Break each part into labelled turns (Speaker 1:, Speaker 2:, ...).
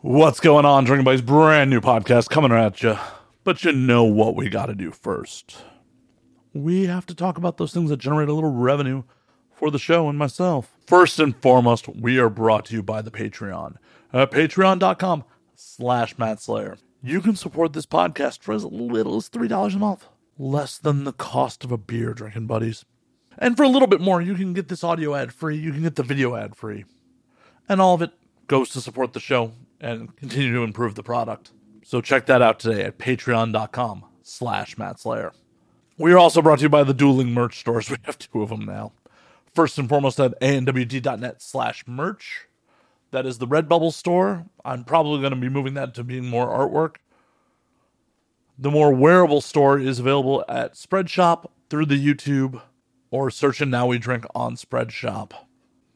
Speaker 1: What's going on, Drinking Buddies? Brand new podcast coming at you. But you know what we got to do first. We have to talk about those things that generate a little revenue for the show and myself. First and foremost, we are brought to you by the Patreon at patreon.com slash mattslayer. You can support this podcast for as little as $3 a month, less than the cost of a beer, Drinking Buddies. And for a little bit more, you can get this audio ad free, you can get the video ad free and all of it goes to support the show and continue to improve the product. So check that out today at patreon.com slash Matt Slayer. We are also brought to you by the dueling merch stores. We have two of them now. First and foremost at anwd.net slash merch. That is the Redbubble store. I'm probably going to be moving that to being more artwork. The more wearable store is available at Spreadshop through the YouTube or search and now we drink on Spreadshop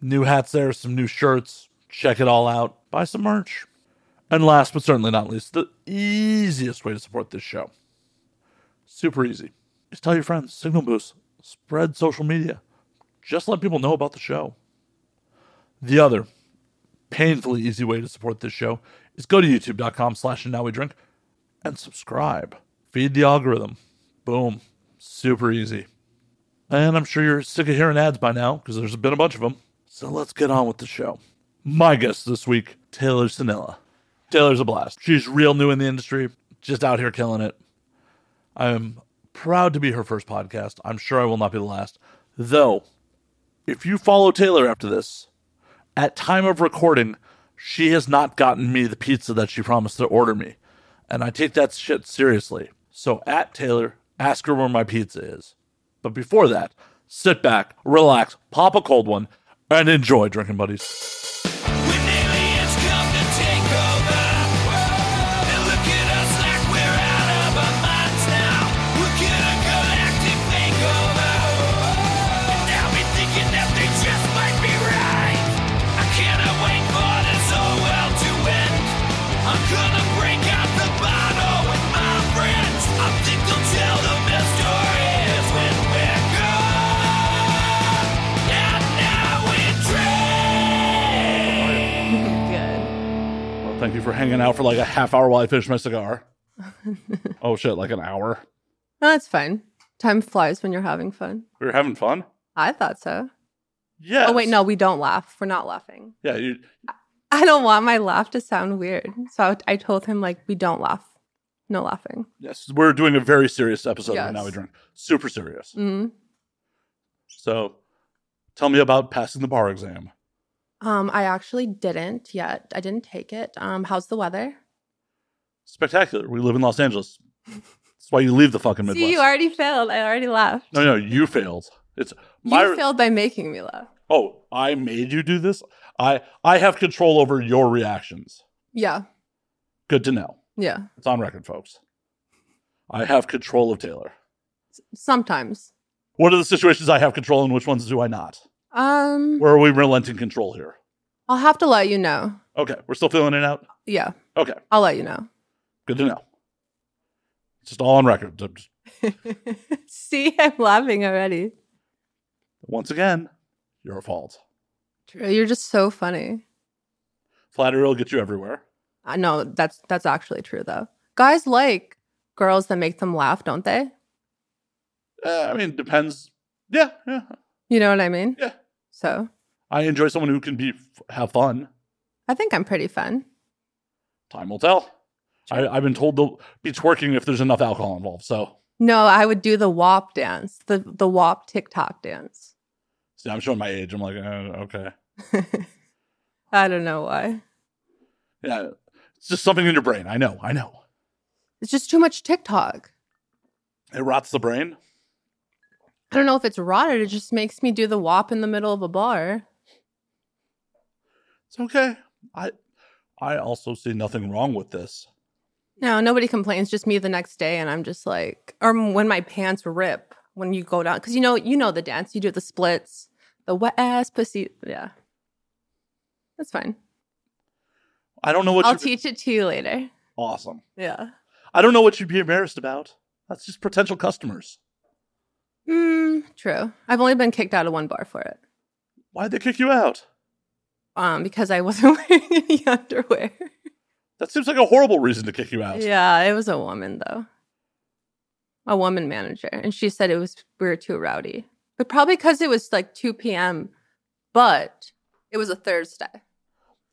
Speaker 1: new hats there, some new shirts. Check it all out. Buy some merch. And last but certainly not least, the easiest way to support this show. Super easy. Just tell your friends, signal boost, spread social media. Just let people know about the show. The other painfully easy way to support this show is go to youtube.com slash and now we drink and subscribe. Feed the algorithm. Boom. Super easy. And I'm sure you're sick of hearing ads by now because there's been a bunch of them. So let's get on with the show. My guest this week, Taylor Sanella. Taylor's a blast. She's real new in the industry, just out here killing it. I am proud to be her first podcast. I'm sure I will not be the last. Though, if you follow Taylor after this, at time of recording, she has not gotten me the pizza that she promised to order me. And I take that shit seriously. So at Taylor, ask her where my pizza is. But before that, sit back, relax, pop a cold one, and enjoy drinking buddies.
Speaker 2: When aliens come to take over, they look at us like we're out of our minds now. We're gonna go active makeover. And now we're thinking that they just might be right. I cannot wait for this whole world to end. I'm gonna break out the bottle with my friends. I think they'll tell them their stories when we're gone. And now we drink.
Speaker 3: Good.
Speaker 1: Well, thank you for hanging out for like a half hour while I finish my cigar. oh shit, like an hour.
Speaker 3: No, that's fine. Time flies when you're having fun.
Speaker 1: We were having fun.
Speaker 3: I thought so.
Speaker 1: Yeah.
Speaker 3: Oh, wait, no, we don't laugh. We're not laughing.
Speaker 1: Yeah, you.
Speaker 3: I don't want my laugh to sound weird. So I told him, like, we don't laugh. No laughing.
Speaker 1: Yes, we're doing a very serious episode right
Speaker 3: Yes.
Speaker 1: now. We drink super serious.
Speaker 3: Mm.
Speaker 1: So, tell me about passing the bar exam.
Speaker 3: Um, I actually didn't yet. I didn't take it. Um, how's the weather?
Speaker 1: Spectacular. We live in Los Angeles. That's why you leave the fucking Midwest.
Speaker 3: See, you already failed. I already laughed.
Speaker 1: no, no, you failed. It's my.
Speaker 3: you failed by making me laugh.
Speaker 1: Oh, I made you do this. I I have control over your reactions.
Speaker 3: Yeah.
Speaker 1: Good to know.
Speaker 3: Yeah.
Speaker 1: It's on record, folks. I have control of Taylor.
Speaker 3: Sometimes.
Speaker 1: What are the situations I have control and which ones do I not?
Speaker 3: Um,
Speaker 1: Where are we relenting control here?
Speaker 3: I'll have to let you know.
Speaker 1: Okay, we're still feeling it out.
Speaker 3: Yeah.
Speaker 1: Okay,
Speaker 3: I'll let you know.
Speaker 1: good to know. It's just all on record. Just-
Speaker 3: See, I'm laughing already.
Speaker 1: Once again, your fault.
Speaker 3: True. You're just so funny.
Speaker 1: Flattery will get you everywhere.
Speaker 3: I know Uh, that's that's actually true though. Guys like girls that make them laugh, don't they?
Speaker 1: Uh, I mean, depends. Yeah, yeah,
Speaker 3: You know what I mean?
Speaker 1: yeah.
Speaker 3: So
Speaker 1: I enjoy someone who can be have fun.
Speaker 3: I think I'm pretty fun.
Speaker 1: Time will tell. I, I've been told to be twerking if there's enough alcohol involved. So,
Speaker 3: No, I would do the WAP dance, the the WAP TikTok dance.
Speaker 1: see, I'm showing my age. I'm like, uh, okay,
Speaker 3: I don't know why.
Speaker 1: yeah. It's just something in your brain. I know. I know.
Speaker 3: It's just too much TikTok.
Speaker 1: It rots the brain.
Speaker 3: I don't know if it's rotted. It just makes me do the WAP in the middle of a bar.
Speaker 1: It's okay. I I also see nothing wrong with this.
Speaker 3: No, nobody complains. Just me the next day, and I'm just like, or when my pants rip when you go down, because you know, you know the dance. You do the splits, the wet ass pussy. Yeah, that's fine.
Speaker 1: I don't know what
Speaker 3: I'll
Speaker 1: you'd be-
Speaker 3: teach it to you later.
Speaker 1: awesome.
Speaker 3: Yeah.
Speaker 1: I don't know what you'd be embarrassed about. That's just potential customers.
Speaker 3: Mm, true. I've only been kicked out of one bar for it
Speaker 1: Why'd they kick you out?
Speaker 3: um, because I wasn't wearing any underwear.
Speaker 1: That seems like a horrible reason to kick you out.
Speaker 3: Yeah, it was a woman though. A woman manager. And she said it was we were too rowdy. But probably because it was like 2 p.m. But it was a Thursday.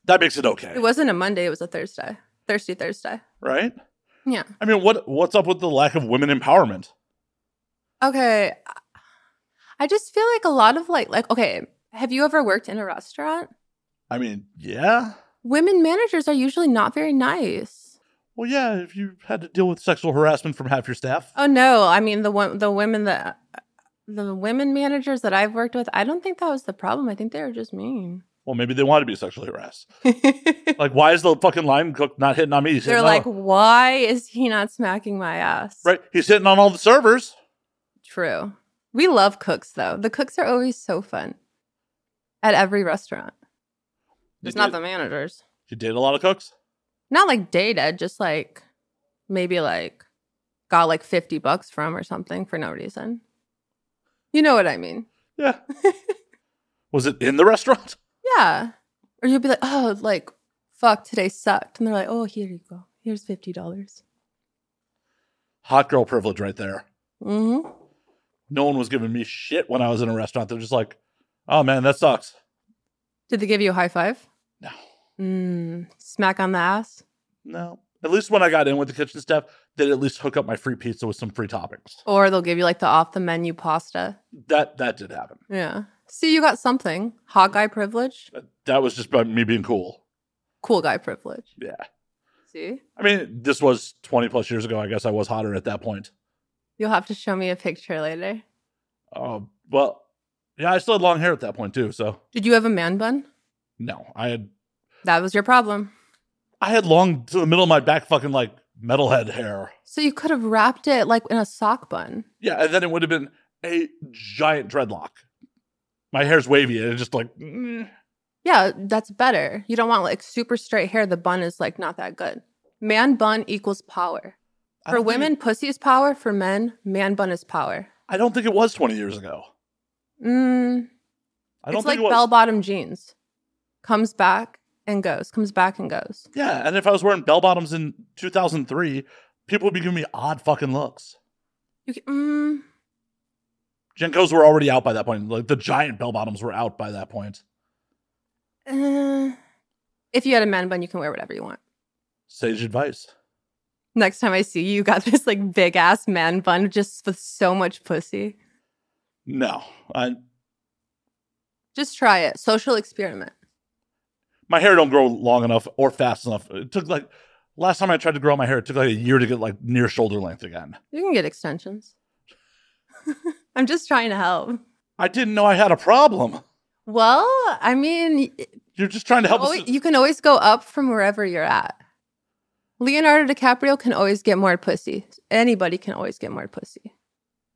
Speaker 1: That makes it okay,
Speaker 3: It wasn't a Monday, it was a Thursday. Thirsty Thursday.
Speaker 1: right?
Speaker 3: Yeah.
Speaker 1: I mean, what what's up with the lack of women empowerment?
Speaker 3: Okay. I just feel like a lot of like like okay, have you ever worked in a restaurant?
Speaker 1: I mean, yeah.
Speaker 3: Women managers are usually not very nice.
Speaker 1: Well, yeah, if you had to deal with sexual harassment from half your staff.
Speaker 3: Oh no, I mean the one the women that the women managers that I've worked with, I don't think that was the problem. I think they were just mean.
Speaker 1: Well, maybe they want to be sexually harassed. like, why is the fucking line cook not hitting on me? He's
Speaker 3: They're
Speaker 1: hitting
Speaker 3: like,
Speaker 1: on,
Speaker 3: why is he not smacking my ass?
Speaker 1: right? He's hitting on all the servers.
Speaker 3: True. We love cooks though. The cooks are always so fun at every restaurant. It's
Speaker 1: You
Speaker 3: not
Speaker 1: did-
Speaker 3: the managers.
Speaker 1: You date a lot of cooks.
Speaker 3: Not like dated, just like maybe like got like 50 bucks from or something for no reason. You know what I mean?
Speaker 1: Yeah. Was it in the restaurant?
Speaker 3: Yeah. Or you'll be like, oh, like, fuck, today sucked. And they're like, oh, here you go. Here's $50.
Speaker 1: Hot girl privilege, right there.
Speaker 3: hmm
Speaker 1: Mm-hmm. No one was giving me shit when I was in a restaurant. They're just like, "Oh man, that sucks."
Speaker 3: Did they give you a high five?
Speaker 1: No.
Speaker 3: Mm, smack on the ass.
Speaker 1: No. At least when I got in with the kitchen staff, they'd at least hook up my free pizza with some free toppings.
Speaker 3: Or they'll give you like the off the menu pasta.
Speaker 1: That that did happen.
Speaker 3: Yeah. See, you got something. Hot guy privilege,
Speaker 1: That- That was just by me being cool.
Speaker 3: cool guy privilege.
Speaker 1: Yeah.
Speaker 3: See?
Speaker 1: I mean, this was 20 plus years ago. I guess I was hotter at that point.
Speaker 3: You'll have to show me a picture later.
Speaker 1: Um, well, yeah, I still had long hair at that point too. So
Speaker 3: Did you have a man bun?
Speaker 1: no, I had
Speaker 3: That was your problem.
Speaker 1: I had long to the middle of my back, fucking like metalhead hair.
Speaker 3: So you could have wrapped it like in a sock bun.
Speaker 1: Yeah, and then it would have been a giant dreadlock. My hair's wavy, and it's just like mm.
Speaker 3: Yeah, that's better. You don't want like super straight hair. The bun is like not that good. Man bun equals power.
Speaker 1: I
Speaker 3: For
Speaker 1: don't think it-
Speaker 3: women, pussy is power. For men, man bun is power.
Speaker 1: I don't think it was 20 years ago.
Speaker 3: Mm,
Speaker 1: I don't think
Speaker 3: it's like
Speaker 1: it was.
Speaker 3: bell bottom jeans. Comes back and goes, comes back and goes.
Speaker 1: yeah, and if I was wearing bell bottoms in 2003, people would be giving me odd fucking looks.
Speaker 3: You can, mm,
Speaker 1: Jenkos were already out by that point. Like the giant bell bottoms were out by that point.
Speaker 3: Uh, if you had a man bun, you can wear whatever you want.
Speaker 1: Sage advice.
Speaker 3: Next time I see you, you got this like big ass man bun just with so much pussy.
Speaker 1: No, I,
Speaker 3: Just try it. Social experiment.
Speaker 1: my hair don't grow long enough or fast enough. It took like last time I tried to grow my hair, it took like a year to get like near shoulder length again.
Speaker 3: You can get extensions. I'm just trying to help.
Speaker 1: I didn't know I had a problem.
Speaker 3: Well, I mean, y-
Speaker 1: You're just trying to help.
Speaker 3: always,
Speaker 1: us.
Speaker 3: you can always go up from wherever you're at. Leonardo DiCaprio can always get more pussy. Anybody can always get more pussy.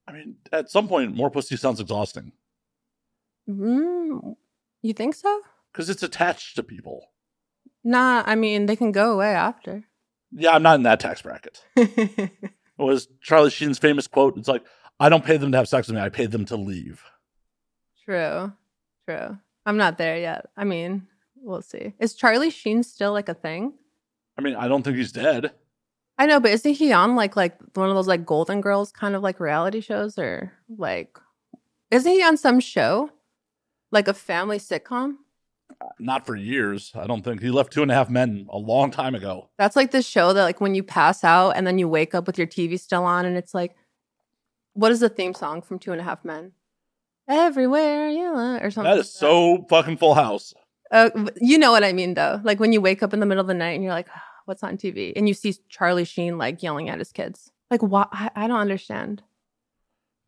Speaker 1: I mean, at some point, more pussy sounds exhausting
Speaker 3: Mm, you think so?
Speaker 1: because it's attached to people.
Speaker 3: Nah, I mean, they can go away after.
Speaker 1: Yeah, I'm not in that tax bracket.
Speaker 3: That's
Speaker 1: It was Charlie Sheen's famous quote. It's like, I don't pay them to have sex with me. I pay them to leave.
Speaker 3: True. True. I'm not there yet. I mean, we'll see. Is Charlie Sheen still like a thing?
Speaker 1: I mean, I don't think he's dead.
Speaker 3: I know, but isn't he on like like one of those like Golden Girls kind of like reality shows or like isn't he on some show? Like a family sitcom?
Speaker 1: Not for years. I don't think he left Two and a Half Men a long time ago.
Speaker 3: That's like the show that like when you pass out and then you wake up with your TV still on and it's like what is the theme song from Two and a Half Men? Everywhere you look or something.
Speaker 1: That is
Speaker 3: like
Speaker 1: so fucking full house.
Speaker 3: that. Uh, you know what I mean though. Like when you wake up in the middle of the night and you're like, "Ah, what's on TV? And you see Charlie Sheen like yelling at his kids. Like why I, I don't understand.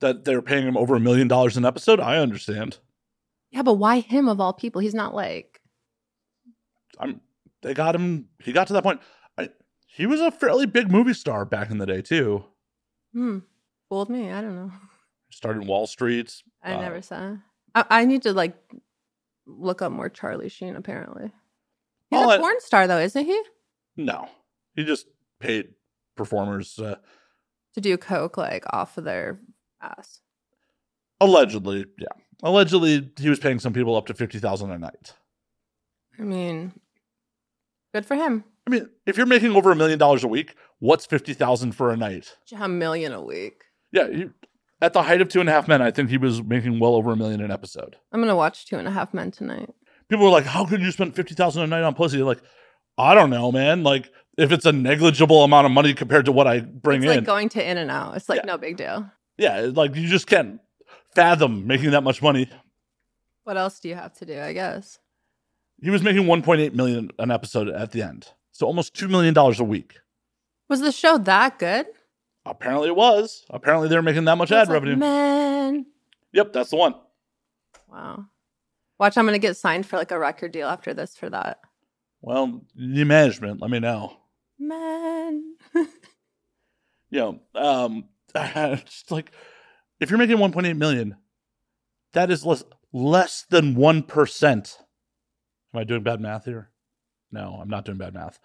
Speaker 1: that they're paying him over a million dollars an episode. I understand.
Speaker 3: Yeah, but why him of all people? He's not like
Speaker 1: I'm. They got him. He got to that point. I, he was a fairly big movie star back in the day too.
Speaker 3: Hmm. Fooled me. I don't know.
Speaker 1: Started in Wall Street.
Speaker 3: I
Speaker 1: Uh,
Speaker 3: never saw. it. I, I need to like look up more Charlie Sheen. Apparently, he's
Speaker 1: All
Speaker 3: a
Speaker 1: I-
Speaker 3: porn star though, isn't he?
Speaker 1: No, he just paid performers uh,
Speaker 3: To do coke like off of their ass.
Speaker 1: allegedly. Yeah, allegedly he was paying some people up to fifty thousand a night.
Speaker 3: I mean, good for him.
Speaker 1: I I mean, if you're making over a million dollars a week, what's fifty thousand for a night?
Speaker 3: A million a week.
Speaker 1: Yeah, you, at the height of Two and a Half Men, I think he was making well over a million an episode.
Speaker 3: I'm gonna watch Two and a Half Men tonight.
Speaker 1: People were like, "How could you spend fifty thousand a night on pussy?" Like, I don't know, man. Like, if it's a negligible amount of money compared to what I bring
Speaker 3: It's
Speaker 1: in,
Speaker 3: like going to In and Out. It's like
Speaker 1: Yeah.
Speaker 3: no big deal.
Speaker 1: yeah, like you just can't fathom making that much money.
Speaker 3: What else do you have to do? I guess.
Speaker 1: He was making one point eight million an episode at the end, so almost two million dollars a week.
Speaker 3: Was the show that good?
Speaker 1: Apparently, it was. Apparently, they were making that much
Speaker 3: It's
Speaker 1: ad
Speaker 3: like,
Speaker 1: revenue.
Speaker 3: Man,
Speaker 1: Yep, that's the one.
Speaker 3: wow. Watch, I'm gonna get signed for like a record deal after this for that.
Speaker 1: Well, the management, let me know.
Speaker 3: Man,
Speaker 1: You know, um, just like if you're making 1.8 million, that is less less than one percent. Am I doing bad math here? No, I'm not doing bad math.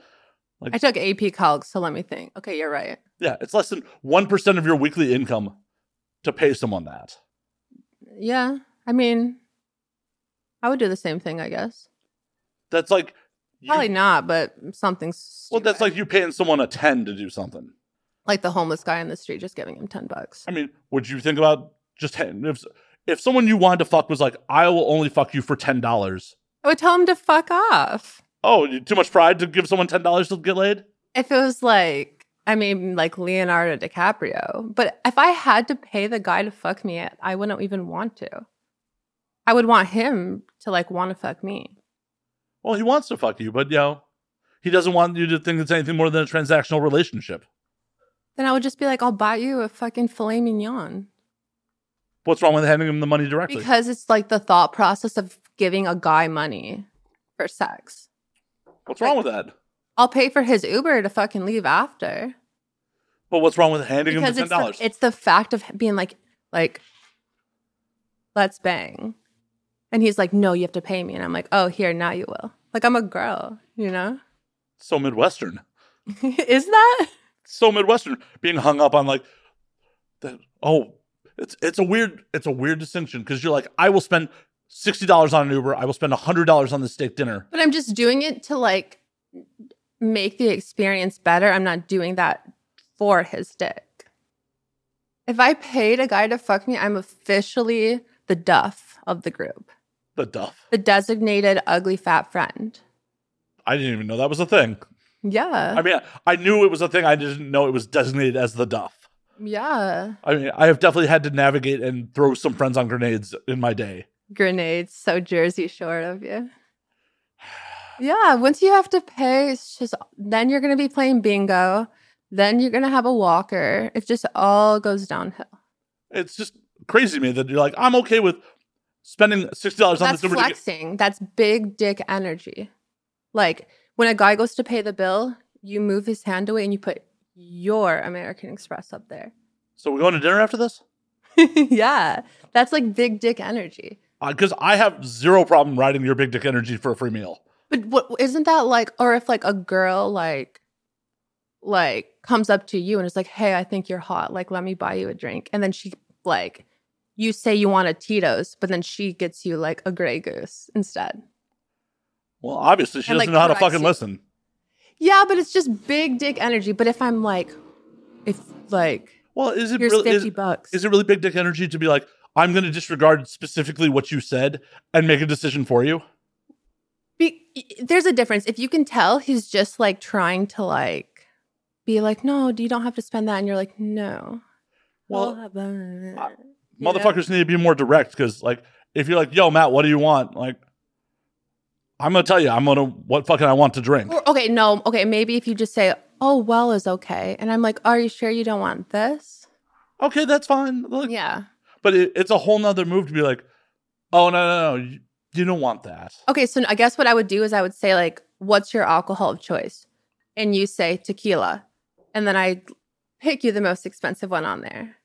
Speaker 3: I took AP Calc, so let me think. Okay, you're right.
Speaker 1: Yeah, it's less than one percent of your weekly income to pay someone that.
Speaker 3: Yeah, I mean, I would do the same thing, I guess.
Speaker 1: That's like you-
Speaker 3: Probably not, but something.
Speaker 1: well,
Speaker 3: stupid.
Speaker 1: that's like you paying someone a ten to do something.
Speaker 3: like the homeless guy on the street just giving him ten bucks.
Speaker 1: I mean, would you think about just ten? If if someone you wanted to fuck was like, I will only fuck you for ten dollars.
Speaker 3: I would tell him to fuck off.
Speaker 1: Oh, you- too much pride to give someone ten dollars to get laid?
Speaker 3: If it was like, I mean, like Leonardo DiCaprio, but if I had to pay the guy to fuck me, I wouldn't even want to. I would want him to like want to fuck me.
Speaker 1: Well, he wants to fuck you, but you know, he doesn't want you to think it's anything more than a transactional relationship.
Speaker 3: Then I would just be like, I'll buy you a fucking filet mignon
Speaker 1: What's wrong with handing him the money directly?
Speaker 3: because it's like the thought process of giving a guy money for sex.
Speaker 1: what's wrong with that?
Speaker 3: I'll pay for his Uber to fucking leave after.
Speaker 1: But what's wrong with handing him the
Speaker 3: because
Speaker 1: ten
Speaker 3: it's the,
Speaker 1: dollars?
Speaker 3: it's the fact of being like like let's bang and he's like no you have to pay me and i'm like oh here now you will like i'm a girl you know
Speaker 1: So midwestern,
Speaker 3: is that
Speaker 1: so midwestern, being hung up on like, that, oh, it's it's a weird it's a weird distinction because you're like, I will spend sixty dollars on an Uber, I will spend hundred dollars on the steak dinner.
Speaker 3: but i'm just doing it to like make the experience better i'm not doing that for his dick if i paid a guy to fuck me i'm officially the duff of the group
Speaker 1: The duff.
Speaker 3: the designated ugly fat friend
Speaker 1: I didn't even know that was a thing.
Speaker 3: yeah
Speaker 1: I mean, I knew it was a thing. I didn't know it was designated as the Duff.
Speaker 3: yeah
Speaker 1: I mean, I have definitely had to navigate and throw some friends on grenades in my day.
Speaker 3: grenades so jersey short of you yeah once you have to pay it's just then you're gonna be playing bingo then you're gonna have a walker it just all goes downhill
Speaker 1: It's just crazy to me that you're like, I'm okay with spending sixty dollars on
Speaker 3: that's
Speaker 1: this Uber. to get-
Speaker 3: flexing that's big dick energy like when a guy goes to pay the bill you move his hand away and you put your american express up there
Speaker 1: So we're going to dinner after this
Speaker 3: yeah that's like big dick energy
Speaker 1: because Uh, I have zero problem riding your big dick energy for a free meal.
Speaker 3: But what isn't that like? Or if like a girl like like comes up to you and is like, "Hey, I think you're hot. Like, let me buy you a drink." And then she like you say you want a Tito's, but then she gets you like a Grey Goose instead.
Speaker 1: Well, obviously she
Speaker 3: And,
Speaker 1: doesn't
Speaker 3: like,
Speaker 1: know how to
Speaker 3: corrects
Speaker 1: fucking
Speaker 3: you.
Speaker 1: listen.
Speaker 3: Yeah, but it's just big dick energy. But if I'm like, if like
Speaker 1: Well, is it
Speaker 3: here's
Speaker 1: really
Speaker 3: fifty
Speaker 1: is,
Speaker 3: bucks,
Speaker 1: is it really big dick energy to be like, I'm going to disregard specifically what you said and make a decision for you?
Speaker 3: Be- there's a difference. If you can tell, he's just like trying to like be like, "No, you don't have to spend that," and you're like, "No."
Speaker 1: Well,
Speaker 3: I'll have that."
Speaker 1: I-
Speaker 3: You know?
Speaker 1: motherfuckers need to be more direct because like if you're like yo matt what do you want like i'm gonna tell you i'm gonna what fucking i want to drink
Speaker 3: Or, okay, no, okay, maybe if you just say, "Oh, well is okay," and I'm like, "Are you sure you don't want this?"
Speaker 1: okay that's fine Look,
Speaker 3: Yeah.
Speaker 1: but it, it's a whole nother move to be like oh no no no you, you don't want that
Speaker 3: Okay, so I guess what I would do is I would say like, "What's your alcohol of choice?" And you say tequila, and then I pick you the most expensive one on there.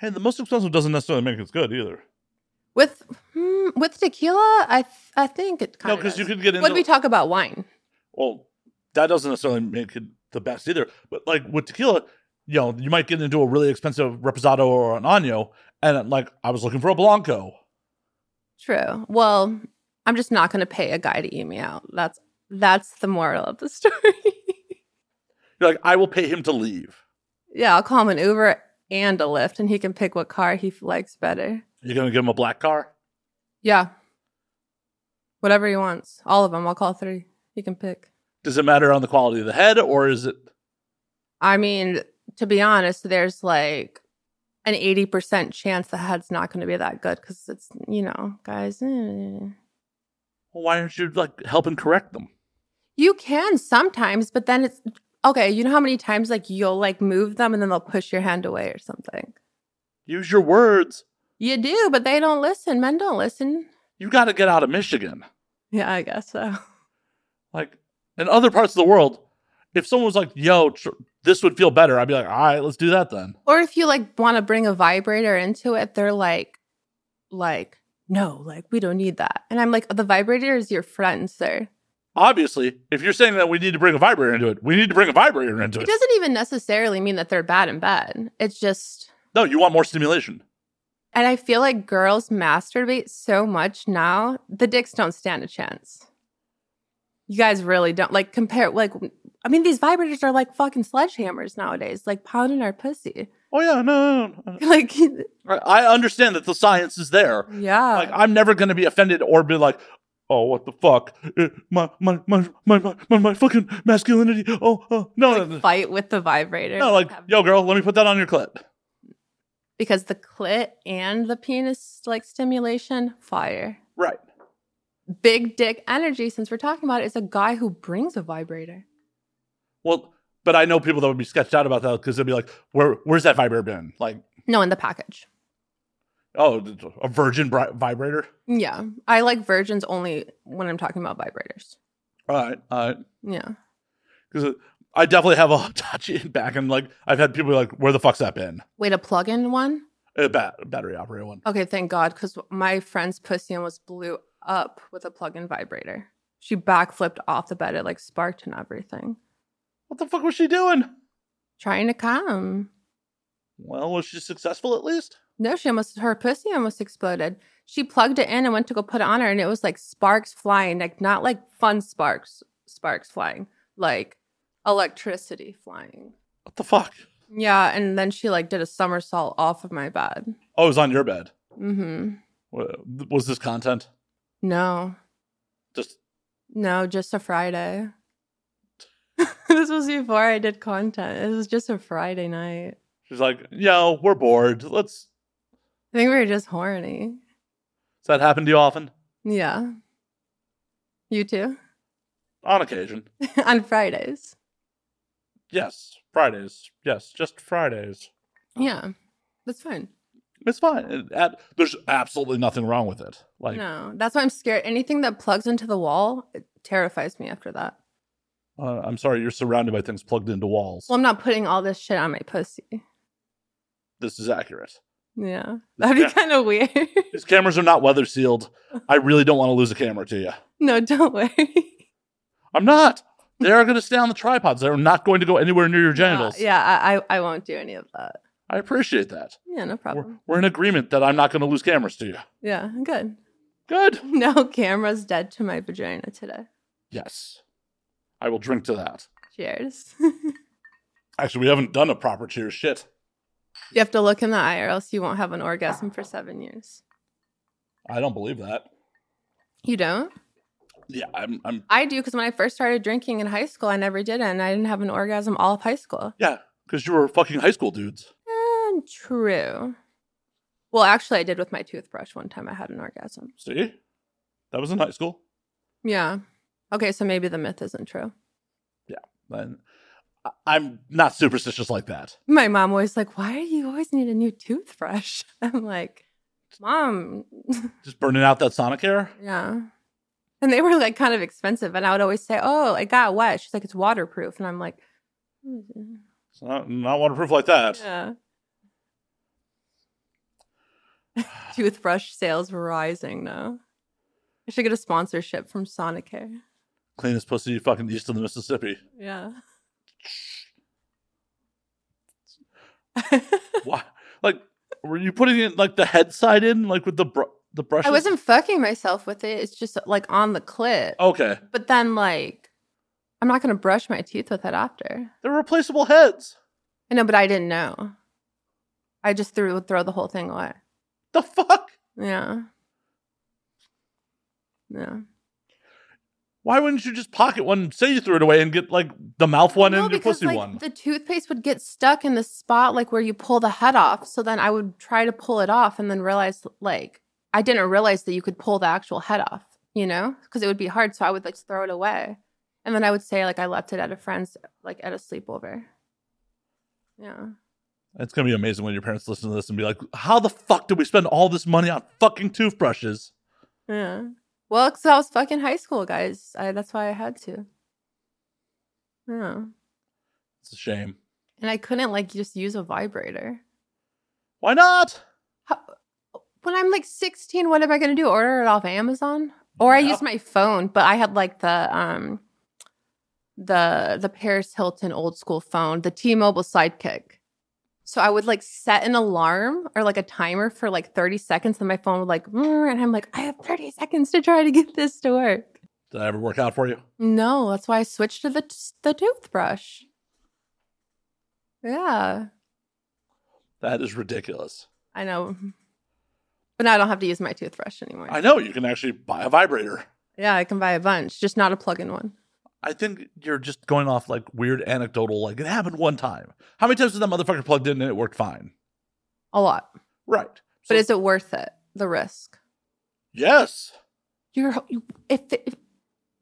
Speaker 1: hey the most expensive doesn't necessarily make it good either
Speaker 3: With hmm, with tequila, I th- I think it kind
Speaker 1: no
Speaker 3: of
Speaker 1: because you could get into
Speaker 3: What did we talk about wine?
Speaker 1: well that doesn't necessarily make it the best either but like with tequila you know you might get into a really expensive reposado or an año and like i was looking for a blanco
Speaker 3: True. Well, I'm just not going to pay a guy to eat me out. That's that's the moral of the story.
Speaker 1: You're like, I will pay him to leave.
Speaker 3: Yeah, I'll call him an Uber and a Lyft, and he can pick what car he f- likes better.
Speaker 1: You're gonna give him a black car.
Speaker 3: Yeah. Whatever he wants. All of them. I'll call three. He can pick.
Speaker 1: Does it matter on the quality of the head, or is it?
Speaker 3: I mean, to be honest, there's like an 80% chance the head's not going to be that good because it's, you know, guys. eh.
Speaker 1: Well, why aren't you like helping correct them?
Speaker 3: You can sometimes, but then it's okay. You know how many times like you'll like move them and then they'll push your hand away or something?
Speaker 1: Use your words.
Speaker 3: You do, but they don't listen. Men don't listen.
Speaker 1: You got to get out of Michigan.
Speaker 3: Yeah, I guess so.
Speaker 1: Like in other parts of the world, if someone was like, "Yo, tr- this would feel better," I'd be like, "All right, let's do that then."
Speaker 3: Or if you like want to bring a vibrator into it, they're like, like, no, like we don't need that. And I'm like, the vibrator is your friend, sir.
Speaker 1: Obviously, if you're saying that we need to bring a vibrator into it, we need to bring a vibrator into
Speaker 3: It
Speaker 1: it.
Speaker 3: doesn't even necessarily mean that they're bad in bed. It's just,
Speaker 1: No, you want more stimulation.
Speaker 3: and I feel like girls masturbate so much now, the dicks don't stand a chance. You guys really don't like compare, like, I mean, these vibrators are like fucking sledgehammers nowadays, like pounding our pussy.
Speaker 1: Oh yeah, no, no, no.
Speaker 3: Like,
Speaker 1: I I understand that the science is there.
Speaker 3: yeah.
Speaker 1: Like I'm never gonna be offended or be like, oh what the fuck, Eh, my my my my my my, my fucking masculinity. Oh, oh no, no, no,
Speaker 3: fight with the vibrator.
Speaker 1: no, like yo girl, let me put that on your clit.
Speaker 3: because the clit and the penis like stimulation fire
Speaker 1: Right.
Speaker 3: big dick energy since we're talking about it is a guy who brings a vibrator
Speaker 1: Well, but I know people that would be sketched out about that because they'd be like, where where's that vibrator been? Like,
Speaker 3: no in the package
Speaker 1: oh, th- a virgin bri- vibrator.
Speaker 3: yeah i like virgins only when i'm talking about vibrators
Speaker 1: All right, all right.
Speaker 3: yeah
Speaker 1: Because I definitely have a touchy back, and like I've had people be like, where the fuck's that been?
Speaker 3: wait a plug-in one
Speaker 1: A bat- battery operated one.
Speaker 3: okay thank god because my friend's pussy almost blew up with a plug-in vibrator she backflipped off the bed it like sparked and everything
Speaker 1: What the fuck was she doing?
Speaker 3: trying to come
Speaker 1: Well, was she successful at least?
Speaker 3: No, she almost her pussy almost exploded. She plugged it in and went to go put it on her, and it was like sparks flying, like not like fun sparks, sparks flying, like electricity flying.
Speaker 1: What the fuck?
Speaker 3: Yeah, and then she like did a somersault off of my bed.
Speaker 1: Oh, it was on your bed.
Speaker 3: Mm-hmm.
Speaker 1: Wa- Was this content?
Speaker 3: No,
Speaker 1: Just
Speaker 3: no, just a Friday. this was before I did content. It was just a Friday night.
Speaker 1: she's like, yo, we're bored. Let's.
Speaker 3: I think we were just horny.
Speaker 1: Does that happen to you often?
Speaker 3: Yeah. You too?
Speaker 1: On occasion,
Speaker 3: On Fridays.
Speaker 1: yes. Fridays, yes. Just Fridays.
Speaker 3: Yeah. That's fine.
Speaker 1: It's fine. It- ab- there's absolutely nothing wrong with it. Like,
Speaker 3: no, that's why I'm scared. Anything that plugs into the wall it terrifies me after that.
Speaker 1: uh, I'm sorry, you're surrounded by things plugged into walls.
Speaker 3: Well, I'm not putting all this shit on my pussy.
Speaker 1: this is accurate.
Speaker 3: Yeah. That'd be
Speaker 1: Yeah.
Speaker 3: kind of weird.
Speaker 1: These cameras are not weather sealed. I really don't want to lose a camera to you.
Speaker 3: no, don't worry.
Speaker 1: I'm not. They are going to stay on the tripods. They're not going to go anywhere near your genitals.
Speaker 3: yeah, I, I, I won't do any of that.
Speaker 1: I appreciate that.
Speaker 3: Yeah, no
Speaker 1: We're,
Speaker 3: problem.
Speaker 1: we're in agreement that I'm not going to lose cameras to you.
Speaker 3: Yeah, good.
Speaker 1: Good.
Speaker 3: No camera's dead to my vagina today.
Speaker 1: Yes. I will drink to that.
Speaker 3: Cheers.
Speaker 1: Actually, we haven't done a proper cheers shit.
Speaker 3: you have to look in the eye or else you won't have an orgasm for seven years.
Speaker 1: I don't believe that.
Speaker 3: You don't?
Speaker 1: Yeah, I'm I'm
Speaker 3: I do because when I first started drinking in high school, I never did it, and I didn't have an orgasm all of high school.
Speaker 1: yeah, cuz you were fucking high school dudes.
Speaker 3: Um, true. Well, actually, I did with my toothbrush one time. I had an orgasm.
Speaker 1: See? That was in high school.
Speaker 3: Yeah. Okay, so maybe the myth isn't true.
Speaker 1: And I- I'm not superstitious like that.
Speaker 3: My mom always like, "Why do you always need a new toothbrush?" I'm like, "Mom,
Speaker 1: Just burning out that Sonicare?
Speaker 3: yeah." And they were like kind of expensive, and I would always say, "Oh, it got wet." She's like, "It's waterproof," and I'm like, "Mm,
Speaker 1: It's not, not waterproof like that.
Speaker 3: "Yeah." Toothbrush sales rising now. I should get a sponsorship from Sonicare.
Speaker 1: Cleanest pussy fucking east of the Mississippi.
Speaker 3: Yeah.
Speaker 1: Why? Like, were you putting it like the head side in, like with the br- the brush?
Speaker 3: I
Speaker 1: Oh.
Speaker 3: wasn't fucking myself with it. It's just like on the clit.
Speaker 1: Okay.
Speaker 3: But then like I'm not going to brush my teeth with it after.
Speaker 1: They're replaceable heads.
Speaker 3: I know, but I didn't know. I just threw throw the whole thing away.
Speaker 1: The fuck?
Speaker 3: Yeah. Yeah.
Speaker 1: Why wouldn't you just pocket one, say you threw it away, and get like the mouth one
Speaker 3: No,
Speaker 1: and your
Speaker 3: because
Speaker 1: pussy
Speaker 3: like
Speaker 1: one?
Speaker 3: the toothpaste would get stuck in the spot like where you pull the head off. So then I would try to pull it off and then realize like I didn't realize that you could pull the actual head off, you know? Because it would be hard. So I would like throw it away. And then I would say like I left it at a friend's like at a sleepover. Yeah.
Speaker 1: It's gonna be amazing when your parents listen to this and be like, "How the fuck did we spend all this money on fucking toothbrushes?"
Speaker 3: Yeah. Well, because I was fucking high school, guys. I, that's why I had to. Yeah.
Speaker 1: It's a shame.
Speaker 3: And I couldn't like just use a vibrator.
Speaker 1: Why not?
Speaker 3: when I'm like 16, what am I going to do? Order it off Amazon? Or I
Speaker 1: Yeah.
Speaker 3: used my phone, but I had like the um the the Paris Hilton old school phone, the T-Mobile Sidekick. So I would like set an alarm or like a timer for like 30 seconds and my phone would like "Mm," and I'm like I have 30 seconds to try to get this to work.
Speaker 1: Did I ever work out for you?
Speaker 3: No, that's why I switched to the the toothbrush. Yeah,
Speaker 1: That is ridiculous.
Speaker 3: I know. But now I don't have to use my toothbrush anymore.
Speaker 1: I know you can actually buy a vibrator.
Speaker 3: Yeah, I can buy a bunch, just not a plug-in one.
Speaker 1: I think you're just going off like weird anecdotal, like it happened one time. How many times did that motherfucker plugged in and it worked fine?
Speaker 3: A lot.
Speaker 1: Right.
Speaker 3: But is it worth it? The risk.
Speaker 1: yes.
Speaker 3: Your you- if, if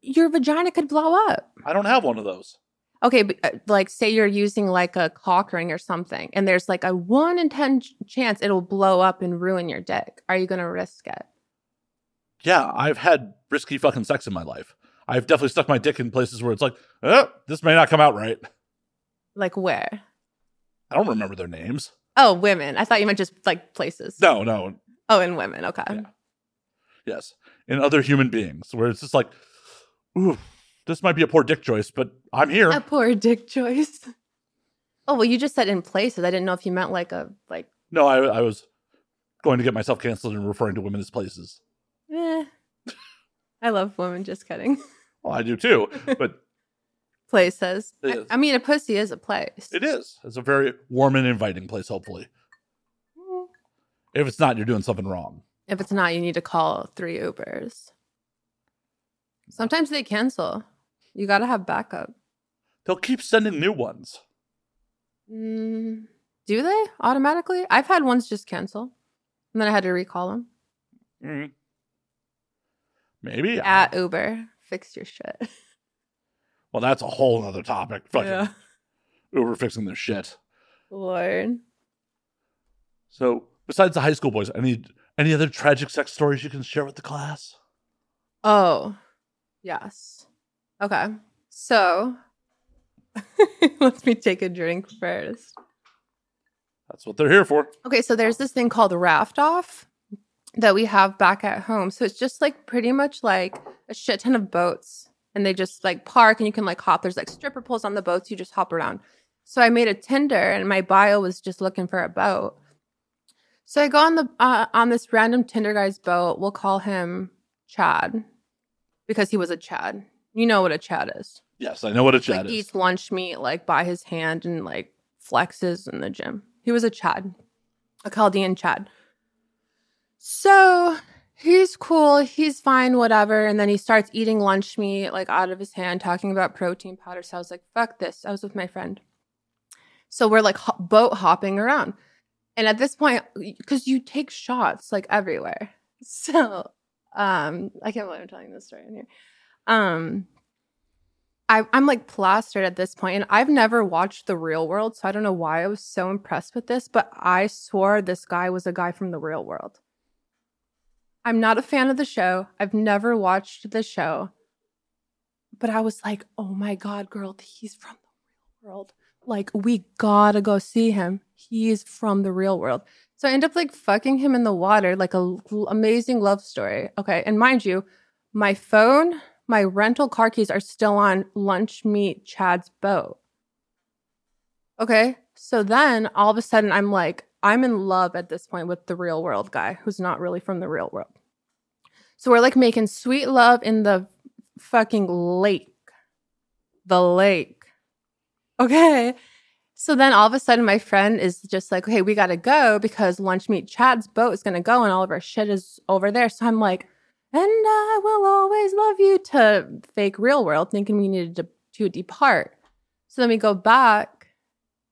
Speaker 3: your vagina could blow up.
Speaker 1: I don't have one of those.
Speaker 3: Okay, but uh, like say you're using like a cock ring or something, and there's like a one in ten ch- chance it'll blow up and ruin your dick. Are you going to risk it?
Speaker 1: Yeah, I've had risky fucking sex in my life. I've definitely stuck my dick in places where it's like, oh, this may not come out right.
Speaker 3: Like where?
Speaker 1: I don't remember their names.
Speaker 3: Oh, women. I thought you meant just like places.
Speaker 1: No, no,
Speaker 3: Oh, in women. Okay.
Speaker 1: Yeah. yes. In other human beings, where it's just like, ooh, this might be a poor dick choice, but I'm here.
Speaker 3: A poor dick choice. Oh well, you just said in places. I didn't know if you meant like a like.
Speaker 1: No, I, I was going to get myself canceled and referring to women as places.
Speaker 3: Eh. I love women. Just kidding.
Speaker 1: Well, I do too, but
Speaker 3: places. I-
Speaker 1: Yes.
Speaker 3: I, mean, a pussy is a place.
Speaker 1: It is. It's a very warm and inviting place, hopefully.
Speaker 3: Mm.
Speaker 1: If it's not, you're doing something wrong.
Speaker 3: If it's not, you need to call three Ubers. Sometimes they cancel. You got to have backup.
Speaker 1: They'll keep sending new ones.
Speaker 3: Mm, do they automatically? I've had ones just cancel, and then I had to recall them
Speaker 1: Mm. Maybe. I-
Speaker 3: at Uber. Fix your shit.
Speaker 1: well, that's a whole other topic. Fucking
Speaker 3: Yeah.
Speaker 1: Uber fixing their shit.
Speaker 3: Lord.
Speaker 1: So, besides the high school boys, any any other tragic sex stories you can share with the class?
Speaker 3: Oh, yes. Okay. So let me take a drink first.
Speaker 1: That's what they're here for.
Speaker 3: Okay, so there's this thing called raft off that we have back at home. So it's just like pretty much like a shit ton of boats and they just like park and you can like hop. There's like stripper poles on the boats, you just hop around. So I made a Tinder and my bio was just looking for a boat. So I go on the uh, on this random Tinder guy's boat. We'll call him Chad because he was a Chad. You know what a Chad is
Speaker 1: Yes, I know what a
Speaker 3: like
Speaker 1: chat is.
Speaker 3: eats lunch meat like by his hand and like flexes in the gym. He was a Chad, a Chaldean Chad. So he's cool, he's fine, whatever. And then he starts eating lunch meat like out of his hand, talking about protein powder. So I was like, fuck this. I was with my friend. So we're like ho- boat hopping around. And at this point, because you take shots like everywhere. So um, I can't believe I'm telling this story in here. Um, I, I'm like plastered at this point, and I've never watched The Real World, so I don't know why I was so impressed with this, but I swore this guy was a guy from The Real World. I'm not a fan of the show. I've never watched the show, but I was like, oh my God, girl, he's from The Real World. Like, we gotta go see him. He's from The Real World. So I end up like fucking him in the water, like a l- amazing love story. Okay. And mind you, my phone, my rental car keys are still on lunch meet Chad's boat. Okay. So then all of a sudden I'm like, I'm in love at this point with the real world guy who's not really from the real world. So we're like making sweet love in the fucking lake. the lake. Okay. So then all of a sudden, my friend is just like, okay, we got to go because lunch meet Chad's boat is going to go and all of our shit is over there. So I'm like, and I will always love you to fake real world, thinking we needed to, to depart. So then we go back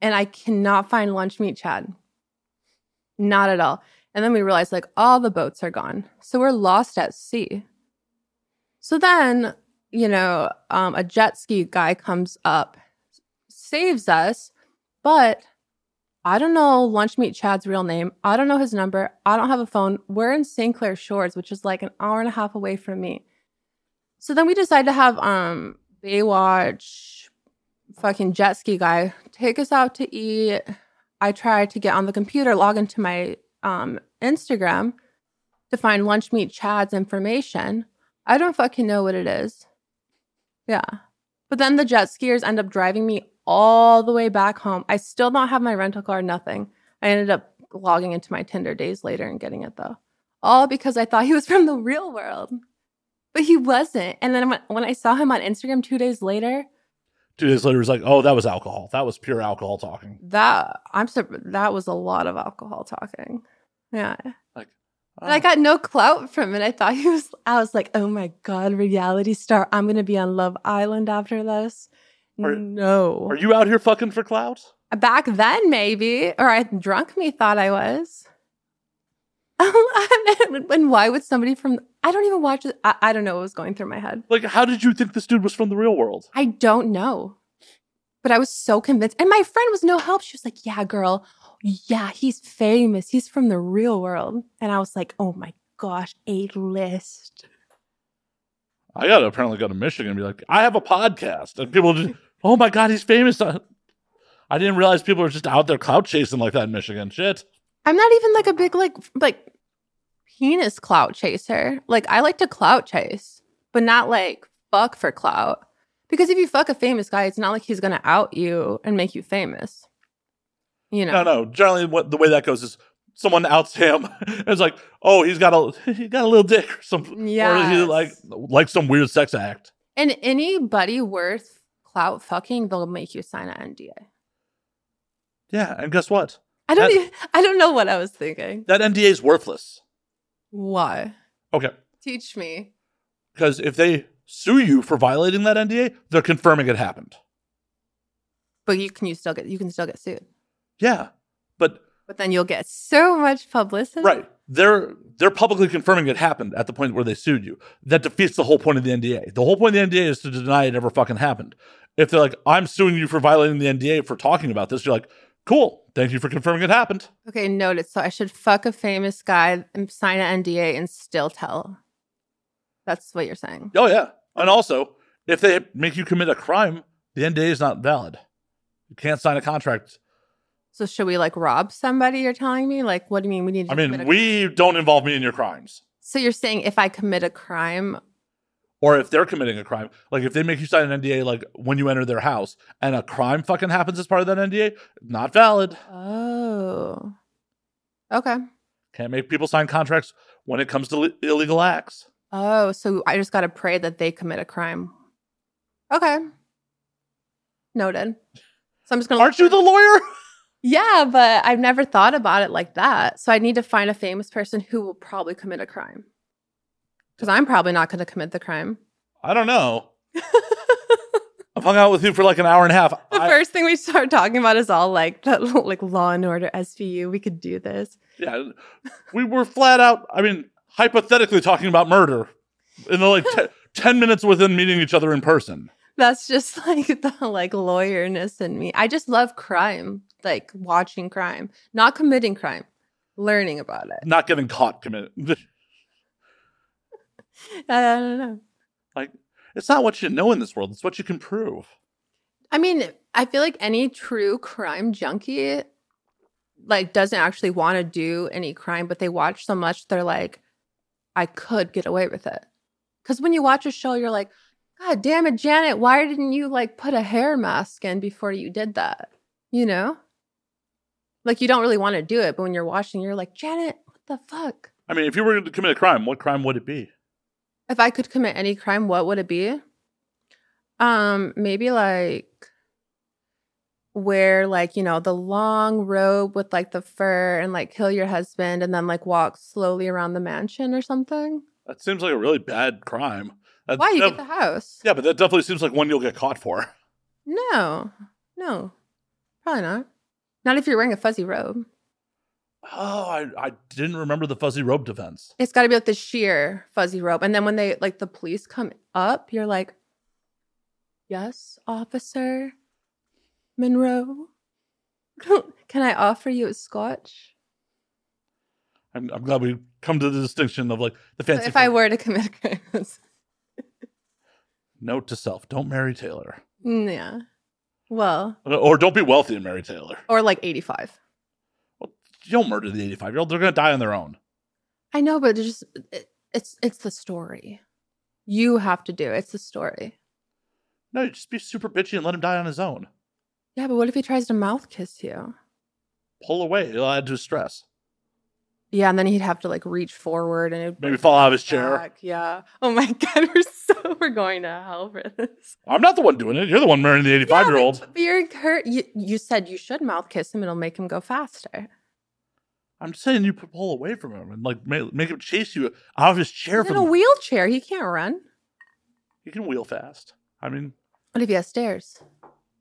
Speaker 3: and I cannot find lunch meet Chad. Not at all. And then we realize like all the boats are gone. So we're lost at sea. So then, you know, um, a jet ski guy comes up, saves us, but I don't know Lunch Meet Chad's real name. I don't know his number. I don't have a phone. We're in St. Clair Shores, which is like an hour and a half away from me. So then we decide to have um Baywatch fucking jet ski guy take us out to eat. I try to get on the computer, log into my um Instagram to find Lunch Meet Chad's information. I don't fucking know what it is. Yeah. But then the jet skiers end up driving me all the way back home. I still don't have my rental car, nothing. I ended up logging into my Tinder days later and getting it though. All because I thought he was from the real world. But he wasn't. And then when- when I saw him on Instagram two days later,
Speaker 1: Two days later, it was like, oh, that was alcohol. That was pure alcohol talking.
Speaker 3: that I'm sur- that was a lot of alcohol talking. Yeah.
Speaker 1: Oh.
Speaker 3: And I got no clout from it. I thought he was, I was like, oh my God, reality star. I'm going to be on Love Island after this.
Speaker 1: Are-
Speaker 3: no.
Speaker 1: Are you out here fucking for clout?
Speaker 3: Back then, maybe, or I drunk me thought I was. Oh, and why would somebody from, I don't even watch it. I, I don't know what was going through my head.
Speaker 1: Like, how did you think this dude was from the real world?
Speaker 3: I don't know. But I was so convinced. And my friend was no help. She was like, yeah, girl. Yeah, he's famous. He's from the real world. And I was like, oh my gosh, A list.
Speaker 1: I gotta apparently go to Michigan and be like, I have a podcast, and people just, oh my god, he's famous. I I didn't realize people are just out there clout chasing like that in Michigan. Shit.
Speaker 3: I'm not even like a big like f- like penis clout chaser. Like I like to clout chase, but not like fuck for clout. Because if you fuck a famous guy, it's not like he's gonna out you and make you famous. You know.
Speaker 1: No, no. Generally, what the way that goes is someone outs him, and it's like, oh, he's got a he got a little dick or something. Or he
Speaker 3: Yes.
Speaker 1: like like some weird sex act.
Speaker 3: And anybody worth clout fucking, they'll make you sign an NDA.
Speaker 1: Yeah, and guess what?
Speaker 3: I don't
Speaker 1: That-
Speaker 3: even, I don't know what I was thinking.
Speaker 1: That NDA is worthless.
Speaker 3: Why?
Speaker 1: Okay,
Speaker 3: Teach me.
Speaker 1: because if they sue you for violating that NDA, they're confirming it happened.
Speaker 3: But you can you still get you can still get sued.
Speaker 1: Yeah, but
Speaker 3: But then you'll get so much publicity.
Speaker 1: Right. They're they're publicly confirming it happened at the point where they sued you. That defeats the whole point of the NDA. The whole point of the NDA is to deny it ever fucking happened. If they're like, I'm suing you for violating the NDA for talking about this, you're like, cool, thank you for confirming it happened.
Speaker 3: Okay, noted. So I should fuck a famous guy and sign an NDA and still tell. That's what you're saying.
Speaker 1: Oh yeah. And also, if they make you commit a crime, the NDA is not valid. You can't sign a contract.
Speaker 3: So should we like rob somebody? You're telling me like what do you mean we need? To
Speaker 1: I
Speaker 3: commit
Speaker 1: mean,
Speaker 3: a-
Speaker 1: we don't involve me in your crimes.
Speaker 3: So you're saying if I commit a crime,
Speaker 1: Or if they're committing a crime, like if they make you sign an NDA, like when you enter their house and a crime fucking happens as part of that NDA, not valid.
Speaker 3: oh, okay.
Speaker 1: Can't make people sign contracts when it comes to li- illegal acts.
Speaker 3: Oh, so I just got to pray that they commit a crime. Okay. Noted. So I'm just going
Speaker 1: Aren't you the lawyer?
Speaker 3: Yeah, but I've never thought about it like that. So I need to find a famous person who will probably commit a crime. Cuz I'm probably not going to commit the crime.
Speaker 1: I don't know. I've hung out with you for like an hour and a half.
Speaker 3: The
Speaker 1: I-
Speaker 3: first thing we start talking about is all like the, like law and order SVU, we could do this.
Speaker 1: yeah, we were flat out. I mean, hypothetically talking about murder in the like te- ten minutes within meeting each other in person.
Speaker 3: That's just like the like lawyerness in me. I just love crime, like watching crime, not committing crime, learning about it.
Speaker 1: Not getting caught committing.
Speaker 3: I don't know.
Speaker 1: like it's not what you know in this world; it's what you can prove.
Speaker 3: I mean, I feel like any true crime junkie like doesn't actually want to do any crime, but they watch so much they're like, I could get away with it. Cause when you watch a show, you're like, God damn it, Janet, why didn't you like put a hair mask in before you did that? You know? Like you don't really want to do it, but when you're watching, you're like, Janet, what the fuck?
Speaker 1: I mean, if you were to commit a crime, what crime would it be?
Speaker 3: If I could commit any crime, what would it be? Um, maybe like wear like, you know, the long robe with like the fur and like kill your husband and then like walk slowly around the mansion or something.
Speaker 1: That seems like a really bad crime. That-
Speaker 3: Why you
Speaker 1: that-
Speaker 3: get the house?
Speaker 1: yeah, but that definitely seems like one you'll get caught for.
Speaker 3: No. No. Probably not. Not if you're wearing a fuzzy robe.
Speaker 1: Oh, I, I didn't remember the fuzzy robe defense.
Speaker 3: It's got to be like the sheer fuzzy robe. And then when they like the police come up, you're like, "Yes, officer Monroe. Can I offer you a scotch?"
Speaker 1: I'm, I'm glad we come to the distinction of like the fancy.
Speaker 3: if I
Speaker 1: fun.
Speaker 3: were to commit a crime. it's-
Speaker 1: Note to self: don't marry Taylor,
Speaker 3: Mm, yeah. Well,
Speaker 1: or don't be wealthy and marry Taylor.
Speaker 3: or like 85.
Speaker 1: You'll murder the 85 year old. They're gonna die on their own.
Speaker 3: I know, but it's just it, it's it's the story. You have to do it. It's the story.
Speaker 1: No, just be super bitchy and let him die on his own.
Speaker 3: Yeah, but what if he tries to mouth kiss you?
Speaker 1: Pull away. It'll add to his stress.
Speaker 3: Yeah, and then he'd have to like reach forward and it'd
Speaker 1: Maybe fall out of his chair.
Speaker 3: Fuck, yeah. Oh my god, we're so we're going to hell for this.
Speaker 1: I'm not the one doing it. You're the one marrying the 85 year old.
Speaker 3: But you're incur- you, you said you should mouth kiss him. It'll make him go faster.
Speaker 1: I'm just saying you p- pull away from him and like make, make him chase you out of his chair.
Speaker 3: He's in
Speaker 1: From
Speaker 3: a wheelchair. He can't run.
Speaker 1: he can wheel fast. I mean,
Speaker 3: What if he has stairs?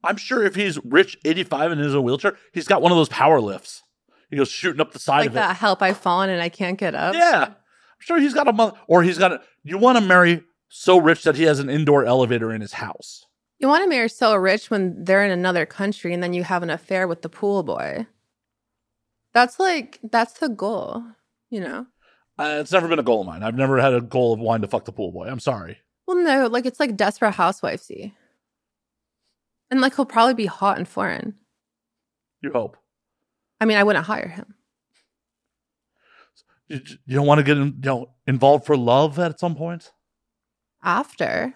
Speaker 1: I'm sure if he's rich 85 and is in a wheelchair, he's got one of those power lifts. He goes shooting up the side
Speaker 3: Like
Speaker 1: of
Speaker 3: that help I've fallen and I can't get
Speaker 1: it.
Speaker 3: up.
Speaker 1: Yeah. I'm sure he's got a month or he's got a you want to marry so rich that he has an indoor elevator in his house.
Speaker 3: You want to marry so rich when they're in another country and then you have an affair with the pool boy. That's like that's the goal, you know.
Speaker 1: Uh, it's never been a goal of mine. I've never had a goal of wanting to fuck the pool boy. I'm sorry.
Speaker 3: Well, no, like it's like desperate housewivesy. And like he'll probably be hot and foreign.
Speaker 1: You hope.
Speaker 3: I mean, I wouldn't hire him.
Speaker 1: You, you don't want to get in, you know, involved for love at some point?
Speaker 3: After,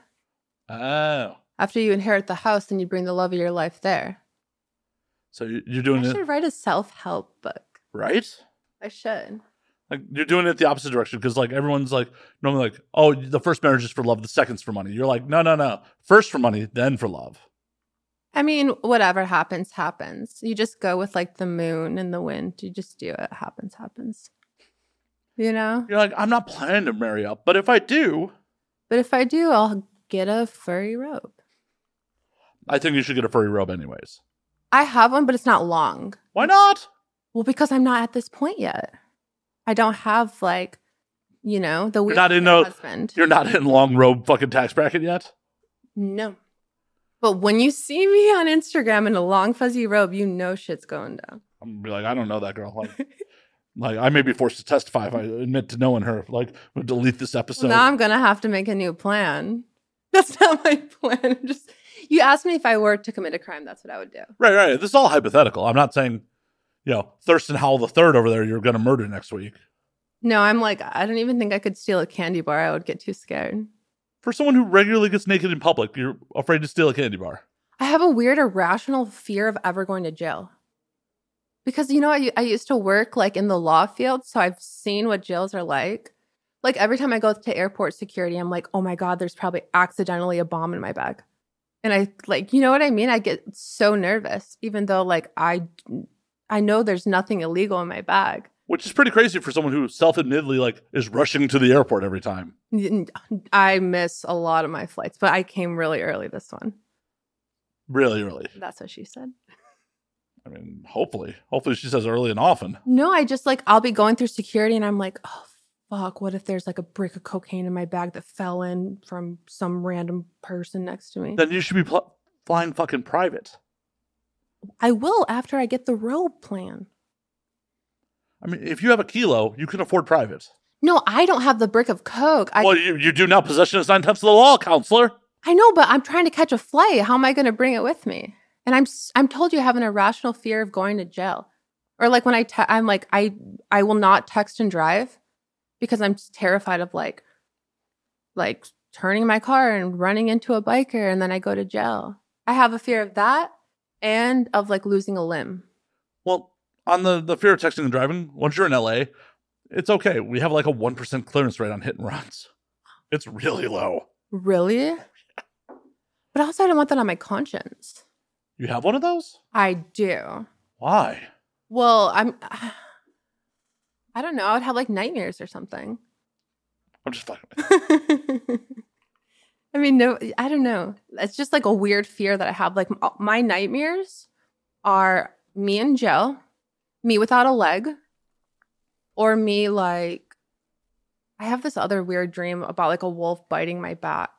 Speaker 1: Oh.
Speaker 3: after you inherit the house, then you bring the love of your life there.
Speaker 1: So you- you're doing
Speaker 3: I
Speaker 1: it
Speaker 3: should write a self help book.
Speaker 1: right?
Speaker 3: I should.
Speaker 1: Like you're doing it the opposite direction because like everyone's like normally like oh the first marriage is for love the second's for money you're like no no no first for money then for love
Speaker 3: I mean, whatever happens, happens. You just go with like the moon and the wind. You just do it. Happens, happens. You know?
Speaker 1: you're like I'm not planning to marry up but if I do
Speaker 3: But if I do, I'll get a furry robe.
Speaker 1: I think you should get a furry robe anyways
Speaker 3: I have one, but it's not long.
Speaker 1: why not
Speaker 3: Well, because I'm not at this point yet. I don't have like, you know, the weird
Speaker 1: not in a-
Speaker 3: husband.
Speaker 1: you're not in long robe fucking tax bracket yet
Speaker 3: No. But when you see me on Instagram in a long fuzzy robe, you know shit's going down.
Speaker 1: I'm gonna be like I don't know that girl like, like I may be forced to testify if I admit to knowing her like we'll delete this episode
Speaker 3: Well, now I'm gonna have to make a new plan. That's not my plan. I'm just you asked me if I were to commit a crime, that's what I would do.
Speaker 1: right right this is all hypothetical I'm not saying you know Thurston Howell the third over there you're gonna murder next week
Speaker 3: No, I'm like, I don't even think I could steal a candy bar. I would get too scared.
Speaker 1: for someone who regularly gets naked in public, you're afraid to steal a candy bar.
Speaker 3: I have a weird irrational fear of ever going to jail. Because you know, I, I used to work like in the law field, so I've seen what jails are like. Like every time I go to airport security, I'm like, oh my God, there's probably accidentally a bomb in my bag. And I like, you know what I mean? I get so nervous, even though like I I know there's nothing illegal in my bag.
Speaker 1: Which is pretty crazy for someone who self-admittedly like is rushing to the airport every time.
Speaker 3: I miss a lot of my flights, but I came really early this one.
Speaker 1: Really early.
Speaker 3: That's what she said.
Speaker 1: I mean, hopefully. Hopefully she says early and often.
Speaker 3: No, I just like I'll be going through security and I'm like, oh fuck, what if there's like a brick of cocaine in my bag that fell in from some random person next to me?
Speaker 1: Then you should be pl- flying fucking private.
Speaker 3: I will after I get the road plan.
Speaker 1: I mean, if you have a kilo, you can afford private.
Speaker 3: No, I don't have the brick of coke. I
Speaker 1: well, you, you do now. Possession is nine tenths of the law, counselor.
Speaker 3: I know, but I'm trying to catch a flight. How am I going to bring it with me? And I'm s- I'm told you have an irrational fear of going to jail, or like when I te- I'm like I I will not text and drive because I'm s- terrified of like like turning my car and running into a biker and then I go to jail. I have a fear of that and of like losing a limb.
Speaker 1: Well, on the, the fear of texting and driving, once you're in LA, it's okay. We have like a 1% clearance rate on hit and runs. It's really low.
Speaker 3: Really? But also, I don't want that on my conscience.
Speaker 1: You have one of those?
Speaker 3: I do.
Speaker 1: Why?
Speaker 3: Well, I'm. I don't know. I would have like nightmares or something.
Speaker 1: I'm just fucking.
Speaker 3: I mean, no, I don't know. It's just like a weird fear that I have. Like m- my nightmares are me and Joe, me without a leg, or me like I have this other weird dream about like a wolf biting my back,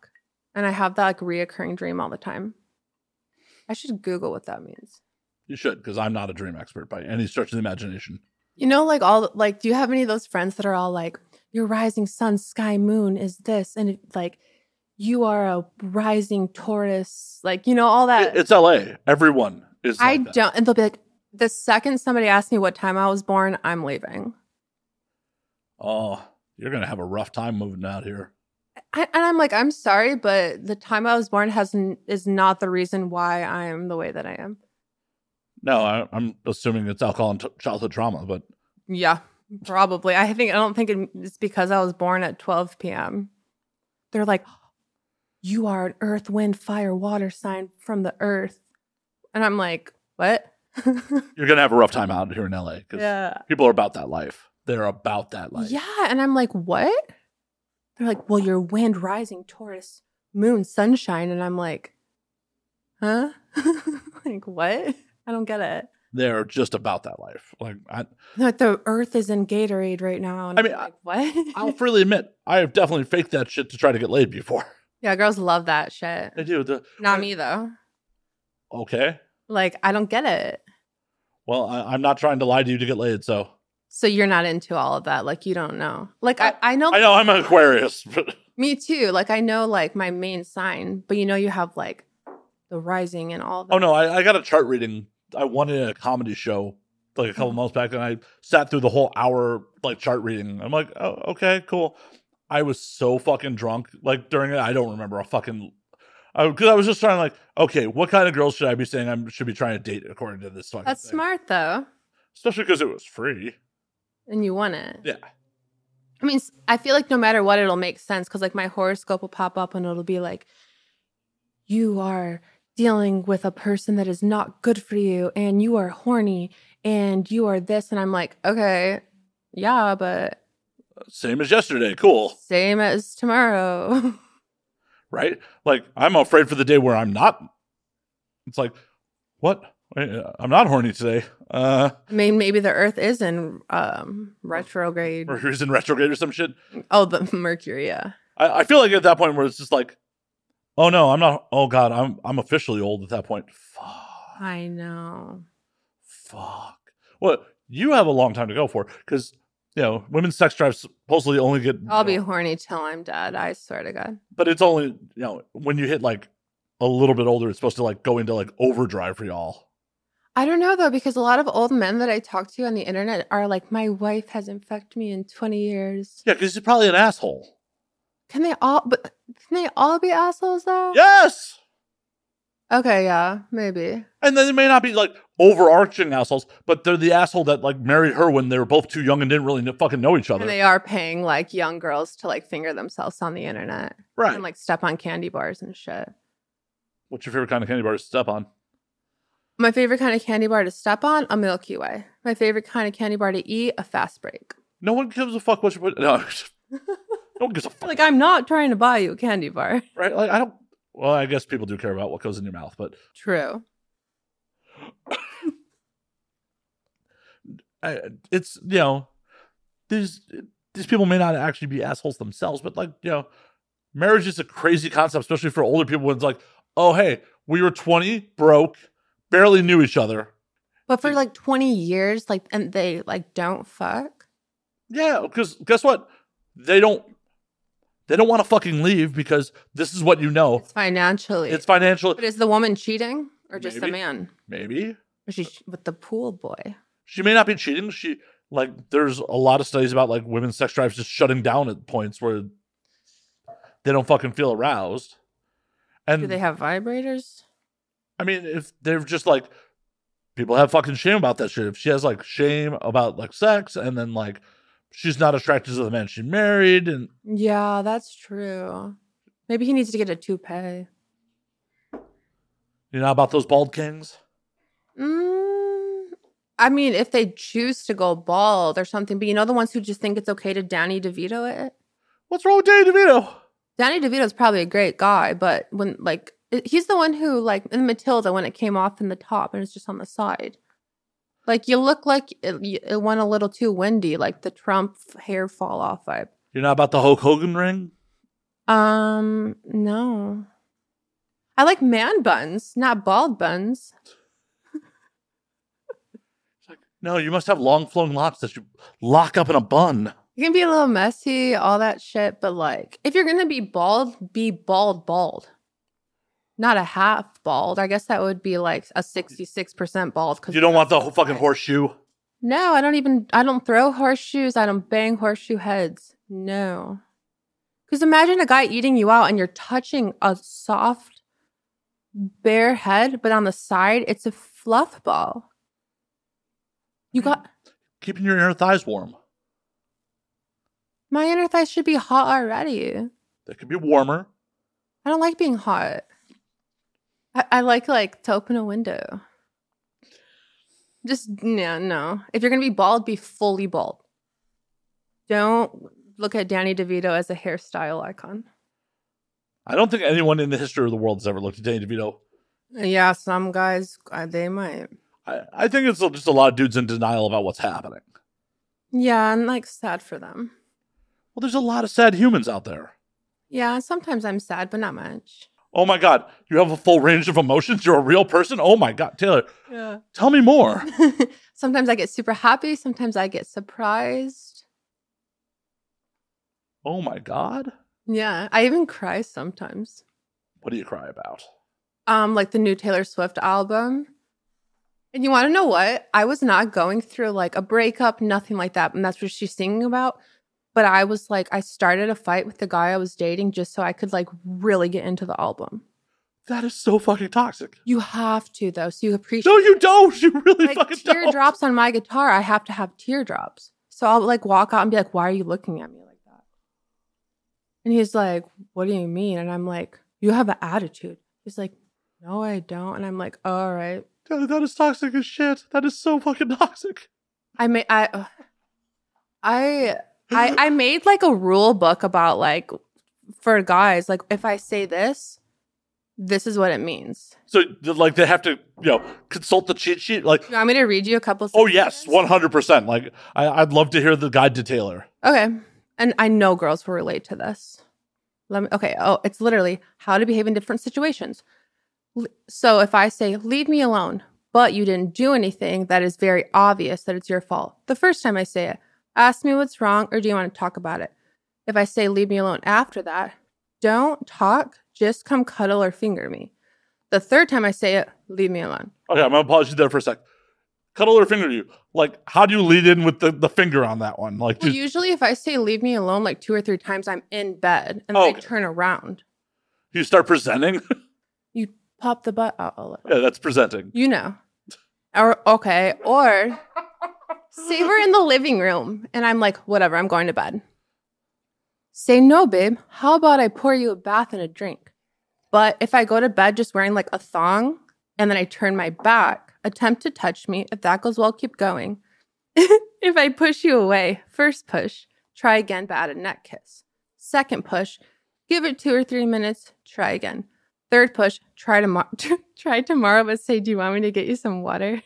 Speaker 3: and I have that like reoccurring dream all the time. I should Google what that means.
Speaker 1: You should, because I'm not a dream expert by any stretch of the imagination.
Speaker 3: You know, like all like, do you have any of those friends that are all like, your rising sun, sky, moon is this, and it- like, you are a rising Taurus, like you know all that.
Speaker 1: It- it's L.A. Everyone is.
Speaker 3: I
Speaker 1: like that.
Speaker 3: don't, and they'll be like, the second somebody asks me what time I was born, I'm leaving,
Speaker 1: Oh, you're gonna have a rough time moving out here.
Speaker 3: I, and I'm like, I'm sorry, but the time I was born has n- is not the reason why I'm the way that I am.
Speaker 1: No, I, I'm assuming it's alcohol and t- childhood trauma, but
Speaker 3: Yeah, probably. I think I don't think it- it's because I was born at 12 p.m. They're like, "You are an earth, wind, fire, water sign from the earth," and I'm like, "What?"
Speaker 1: you're gonna have a rough time out here in L.A. because
Speaker 3: yeah,
Speaker 1: people are about that life. They're about that life.
Speaker 3: yeah, and I'm like, "What?" They're like, "Well, you're wind, rising, Taurus, moon, sunshine," and I'm like, "Huh? like what? I don't get it."
Speaker 1: They're just about that life. Like I,
Speaker 3: They're Like the earth is in Gatorade right now, and
Speaker 1: I
Speaker 3: I
Speaker 1: mean,
Speaker 3: mean, am like, what?
Speaker 1: I'll freely admit I have definitely faked that shit to try to get laid before.
Speaker 3: yeah, girls love that shit.
Speaker 1: I do. The,
Speaker 3: Not me though.
Speaker 1: okay.
Speaker 3: Like, I don't get it.
Speaker 1: Well, I, I'm not trying to lie to you to get laid, so
Speaker 3: So you're not into all of that. Like, you don't know. Like, I, I know,
Speaker 1: I know I'm an Aquarius, but
Speaker 3: me too. Like, I know, like, my main sign, but you know, you have like the rising and all that.
Speaker 1: Oh no, I, I got a chart reading. I wanted a comedy show like a couple
Speaker 3: Mhm.
Speaker 1: months back, and I sat through the whole hour like chart reading. I'm like, oh, okay, cool. I was so fucking drunk like during it. I don't remember a fucking because I, was just trying to like, okay, what kind of girls should I be saying I should be trying to date according to this fucking
Speaker 3: That's
Speaker 1: thing?
Speaker 3: smart though.
Speaker 1: especially because it was free.
Speaker 3: And you want it.
Speaker 1: Yeah,
Speaker 3: I mean, s- I feel like no matter what, it'll make sense because, like, my horoscope will pop up and it'll be like, you are dealing with a person that is not good for you and you are horny and you are this. And I'm like, okay, yeah, but
Speaker 1: same as yesterday. Cool,
Speaker 3: same as tomorrow.
Speaker 1: right? Like I'm afraid for the day where I'm not. It's like, what? Wait, I'm not horny today. Uh,
Speaker 3: I mean, maybe the Earth is in um, retrograde.
Speaker 1: Mercury's in retrograde or some shit.
Speaker 3: Oh, the Mercury, yeah.
Speaker 1: I, I feel like at that point where it's just like, oh no, I'm not. Oh god, I'm I'm officially old at that point. Fuck,
Speaker 3: I know.
Speaker 1: fuck. Well, you have a long time to go for because you know women's sex drives supposedly only get.
Speaker 3: I'll be horny till I'm dead. I swear to God.
Speaker 1: But it's only you know when you hit like a little bit older, it's supposed to like go into like overdrive for y'all.
Speaker 3: I don't know though, because a lot of old men that I talk to on the internet are like, my wife hasn't fucked me in 20 years.
Speaker 1: Yeah, because you're probably an asshole.
Speaker 3: Can they all, but can they all be assholes though?
Speaker 1: Yes,
Speaker 3: Okay, yeah, maybe.
Speaker 1: and then they may not be like overarching assholes, but they're the asshole that like married her when they were both too young and didn't really kn- fucking know each other.
Speaker 3: And they are paying like young girls to like finger themselves on the internet
Speaker 1: right.
Speaker 3: and like step on candy bars and shit.
Speaker 1: What's your favorite kind of candy bar to step on?
Speaker 3: My favorite kind of candy bar to step on, a Milky Way. My favorite kind of candy bar to eat, a fast break.
Speaker 1: No one gives a fuck what you put. No, no one gives a fuck.
Speaker 3: Like, I'm not trying to buy you a candy bar.
Speaker 1: right? Like I don't. Well, I guess people do care about what goes in your mouth, but
Speaker 3: True.
Speaker 1: I, it's you know these these people may not actually be assholes themselves, but like you know, marriage is a crazy concept, especially for older people. When it's like, oh hey, we were twenty, broke, barely knew each other.
Speaker 3: But for like 20 years, like, and they like don't fuck.
Speaker 1: Yeah, because guess what? They don't. They don't want to fucking leave because this is what you know.
Speaker 3: It's financially.
Speaker 1: It's financial.
Speaker 3: but is the woman cheating or just
Speaker 1: Maybe.
Speaker 3: the man?
Speaker 1: Maybe
Speaker 3: Or she's with the pool boy.
Speaker 1: she may not be cheating. She like there's a lot of studies about like women's sex drives just shutting down at points where they don't fucking feel aroused. And
Speaker 3: Do they have vibrators?
Speaker 1: I mean, if they're just like people have fucking shame about that shit. If she has like shame about like sex and then like she's not attracted to the man she married and
Speaker 3: Yeah, that's true. Maybe he needs to get a toupee.
Speaker 1: You know about those bald kings?
Speaker 3: Mm, I mean, if they choose to go bald or something, but you know the ones who just think it's okay to Danny DeVito it.
Speaker 1: What's wrong with Danny DeVito?
Speaker 3: Danny DeVito's probably a great guy, but when like it- he's the one who like in Matilda when it came off in the top and it's just on the side. Like you look like it, you- it went a little too windy, like the Trump hair fall off vibe.
Speaker 1: You're not about the Hulk Hogan ring?
Speaker 3: Um, no. I like man buns, not bald buns.
Speaker 1: No, you must have long flowing locks that you lock up in a bun.
Speaker 3: It can be a little messy, all that shit, but like if you're gonna be bald, be bald, bald. Not a half bald. I guess that would be like a 66% bald.
Speaker 1: You don't want the whole fucking horseshoe.
Speaker 3: No, I don't even, I don't throw horseshoes. I don't bang horseshoe heads. No. Because imagine a guy eating you out and you're touching a soft, bare head, but on the side, it's a fluff ball. You got,
Speaker 1: Keeping your inner thighs warm.
Speaker 3: my inner thighs should be hot already.
Speaker 1: They could be warmer.
Speaker 3: I don't like being hot. I, I like like to open a window. Just no, no. If you're gonna be bald, be fully bald. Don't look at Danny DeVito as a hairstyle icon.
Speaker 1: I don't think anyone in the history of the world has ever looked at Danny DeVito.
Speaker 3: Yeah, some guys uh, they might.
Speaker 1: I, I think it's just a lot of dudes in denial about what's happening.
Speaker 3: Yeah, I'm like sad for them.
Speaker 1: Well, there's a lot of sad humans out there.
Speaker 3: Yeah, sometimes I'm sad, but not much.
Speaker 1: Oh my God, you have a full range of emotions. You're a real person. Oh my God, Taylor,
Speaker 3: Yeah.
Speaker 1: tell me more.
Speaker 3: sometimes I get super happy. Sometimes I get surprised.
Speaker 1: oh my God,
Speaker 3: Yeah, I even cry sometimes.
Speaker 1: what do you cry about?
Speaker 3: um like the new Taylor Swift album. And you want to know what? I was not going through like a breakup, nothing like that, and that's what she's singing about. But I was like I started a fight with the guy I was dating just so I could like really get into the album.
Speaker 1: That is so fucking toxic.
Speaker 3: You have to though, so you appreciate
Speaker 1: No, you don't. You really
Speaker 3: like
Speaker 1: fucking don't.
Speaker 3: teardrops on my guitar. I have to have teardrops. So I'll like walk out and be like, "Why are you looking at me like that?" And he's like, "What do you mean?" And I'm like, "You have an attitude." He's like, "No, I don't." And I'm like, "All right."
Speaker 1: Taylor, that is toxic as shit. That is so fucking toxic.
Speaker 3: I made I ugh. I I I made like a rule book about like for guys like if I say this, this is what it means.
Speaker 1: So, like, they have to, you know, consult the cheat sheet. Like,
Speaker 3: You want me to read you a couple?
Speaker 1: oh yes,
Speaker 3: sentences?
Speaker 1: one hundred percent. Like, I, I'd love to hear the guide to Taylor.
Speaker 3: Okay, and I know girls will relate to this. Let me. Okay. Oh, it's literally how to behave in different situations. L- So if I say leave me alone, but you didn't do anything, that is very obvious that it's your fault. The first time I say it, ask me what's wrong or do you want to talk about it? If I say leave me alone after that, don't talk, just come cuddle or finger me. The third time I say it, leave me alone.
Speaker 1: Okay, I'm gonna pause you there for a sec. Cuddle her finger to you. Like, how do you lead in with the, the finger on that one? Like,
Speaker 3: Well,
Speaker 1: just-
Speaker 3: usually if I say leave me alone like two or three times, I'm in bed and then
Speaker 1: Okay.
Speaker 3: I turn around.
Speaker 1: you start presenting.
Speaker 3: You pop the butt out a little.
Speaker 1: yeah, that's presenting.
Speaker 3: You know. Or okay, or say we're in the living room and I'm like, whatever, I'm going to bed. Say no, babe. How about I pour you a bath and a drink? But if I go to bed just wearing like a thong and then I turn my back, attempt to touch me. If that goes well, keep going. if I push you away, first push, try again, but add a neck kiss. Second push, give it two or three minutes, try again. Third push, try tomorrow. try tomorrow, but say, do you want me to get you some water?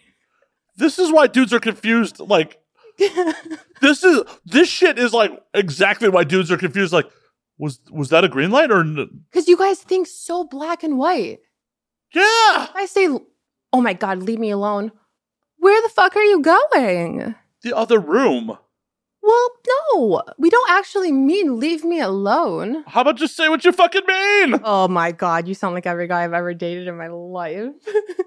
Speaker 1: This is why dudes are confused. Like, this is this shit is like exactly why dudes are confused. Like, was was that a green light or n-
Speaker 3: Because you guys think so black and white.
Speaker 1: yeah?
Speaker 3: If I say, oh my God, leave me alone. Where the fuck are you going?
Speaker 1: The other room.
Speaker 3: Well, no, we don't actually mean leave me alone.
Speaker 1: How about just say what you fucking mean?
Speaker 3: Oh my God, you sound like every guy I've ever dated in my life.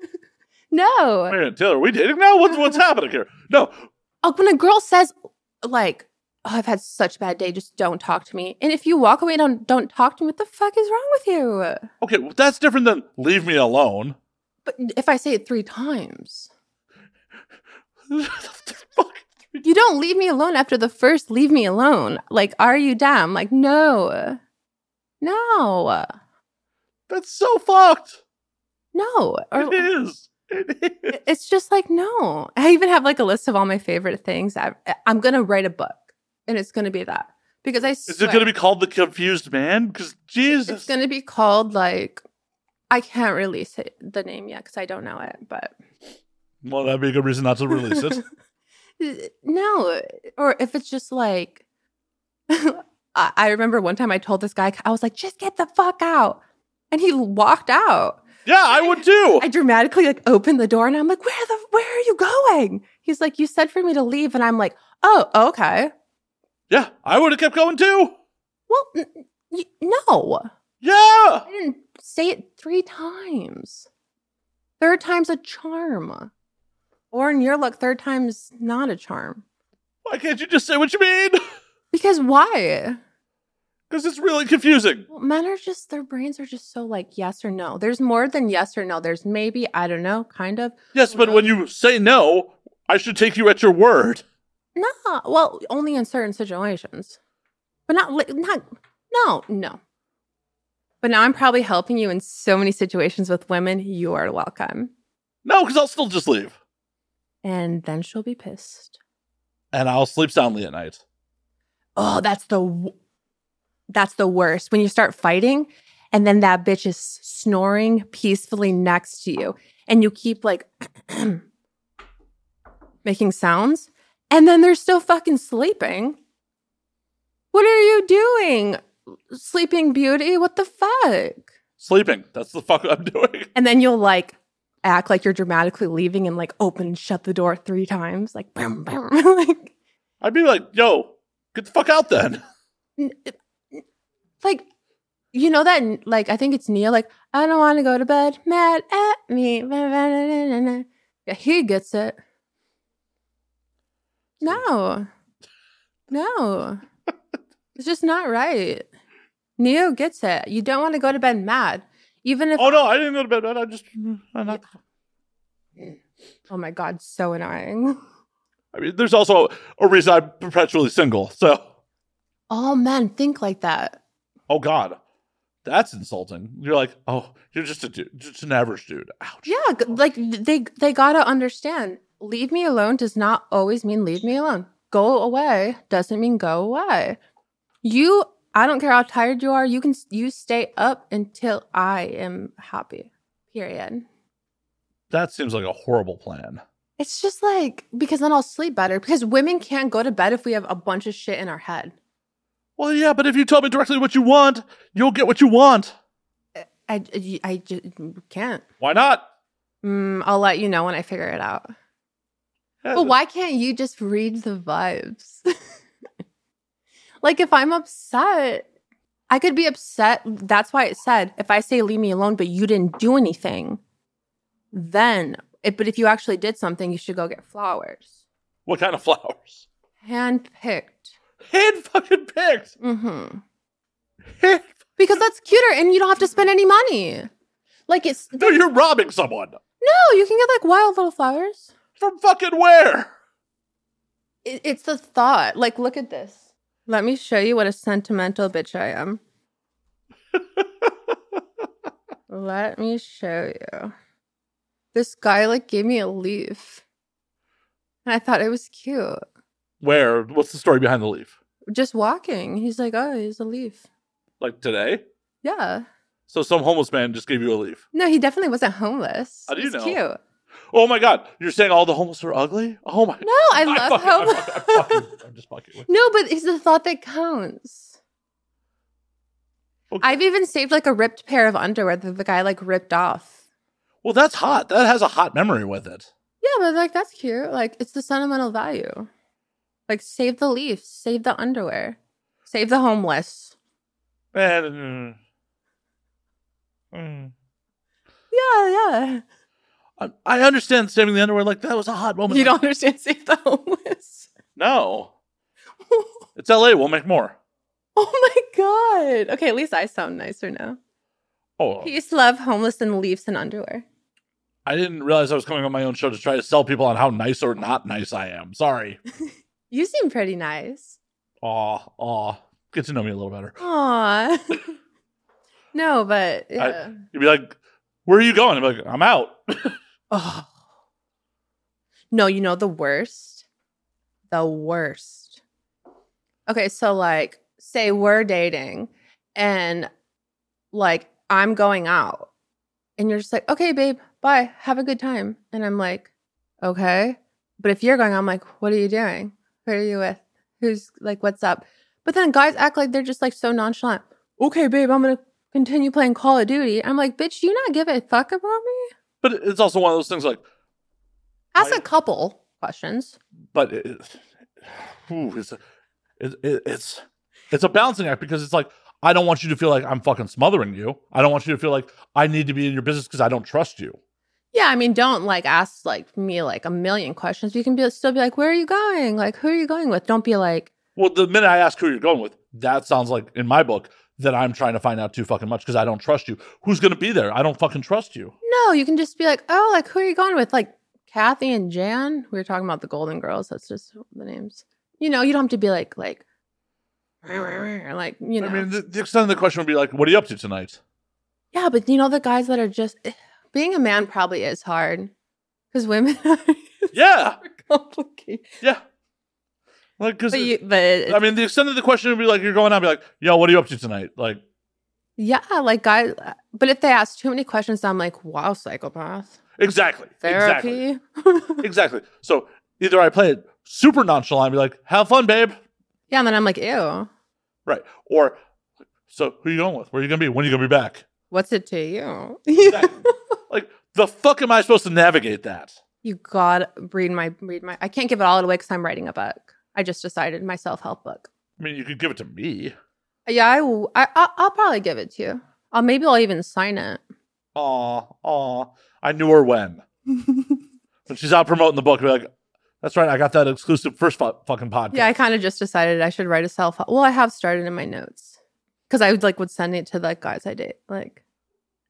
Speaker 3: no.
Speaker 1: Man, Taylor, are we dating now? What's what's happening here? No,
Speaker 3: Oh, when a girl says, like, oh, I've had such a bad day, just don't talk to me. And if you walk away, don't don't talk to me. What the fuck is wrong with you?
Speaker 1: okay, well, that's different than leave me alone.
Speaker 3: But if I say it three times,
Speaker 1: Fuck.
Speaker 3: you don't leave me alone after the first leave me alone. Like, are you dumb? Like, no. No.
Speaker 1: That's so fucked.
Speaker 3: No.
Speaker 1: It
Speaker 3: Or,
Speaker 1: is. It is.
Speaker 3: it's just like, no. I even have like a list of all my favorite things. I, I'm going to write a book and it's going to be that. Because I
Speaker 1: Is it going to be called The Confused Man? Because Jesus.
Speaker 3: It's going to be called like, I can't release it, the name yet because I don't know it, but.
Speaker 1: well, that'd be a good reason not to release it.
Speaker 3: no or if it's just like I, I remember one time i told this guy i was like just get the fuck out and he walked out
Speaker 1: yeah, I would too.
Speaker 3: i dramatically like opened the door and i'm like where the where are you going he's like you said for me to leave and i'm like oh okay
Speaker 1: yeah, I would have kept going too.
Speaker 3: well n- y- no
Speaker 1: Yeah.
Speaker 3: i didn't say it three times third time's a charm or in your luck third time's not a charm
Speaker 1: Why can't you just say what you mean?
Speaker 3: because why
Speaker 1: Because it's really confusing.
Speaker 3: Well, men are just their brains are just so like yes or no. There's more than yes or no. There's maybe I don't know, kind of.
Speaker 1: Yes, but when you say no, I should take you at your word.
Speaker 3: No, well, only in certain situations, but not li- not no no. But now I'm probably helping you in so many situations with women. You are welcome.
Speaker 1: No, because I'll still just leave.
Speaker 3: And then she'll be pissed.
Speaker 1: And I'll sleep soundly at night.
Speaker 3: Oh, that's the w- that's the worst when you start fighting, and then that bitch is snoring peacefully next to you, and you keep like making sounds, and then they're still fucking sleeping. What are you doing, Sleeping Beauty? What the fuck?
Speaker 1: Sleeping. That's the fuck I'm doing.
Speaker 3: And then you'll like act like you're dramatically leaving and like open and shut the door three times, like boom, boom, like.
Speaker 1: I'd be like, yo, get the fuck out then.
Speaker 3: n- uh, n- like you know that like I think it's Neil like I don't want to go to bed mad at me. Yeah, he gets it. No. No. it's just not right. Neo gets it. You don't want to go to bed mad. Even if
Speaker 1: Oh no, I didn't go to bed. I just, I, not,
Speaker 3: oh my god, so annoying.
Speaker 1: I mean, there's also a reason I'm perpetually single. So,
Speaker 3: All men think like that.
Speaker 1: oh god, that's insulting. You're like, oh, you're just a dude, just an average dude. Ouch.
Speaker 3: Yeah, g- like they they gotta understand. Leave me alone does not always mean leave me alone. Go away doesn't mean go away. You, I don't care how tired you are. You can you stay up until I am happy. Period.
Speaker 1: That seems like a horrible plan.
Speaker 3: It's just like because then I'll sleep better. Because women can't go to bed if we have a bunch of shit in our head.
Speaker 1: Well, yeah, but if you tell me directly what you want, you'll get what you want.
Speaker 3: I I, I just can't.
Speaker 1: Why not?
Speaker 3: Mm, I'll let you know when I figure it out.
Speaker 1: Yeah,
Speaker 3: But why can't you just read the vibes? like if I'm upset, I could be upset. That's why it said if I say leave me alone, but you didn't do anything, then it, but if you actually did something, you should go get flowers.
Speaker 1: What kind of flowers?
Speaker 3: Hand picked.
Speaker 1: Hand fucking picked.
Speaker 3: Mm-hmm.
Speaker 1: Hand-
Speaker 3: Because that's cuter and you don't have to spend any money. Like it's
Speaker 1: no, you're robbing someone.
Speaker 3: no, you can get like wild little flowers.
Speaker 1: From fucking where?
Speaker 3: It, it's the thought. Like, look at this. Let me show you what a sentimental bitch I am. Let me show you. This guy like gave me a leaf. And I thought it was cute.
Speaker 1: Where? What's the story behind the leaf?
Speaker 3: Just walking. He's like, oh, here's a leaf.
Speaker 1: Like today?
Speaker 3: Yeah.
Speaker 1: So some homeless man just gave you a leaf.
Speaker 3: No, he definitely wasn't homeless.
Speaker 1: How do you
Speaker 3: It's
Speaker 1: know?
Speaker 3: cute.
Speaker 1: Oh my god, you're saying all the homeless are ugly? Oh my
Speaker 3: No, I love
Speaker 1: fucking-
Speaker 3: homeless.
Speaker 1: I fucking- I fucking- I'm just fucking with
Speaker 3: No, but it's the thought that counts.
Speaker 1: Okay.
Speaker 3: I've even saved like a ripped pair of underwear that the guy like ripped off.
Speaker 1: Well, that's hot. That has a hot memory with it.
Speaker 3: Yeah, but like that's cute. Like it's the sentimental value. Like save the leaves, save the underwear, save the homeless.
Speaker 1: And, uh, mm.
Speaker 3: Yeah, yeah.
Speaker 1: I, I understand saving the underwear like that was a hot moment.
Speaker 3: You don't understand save the homeless.
Speaker 1: No. it's LA. We'll make more.
Speaker 3: Oh my god. Okay, at least I sound nicer now.
Speaker 1: Oh,
Speaker 3: Peace, love, homeless, and leaves and underwear.
Speaker 1: I didn't realize I was coming on my own show to try to sell people on how nice or not nice I am. Sorry.
Speaker 3: You seem pretty nice.
Speaker 1: Aw, aw. Get to know me a little better.
Speaker 3: Aw. no, but yeah.
Speaker 1: You'd be like, where are you going? I'm like, I'm out.
Speaker 3: Oh. No, you know the worst. The worst. Okay, so like say we're dating and like I'm going out and you're just like, "Okay, babe, bye. Have a good time." And I'm like, "Okay." But if you're going, I'm like, "What are you doing? Who are you with? Who's like what's up?" But then guys act like they're just like so nonchalant. "Okay, babe, I'm going to continue playing Call of Duty." I'm like, "Bitch, do you not give a fuck about me?"
Speaker 1: But it's also one of those things like,
Speaker 3: Ask
Speaker 1: Right.
Speaker 3: a couple questions.
Speaker 1: but it, ooh, it's, it, it, it's it's a balancing act because it's like I don't want you to feel like I'm fucking smothering you. I don't want you to feel like I need to be in your business because I don't trust you.
Speaker 3: Yeah, I mean, don't like ask like me like a million questions. You can be still be like, where are you going? Like, who are you going with? Don't be like,
Speaker 1: Well, the minute I ask who you're going with, that sounds like in my book that I'm trying to find out too fucking much because I don't trust you. Who's gonna be there? I don't fucking trust you.
Speaker 3: no. You can just be like, oh, like who are you going with? Like Kathy and Jan. We were talking about the Golden Girls. That's just the names. You know, you don't have to be like like, like you know.
Speaker 1: I mean, the, the extent of the question would be like, "What are you up to tonight?"
Speaker 3: yeah, but you know the guys that are just eh, being a man probably is hard because women are
Speaker 1: yeah,
Speaker 3: complicated.
Speaker 1: yeah. Like, because
Speaker 3: But you, but
Speaker 1: I mean, the extent of the question would be like, "You're going out, and be like, yo, what are you up to tonight?" Like,
Speaker 3: yeah, like guys. But if they ask too many questions, I'm like, wow, psychopath.
Speaker 1: exactly, exactly.
Speaker 3: Therapy.
Speaker 1: Exactly. So either I play it super nonchalant, be like, "Have fun, babe,"
Speaker 3: Yeah, and then I'm like, ew,
Speaker 1: right? Or, "So who you going with? Where you gonna be? When you gonna be back?"
Speaker 3: what's it to you?
Speaker 1: Exactly. like, the fuck am I supposed to navigate that?
Speaker 3: you gotta read my read my I can't give it all away because I'm writing a book. I just decided my self-help book.
Speaker 1: I mean, you could give it to me.
Speaker 3: Yeah, I, w- I, will probably give it to you. I'll, maybe I'll even sign it.
Speaker 1: Aw, aw. I knew her when when she's out promoting the book. Be like, "That's right, I got that exclusive first fu- fucking podcast."
Speaker 3: yeah, I kind of just decided I should write a self-help. Well, I have started in my notes because I would like would send it to the guys I date. Like,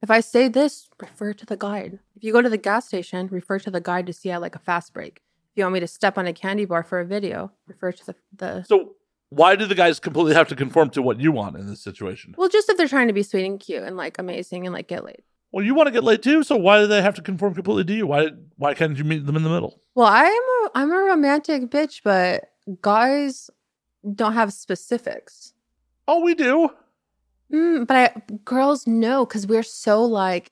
Speaker 3: if I say this, refer to the guide. If you go to the gas station, refer to the guide to see out like a fast break. If you want me to step on a candy bar for a video, refer to the, the
Speaker 1: so why do the guys completely have to conform to what you want in this situation?
Speaker 3: Well, just if they're trying to be sweet and cute and like amazing and like get laid.
Speaker 1: Well, you want to get laid too, so why do they have to conform completely to you? Why why can't you meet them in the middle?
Speaker 3: Well, I'm a I'm a romantic bitch, but guys don't have specifics.
Speaker 1: Oh, we do.
Speaker 3: Mm, but I, girls know because we're so like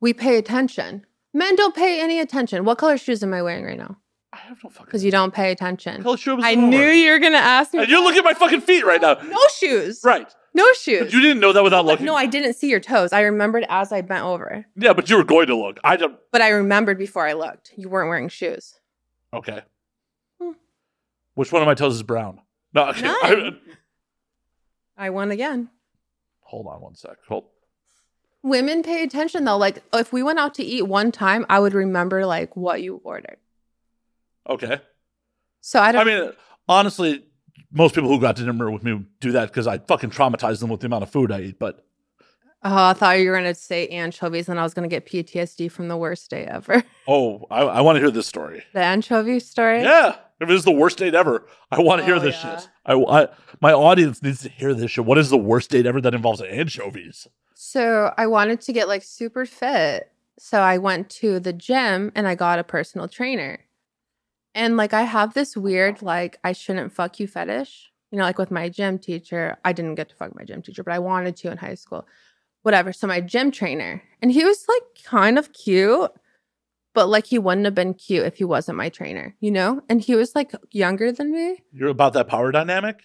Speaker 3: we pay attention. Men don't pay any attention. What color shoes am I wearing right now?
Speaker 1: I have no fucking.
Speaker 3: Because you don't pay attention.
Speaker 1: Tell us your
Speaker 3: I
Speaker 1: bizarre.
Speaker 3: knew you were gonna ask me.
Speaker 1: And you're looking at my fucking feet right now.
Speaker 3: No shoes.
Speaker 1: Right.
Speaker 3: No
Speaker 1: But
Speaker 3: shoes.
Speaker 1: you didn't know that without looking.
Speaker 3: no, I didn't see your toes. I remembered as I bent over,
Speaker 1: yeah, but you were going to look. I don't.
Speaker 3: but I remembered before I looked. You weren't wearing shoes.
Speaker 1: Okay.
Speaker 3: Hmm.
Speaker 1: Which one of my toes is brown? No. Okay. I-
Speaker 3: None. I won again.
Speaker 1: hold on one sec. Hold.
Speaker 3: Women pay attention though. Like if we went out to eat one time, I would remember like what you ordered.
Speaker 1: Okay.
Speaker 3: So I don't.
Speaker 1: I mean, honestly, most people who got to dinner with me do that because I fucking traumatized them with the amount of food I eat. But
Speaker 3: oh, I thought you were gonna say anchovies, and I was gonna get PTSD from the worst day ever.
Speaker 1: oh, I, I want to hear this story.
Speaker 3: the anchovy story.
Speaker 1: Yeah. If it is the worst date ever, I want to
Speaker 3: Oh,
Speaker 1: hear this
Speaker 3: yeah.
Speaker 1: shit. I, I my audience needs to hear this shit. What is the worst date ever that involves anchovies?
Speaker 3: So I wanted to get like super fit. So I went to the gym and I got a personal trainer. And like I have this weird like I shouldn't fuck you fetish. You know, like with my gym teacher, I didn't get to fuck my gym teacher, but I wanted to in high school. Whatever. So my gym trainer, and he was like kind of cute, but like he wouldn't have been cute if he wasn't my trainer, you know? And he was like younger than me.
Speaker 1: You're about that power dynamic.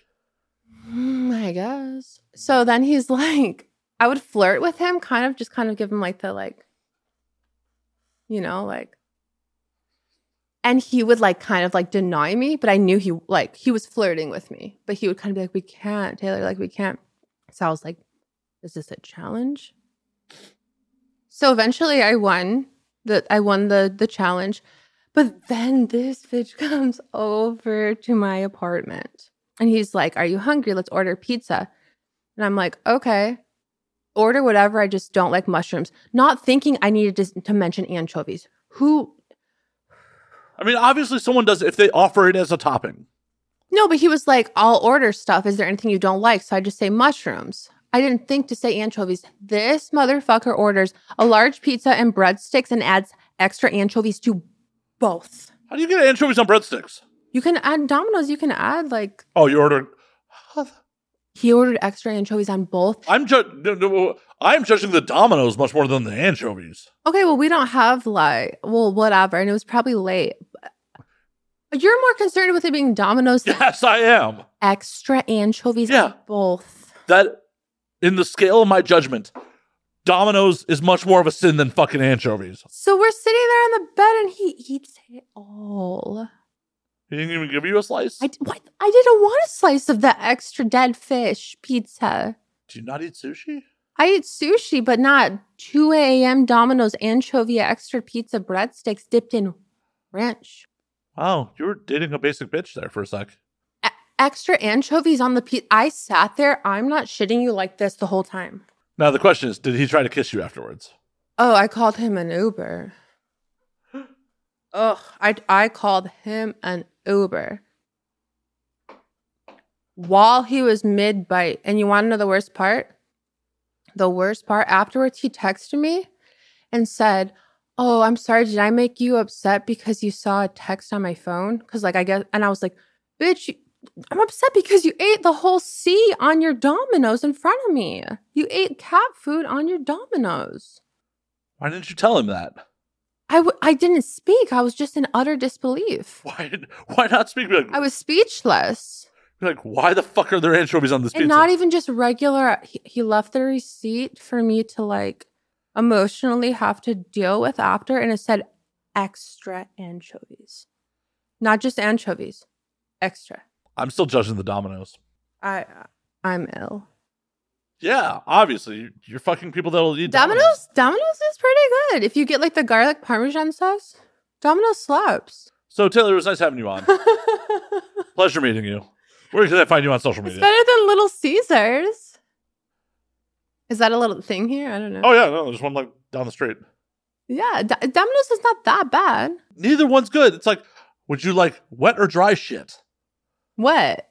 Speaker 3: Mm, I guess. So then he's like, I would flirt with him, kind of just kind of give him like the like, you know, like, and he would like kind of like deny me, but I knew he like he was flirting with me, but he would kind of be like, we can't, Taylor, like we can't. So I was like, is this a challenge? So eventually I won the I won the the challenge, but then this bitch comes over to my apartment. And he's like, Are you hungry? Let's order pizza. And I'm like, Okay, order whatever. I just don't like mushrooms. Not thinking I needed to, to mention anchovies. Who?
Speaker 1: I mean, obviously, someone does if they offer it as a topping.
Speaker 3: No, but he was like, I'll order stuff. Is there anything you don't like? So I just say mushrooms. I didn't think to say anchovies. This motherfucker orders a large pizza and breadsticks and adds extra anchovies to both.
Speaker 1: How do you get anchovies on breadsticks?
Speaker 3: You can add Domino's, you can add like
Speaker 1: Oh, you ordered.
Speaker 3: he ordered extra anchovies on both.
Speaker 1: I'm ju- no, no, I'm judging the Dominoes much more than the anchovies.
Speaker 3: Okay, well we don't have like well whatever, and it was probably late. You're more concerned with it being Domino's than
Speaker 1: Yes, I am.
Speaker 3: extra anchovies
Speaker 1: Yeah.
Speaker 3: on both.
Speaker 1: That, in the scale of my judgment, Dominoes is much more of a sin than fucking anchovies.
Speaker 3: So we're sitting there on the bed, and he eats it all.
Speaker 1: He didn't even give you a slice.
Speaker 3: I d- what? I didn't want a slice of the extra dead fish pizza.
Speaker 1: Do you not eat sushi?
Speaker 3: I ate sushi, but not 2 a.m. Domino's anchovy extra pizza breadsticks dipped in ranch.
Speaker 1: Wow, you were dating a basic bitch there for a sec.
Speaker 3: E- extra anchovies on the pizza. I sat there. I'm not shitting you like this the whole time.
Speaker 1: Now the question is, did he try to kiss you afterwards?
Speaker 3: Oh, I called him an Uber. Ugh, I, I called him an Uber. While he was mid bite. And you want to know the worst part? The worst part afterwards, he texted me and said, Oh, I'm sorry. Did I make you upset because you saw a text on my phone? Because, like, I guess, and I was like, Bitch, you- I'm upset because you ate the whole C on your Domino's in front of me. You ate cat food on your Domino's.
Speaker 1: Why didn't you tell him that?
Speaker 3: I, w- I didn't speak. I was just in utter disbelief.
Speaker 1: Why? Why not speak? Be like,
Speaker 3: I was speechless.
Speaker 1: be like, why the fuck are there anchovies on this pizza?
Speaker 3: And not e- even just regular. He, he left the receipt for me to like emotionally have to deal with after. And it said extra anchovies, not just anchovies, extra.
Speaker 1: I'm still judging the Dominoes.
Speaker 3: I, I'm ill.
Speaker 1: Yeah, obviously you're fucking people that'll eat
Speaker 3: Domino's, Domino's is pretty good. If you get like the garlic parmesan sauce, Domino's slaps.
Speaker 1: So Taylor, it was nice having you on.
Speaker 3: it's
Speaker 1: Pleasure meeting you. Where can I find you on social media?
Speaker 3: better than Little Caesars. Is that a little thing here? I don't know.
Speaker 1: Oh yeah, no, there's one like down the street.
Speaker 3: Yeah, D- Domino's is not that bad.
Speaker 1: Neither one's good. It's like, would you like wet or dry shit?
Speaker 3: What?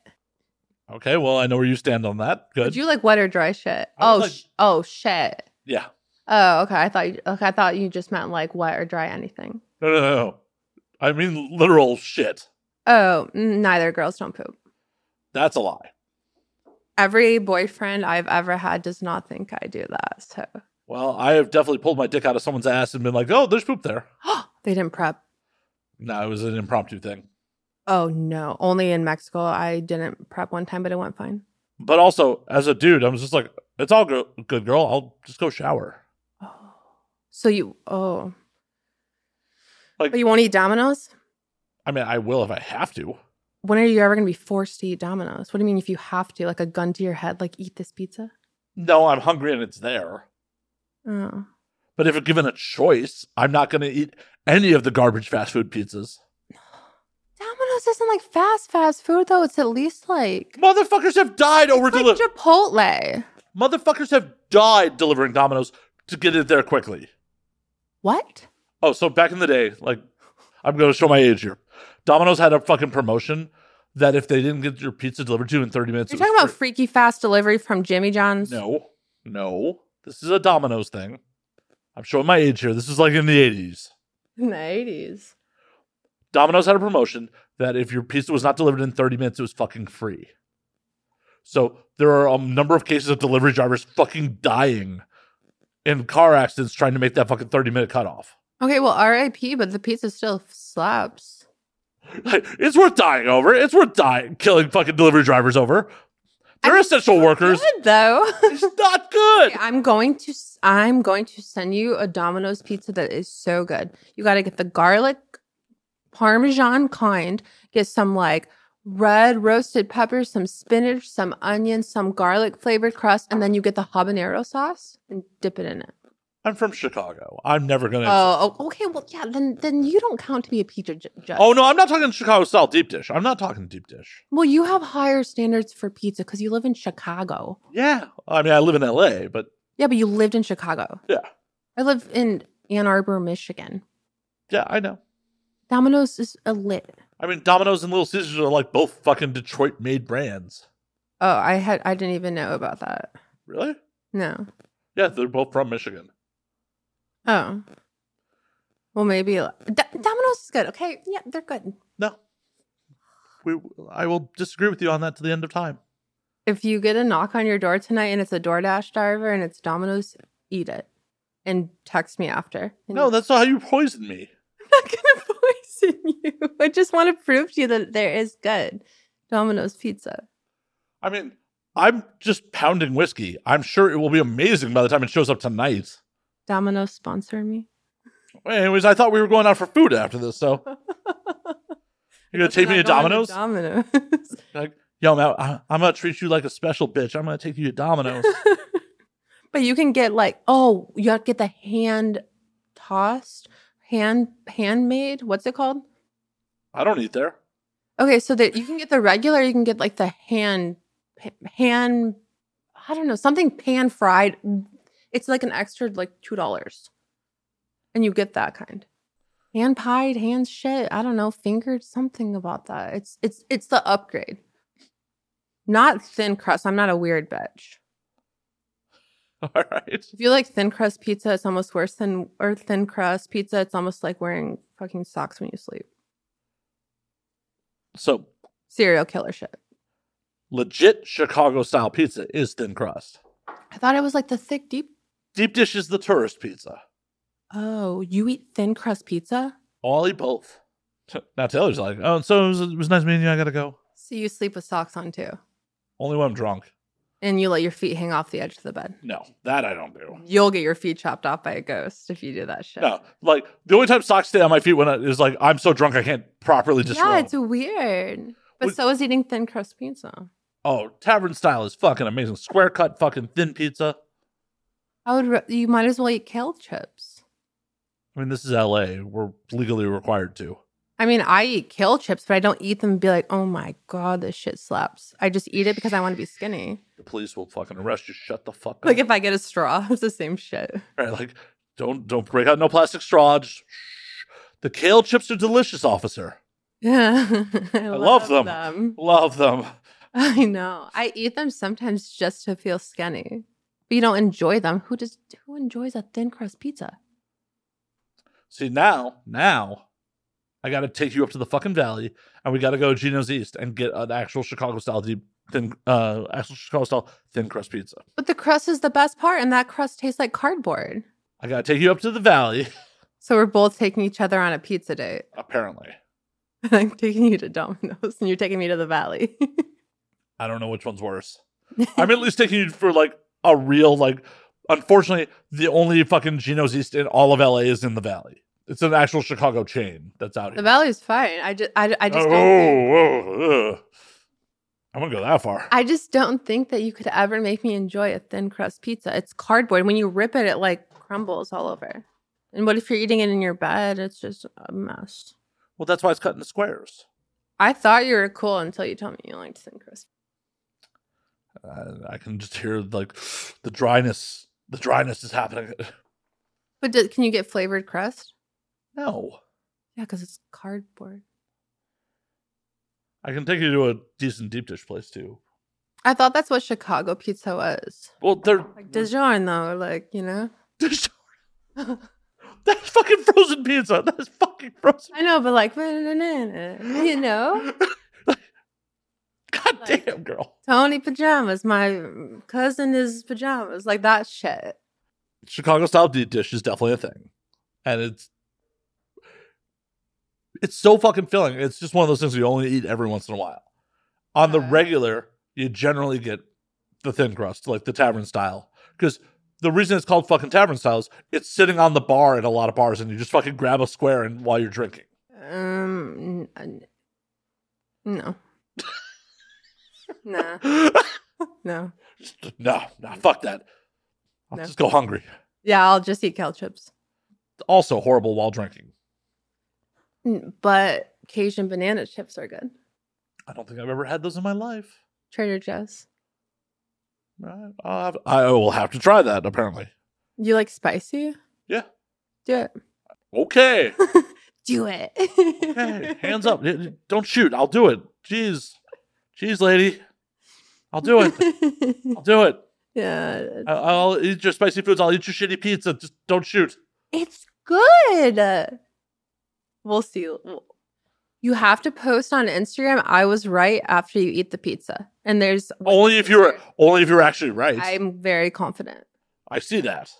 Speaker 1: Okay, well I know where you stand on that. Good.
Speaker 3: Would you like wet or dry shit?
Speaker 1: I
Speaker 3: Oh,
Speaker 1: would like-
Speaker 3: sh- oh shit.
Speaker 1: yeah.
Speaker 3: Oh, okay. I thought you, okay. I thought you just meant like wet or dry anything.
Speaker 1: No, no, no, no. I mean literal shit.
Speaker 3: Oh, n- neither girls don't poop.
Speaker 1: That's a lie.
Speaker 3: Every boyfriend I've ever had does not think I do that. So
Speaker 1: Well, I have definitely pulled my dick out of someone's ass and been like, "Oh, there's poop there."
Speaker 3: they didn't prep.
Speaker 1: No, it was an impromptu thing.
Speaker 3: Oh no! Only in Mexico, I didn't prep one time, but it went fine.
Speaker 1: But also, as a dude, I'm just like, "It's all go- good, girl. I'll just go shower."
Speaker 3: Oh, so you oh,
Speaker 1: Like-
Speaker 3: but you won't eat Domino's.
Speaker 1: I mean, I will if I have to.
Speaker 3: When are you ever going to be forced to eat Domino's? What do you mean if you have to, like a gun to your head, like eat this pizza?
Speaker 1: No, I'm hungry and it's there.
Speaker 3: Oh,
Speaker 1: But if given a choice, I'm not going to eat any of the garbage fast food pizzas.
Speaker 3: Domino's isn't like fast fast food though. It's at least like
Speaker 1: Motherfuckers have died over
Speaker 3: it's like
Speaker 1: deli-
Speaker 3: Chipotle.
Speaker 1: Motherfuckers have died delivering Domino's to get it there quickly.
Speaker 3: What?
Speaker 1: Oh, so back in the day, like I'm going to show my age here. Domino's had a fucking promotion that if they didn't get your pizza delivered to you in 30 minutes,
Speaker 3: You're
Speaker 1: it was
Speaker 3: talking about
Speaker 1: free.
Speaker 3: freaky fast delivery from Jimmy John's.
Speaker 1: No, no. This is a Domino's thing. I'm showing my age here. This is like in the 80s.
Speaker 3: in the eighties.
Speaker 1: Domino's had a promotion that if your pizza was not delivered in 30 minutes, it was fucking free. So there are a number of cases of delivery drivers fucking dying in car accidents trying to make that fucking 30 minute cutoff.
Speaker 3: Okay, well, R.I.P. But the pizza still slaps.
Speaker 1: Like, it's worth dying over. It's worth dying, killing fucking delivery drivers over. They're
Speaker 3: I mean,
Speaker 1: essential workers.
Speaker 3: Good though.
Speaker 1: It's not good.
Speaker 3: Okay, I'm going to s- I'm going to send you a Domino's pizza that is so good. You got to get the garlic parmesan kind. Get some like red roasted peppers, some spinach, some onion, some garlic flavored crust, and then you get the habanero sauce and dip it in it.
Speaker 1: I'm from Chicago. I'm never going to.
Speaker 3: Oh, oh, okay. Well, yeah. Then then you don't count to be a pizza ju- judge.
Speaker 1: oh, no, I'm not talking Chicago style deep dish. I'm not talking deep dish.
Speaker 3: Well, you have higher standards for pizza because you live in Chicago.
Speaker 1: Yeah. I mean, I live in LA, but
Speaker 3: Yeah, but you lived in Chicago.
Speaker 1: Yeah.
Speaker 3: I live in Ann Arbor, Michigan.
Speaker 1: yeah, I know.
Speaker 3: Domino's is a lit.
Speaker 1: I mean, Domino's and Little Caesars are like both fucking Detroit made brands.
Speaker 3: Oh, I had I didn't even know about that.
Speaker 1: Really?
Speaker 3: No.
Speaker 1: Yeah, they're both from Michigan.
Speaker 3: Oh. Well, maybe uh, D- Domino's is good. Okay. Yeah, they're good.
Speaker 1: No. We, I will disagree with you on that to the end of time.
Speaker 3: If you get a knock on your door tonight and it's a DoorDash driver and it's Domino's, eat it and text me after. And
Speaker 1: No, that's not how you poisoned me.
Speaker 3: I'm not gonna poison you. I just want to prove to you that there is good Domino's pizza.
Speaker 1: I mean, I'm just pounding whiskey. I'm sure it will be amazing by the time it shows up tonight.
Speaker 3: Domino's sponsor me.
Speaker 1: Anyways, I thought we were going out for food after this, so. You're going to take me to
Speaker 3: Not going
Speaker 1: Domino's?
Speaker 3: to Domino's.
Speaker 1: Like, Yo, Matt, I- I'm going to treat you like a special bitch. I'm going to take you to Domino's.
Speaker 3: but you can get like oh, you have to get the hand tossed, hand handmade. What's it called?
Speaker 1: I don't eat there.
Speaker 3: Okay, so that you can get the regular, you can get like the hand, hand, I don't know, something pan fried. It's like an extra like two dollars, and you get that kind, hand pied, hand shit. I don't know, fingered something about that. It's it's it's the upgrade, not thin crust. I'm not a weird bitch.
Speaker 1: All right.
Speaker 3: If you like thin crust pizza, it's almost worse than or thin crust pizza. It's almost like wearing fucking socks when you sleep.
Speaker 1: So,
Speaker 3: Serial killer shit.
Speaker 1: legit Chicago style pizza is thin crust.
Speaker 3: I thought it was like the thick deep
Speaker 1: Deep dish is the tourist pizza.
Speaker 3: Oh, you eat thin crust pizza?
Speaker 1: I'll eat both. Now Taylor's like, oh, so it was, it was nice meeting you. I got to go.
Speaker 3: So you sleep with socks on too.
Speaker 1: Only when I'm drunk.
Speaker 3: And you let your feet hang off the edge of the bed.
Speaker 1: No, that I don't do.
Speaker 3: You'll get your feet chopped off by a ghost if you do that shit.
Speaker 1: No, like the only time socks stay on my feet when I, is like I'm so drunk I can't properly disrobe.
Speaker 3: yeah, it's weird. But
Speaker 1: Well-
Speaker 3: so is eating thin crust pizza.
Speaker 1: oh, tavern style is fucking amazing. Square cut, fucking thin pizza.
Speaker 3: I would. Re- you might as well eat kale chips.
Speaker 1: I mean, this is L.A. We're legally required to.
Speaker 3: I mean, I eat kale chips, but I don't eat them and be like, oh my god, this shit slaps. I just eat it because I want to be skinny.
Speaker 1: The police will fucking arrest you. Shut the fuck up.
Speaker 3: Like if I get a straw, it's the same shit.
Speaker 1: Right, like don't don't break out no plastic straw. Just, shh. The kale chips are delicious, officer.
Speaker 3: Yeah, I,
Speaker 1: love them. Love them.
Speaker 3: I know. I eat them sometimes just to feel skinny. But you don't enjoy them. Who does who enjoys a thin crust pizza?
Speaker 1: See now, now, I got to take you up to the fucking valley, and we got to go to Geno's East and get an actual Chicago style deep thin, uh, actual Chicago style thin crust pizza.
Speaker 3: But the crust is the best part and that crust tastes like cardboard.
Speaker 1: I got to take you up to the valley.
Speaker 3: So we're both taking each other on a pizza date.
Speaker 1: Apparently,
Speaker 3: And I'm taking you to Domino's and you're taking me to the valley.
Speaker 1: I don't know which one's worse. I'm at least taking you for like a real like. Unfortunately, the only fucking Geno's East in all of LA is in the valley. It's an actual Chicago chain that's out
Speaker 3: the
Speaker 1: here.
Speaker 3: valley's fine. I just I, I just
Speaker 1: oh,
Speaker 3: don't think,
Speaker 1: whoa, ugh. I wouldn't go that far.
Speaker 3: I just don't think that you could ever make me enjoy a thin crust pizza. It's cardboard. When you rip it, it like crumbles all over. And what if you're eating it in your bed? It's just a mess.
Speaker 1: well, that's why it's cut into squares.
Speaker 3: I thought you were cool until you told me you liked thin crust.
Speaker 1: Uh, I can just hear like the dryness. The dryness is happening.
Speaker 3: But do, can you get flavored crust?
Speaker 1: No,
Speaker 3: Yeah, because it's cardboard.
Speaker 1: I can take you to a decent deep dish place too.
Speaker 3: I thought that's what Chicago pizza was.
Speaker 1: Well, they're
Speaker 3: Like Dijon, though, like, you know?
Speaker 1: that's fucking frozen pizza. That's fucking frozen.
Speaker 3: I know, but like, you know?
Speaker 1: God
Speaker 3: Like-
Speaker 1: damn, girl.
Speaker 3: Tony pajamas, my cousin is pajamas, like that shit.
Speaker 1: Chicago style deep dish is definitely a thing, and it's it's so fucking filling. It's just one of those things you only eat every once in a while. On the
Speaker 3: Yeah.
Speaker 1: regular, you generally get the thin crust, like the tavern style, because the reason it's called fucking tavern style is it's sitting on the bar at a lot of bars, and you just fucking grab a square and while you're drinking.
Speaker 3: Um, n- no. nah, no.
Speaker 1: no, no, fuck that. I'll
Speaker 3: No.
Speaker 1: just go hungry.
Speaker 3: Yeah, I'll just eat kale chips.
Speaker 1: Also horrible while drinking.
Speaker 3: Mm, But Cajun banana chips are good.
Speaker 1: I don't think I've ever had those in my life.
Speaker 3: Trader Joe's.
Speaker 1: I- I'll have- I will have to try that. Apparently.
Speaker 3: You like spicy?
Speaker 1: Yeah.
Speaker 3: Do it.
Speaker 1: Okay.
Speaker 3: Do it.
Speaker 1: Hey, hands up. Don't shoot. I'll do it. Jeez. Jeez, lady. I'll do it. I'll do it.
Speaker 3: Yeah.
Speaker 1: I- I'll eat your spicy foods. I'll eat your shitty pizza. Just don't shoot.
Speaker 3: It's good. We'll see. You have to post on Instagram. I was right after you eat the pizza. And there's
Speaker 1: Only if you're only if you're actually right. i
Speaker 3: I'm very confident.
Speaker 1: see that.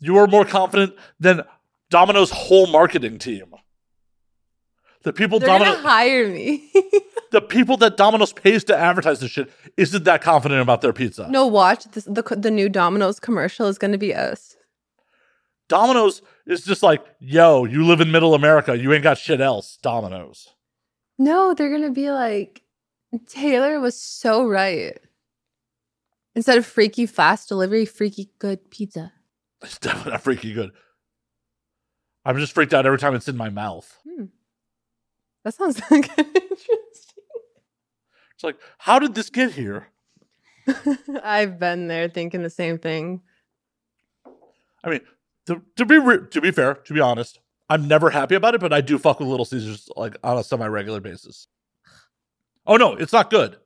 Speaker 1: You are more confident than Domino's whole marketing team. The people
Speaker 3: They're
Speaker 1: Domino,
Speaker 3: gonna hire me.
Speaker 1: the people that Domino's pays to advertise this shit isn't that confident about their pizza.
Speaker 3: no, watch this, the the new Domino's commercial is gonna be us.
Speaker 1: Domino's is just like, yo, you live in middle America, you ain't got shit else. Domino's.
Speaker 3: No, they're gonna be like, Taylor was so right. Instead of freaky fast delivery, freaky good pizza.
Speaker 1: It's definitely not freaking good. I'm just freaked out every time it's in my mouth.
Speaker 3: Hmm. That sounds like interesting.
Speaker 1: It's like, how did this get here?
Speaker 3: I've been there thinking the same thing.
Speaker 1: I mean, to, to be re- to be fair, to be honest, I'm never happy about it, but I do fuck with Little Caesars like on a semi regular basis. Oh no, it's not good.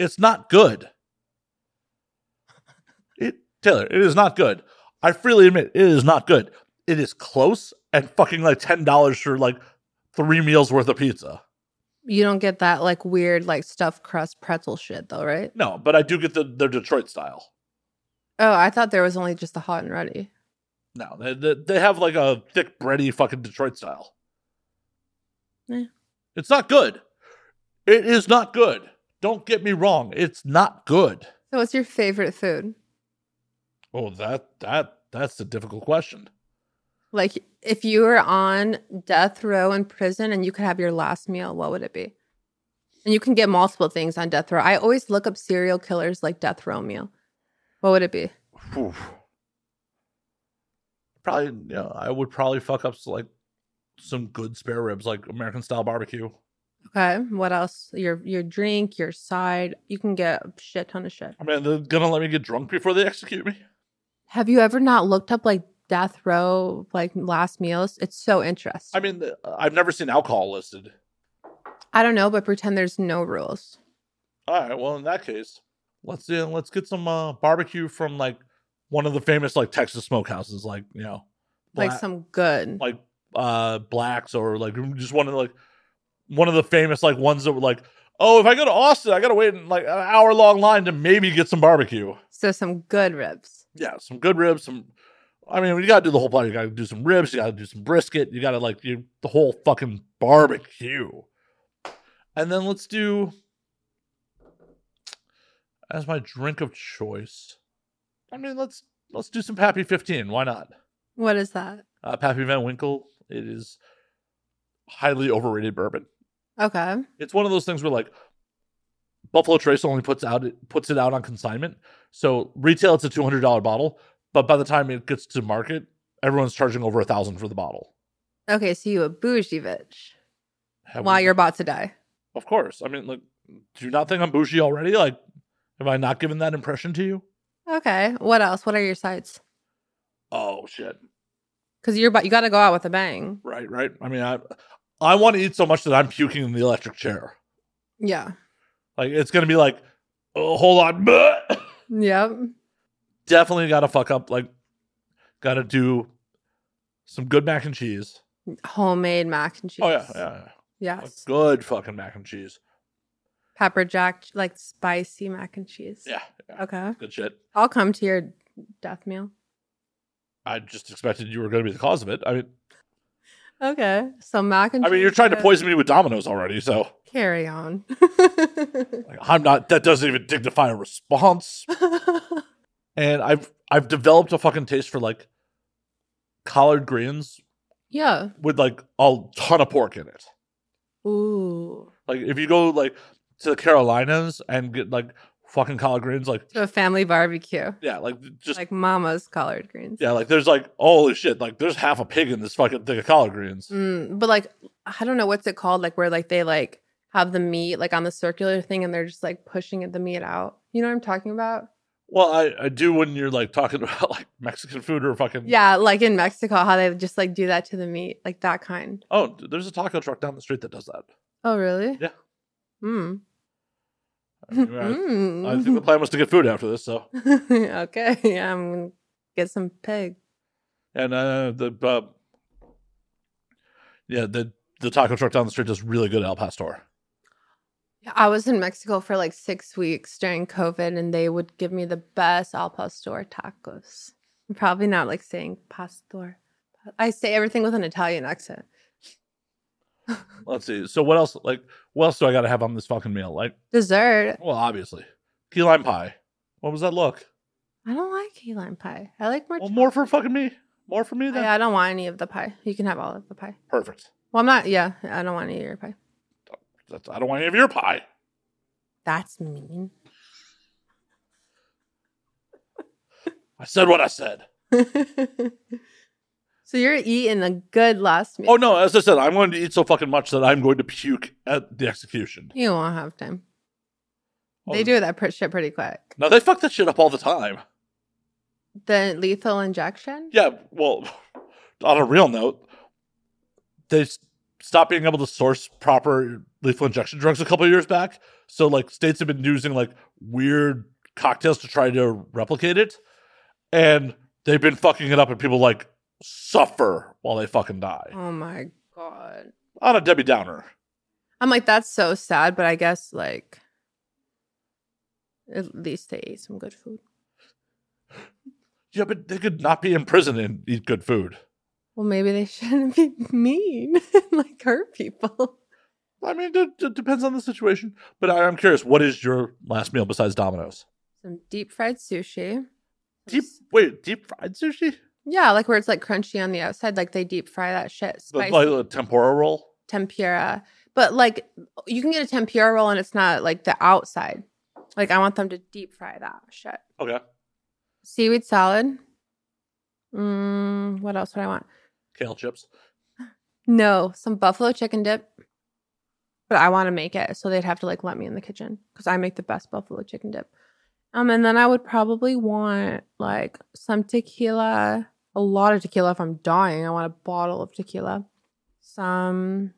Speaker 1: It's not good. It Taylor, it is not good. I freely admit it is not good. It is close and fucking like ten dollars for like three meals worth of pizza.
Speaker 3: You don't get that like weird like stuffed crust pretzel shit though, right?
Speaker 1: No, but I do get the their Detroit style.
Speaker 3: Oh, I thought there was only just the hot and ready.
Speaker 1: No, they, they, they have like a thick, bready fucking Detroit style.
Speaker 3: Yeah.
Speaker 1: It's not good. It is not good. Don't get me wrong. It's not good.
Speaker 3: So what's your favorite food?
Speaker 1: Oh, that that that's a difficult question.
Speaker 3: Like if you were on death row in prison and you could have your last meal, what would it be? And you can get multiple things on death row. I always look up serial killers like death row meal. What would it be?
Speaker 1: Whew. Probably, you know, I would probably fuck up like some good spare ribs, like American style barbecue.
Speaker 3: Okay. What else? Your your drink, your side. You can get a shit ton of shit.
Speaker 1: I mean, they're gonna let me get drunk before they execute me.
Speaker 3: Have you ever not looked up like death row like last meals? It's so interesting.
Speaker 1: I mean, th- I've never seen alcohol listed.
Speaker 3: I don't know, but pretend there's no rules.
Speaker 1: All right. Well, in that case, let's uh, let's get some uh, barbecue from like one of the famous like Texas smokehouses, like you know,
Speaker 3: Like
Speaker 1: Black-
Speaker 3: some good.
Speaker 1: like uh blacks or like just one of the, like one of the famous like ones that were like, oh, if I go to Austin, I gotta wait in like an hour long line to maybe get some barbecue.
Speaker 3: so some good ribs.
Speaker 1: Yeah, some good ribs. Some, I mean, you gotta do the whole plate. You gotta do some ribs. You gotta do some brisket. You gotta like you, the whole fucking barbecue. And then let's do as my drink of choice. I mean, let's let's do some Pappy Fifteen. Why not?
Speaker 3: What is that?
Speaker 1: Uh, Pappy Van Winkle. It is highly overrated bourbon.
Speaker 3: Okay.
Speaker 1: It's one of those things where like Buffalo Trace only puts out it puts it out on consignment. So retail it's a two hundred dollar bottle, but by the time it gets to market, everyone's charging over a thousand for the bottle.
Speaker 3: Okay, so you a bougie bitch
Speaker 1: Have
Speaker 3: while
Speaker 1: we-
Speaker 3: you're about to die.
Speaker 1: of course. I mean, like, do you not think I'm bougie already? Like, have I not given that impression to you?
Speaker 3: Okay. What else? What are your sides?
Speaker 1: Oh shit!
Speaker 3: Because you're about you got to go out with a bang.
Speaker 1: Right, right. I mean, I I want to eat so much that I'm puking in the electric chair.
Speaker 3: Yeah.
Speaker 1: Like, it's gonna be like, oh, hold on.
Speaker 3: Yep.
Speaker 1: definitely gotta fuck up like gotta do some good mac and cheese
Speaker 3: Homemade mac and cheese.
Speaker 1: oh yeah yeah, yeah. Like,
Speaker 3: Yes.
Speaker 1: good fucking mac and cheese
Speaker 3: Pepper jack, like spicy mac and cheese.
Speaker 1: yeah, yeah.
Speaker 3: Okay.
Speaker 1: good shit
Speaker 3: I'll come to your death meal.
Speaker 1: i just expected you were gonna be the cause of it i mean
Speaker 3: Okay. So mac and
Speaker 1: i
Speaker 3: cheese.
Speaker 1: mean you're trying to
Speaker 3: yeah.
Speaker 1: poison me with dominoes already so
Speaker 3: Carry on.
Speaker 1: like, i'm not that doesn't even dignify a response and i've i've developed a fucking taste for like collard greens
Speaker 3: yeah.
Speaker 1: with like a ton of pork in it
Speaker 3: Ooh.
Speaker 1: like if you go like to the carolinas and get like fucking collard greens like
Speaker 3: To a family barbecue.
Speaker 1: yeah like just
Speaker 3: Like mama's collard greens.
Speaker 1: Yeah, like there's like holy shit, like there's half a pig in this fucking thing of collard greens.
Speaker 3: Mm, but like I don't know what's it called, like where like they like have the meat like on the circular thing and they're just like pushing it- the meat out. You know what I'm talking about?
Speaker 1: Well, I, I do when you're like talking about like Mexican food or fucking
Speaker 3: Yeah, like in Mexico, how they just like do that to the meat, like that kind.
Speaker 1: Oh, d- there's a taco truck down the street that does that.
Speaker 3: Oh really?
Speaker 1: Yeah.
Speaker 3: Mm.
Speaker 1: I, mean, I- I
Speaker 3: Mm-hmm.
Speaker 1: think the plan was to get food after this. So,
Speaker 3: okay, yeah, I'm gonna get some pig.
Speaker 1: and uh, the uh, yeah, the the taco truck down the street does really good al pastor.
Speaker 3: I was in Mexico for like six weeks during COVID, and they would give me the best al pastor tacos. I'm probably not like saying pastor. I say everything with an Italian accent.
Speaker 1: Let's see. So, what else? Like, what else do I got to have on this fucking meal? Like,
Speaker 3: Dessert.
Speaker 1: well, obviously, key lime pie. What was that look?
Speaker 3: I don't like key lime pie. I like more.
Speaker 1: Well, more for fucking me. More for me. Then
Speaker 3: I, uh I don't want any of the pie. You can have all of the pie.
Speaker 1: perfect.
Speaker 3: Well, I'm not. Yeah, I don't want any of your pie.
Speaker 1: That's, I don't want any of your pie.
Speaker 3: That's mean.
Speaker 1: I said what I said.
Speaker 3: so you're eating a good last meal.
Speaker 1: Oh no, as I said, I'm going to eat so fucking much that I'm going to puke at the execution.
Speaker 3: You won't have time.
Speaker 1: Oh,
Speaker 3: They do that pr- shit pretty quick.
Speaker 1: No, they fuck that shit up all the time.
Speaker 3: The lethal injection?
Speaker 1: Yeah, well, on a real note, they s- stopped being able to source proper lethal injection drugs a couple of years back. So, like, states have been using like weird cocktails to try to replicate it, and they've been fucking it up, and people like suffer while they fucking die.
Speaker 3: Oh my god.
Speaker 1: On a Debbie Downer.
Speaker 3: I'm like, that's so sad, but I guess like at least they ate some good food.
Speaker 1: Yeah, but they could not be in prison and eat good food.
Speaker 3: Well, maybe they shouldn't be mean and like hurt people.
Speaker 1: I mean, it, it depends on the situation. But I, I'm curious, what is your last meal besides Domino's?
Speaker 3: Some deep fried sushi.
Speaker 1: Deep wait, deep fried sushi?
Speaker 3: Yeah, like where it's like crunchy on the outside, like they deep fry that shit.
Speaker 1: The,
Speaker 3: Spicy
Speaker 1: like a tempura roll?
Speaker 3: tempura. But like you can get a tempura roll and it's not like the outside. Like I want them to deep fry that shit.
Speaker 1: Okay.
Speaker 3: Seaweed salad. Mm, what else would I want?
Speaker 1: Kale chips.
Speaker 3: No, some buffalo chicken dip. But I want to make it, so they'd have to like let me in the kitchen because I make the best buffalo chicken dip. Um, and then I would probably want like some tequila, a lot of tequila if I'm dying. I want a bottle of tequila. Some.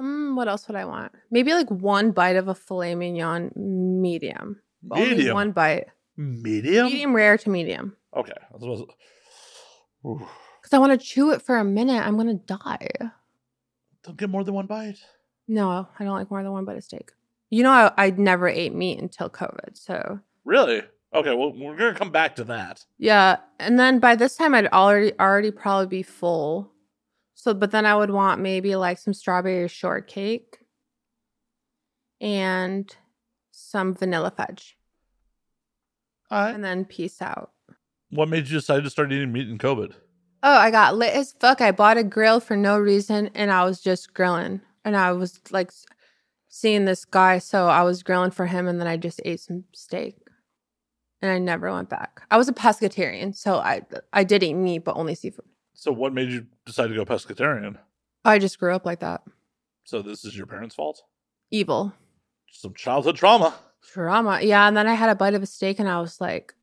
Speaker 3: Mm, what else would I want? Maybe like one bite of a filet mignon, medium. But only
Speaker 1: Medium.
Speaker 3: one bite,
Speaker 1: Medium?
Speaker 3: medium rare to medium.
Speaker 1: Okay. I suppose- Ooh.
Speaker 3: Because I want to chew it for a minute. I'm going to die.
Speaker 1: Don't get more than one bite.
Speaker 3: No, I don't like more than one bite of steak. You know, I, I never ate meat until COVID. So,
Speaker 1: Really? Okay, well, we're going to come back to that.
Speaker 3: yeah. And then by this time, I'd already, already probably be full. So, but then I would want maybe like some strawberry shortcake and some vanilla fudge
Speaker 1: All right.
Speaker 3: and then peace out.
Speaker 1: What made you decide to start eating meat in COVID?
Speaker 3: Oh, I got lit as fuck. I bought a grill for no reason and I was just grilling. And I was like s- seeing this guy, so I was grilling for him and then I just ate some steak. And I never went back. I was a pescatarian, so I I did eat meat but only seafood.
Speaker 1: So, what made you decide to go pescatarian?
Speaker 3: I just grew up like that.
Speaker 1: So, this is your parents' fault?
Speaker 3: Evil.
Speaker 1: Some childhood trauma.
Speaker 3: Trauma. Yeah, and then I had a bite of a steak and I was like,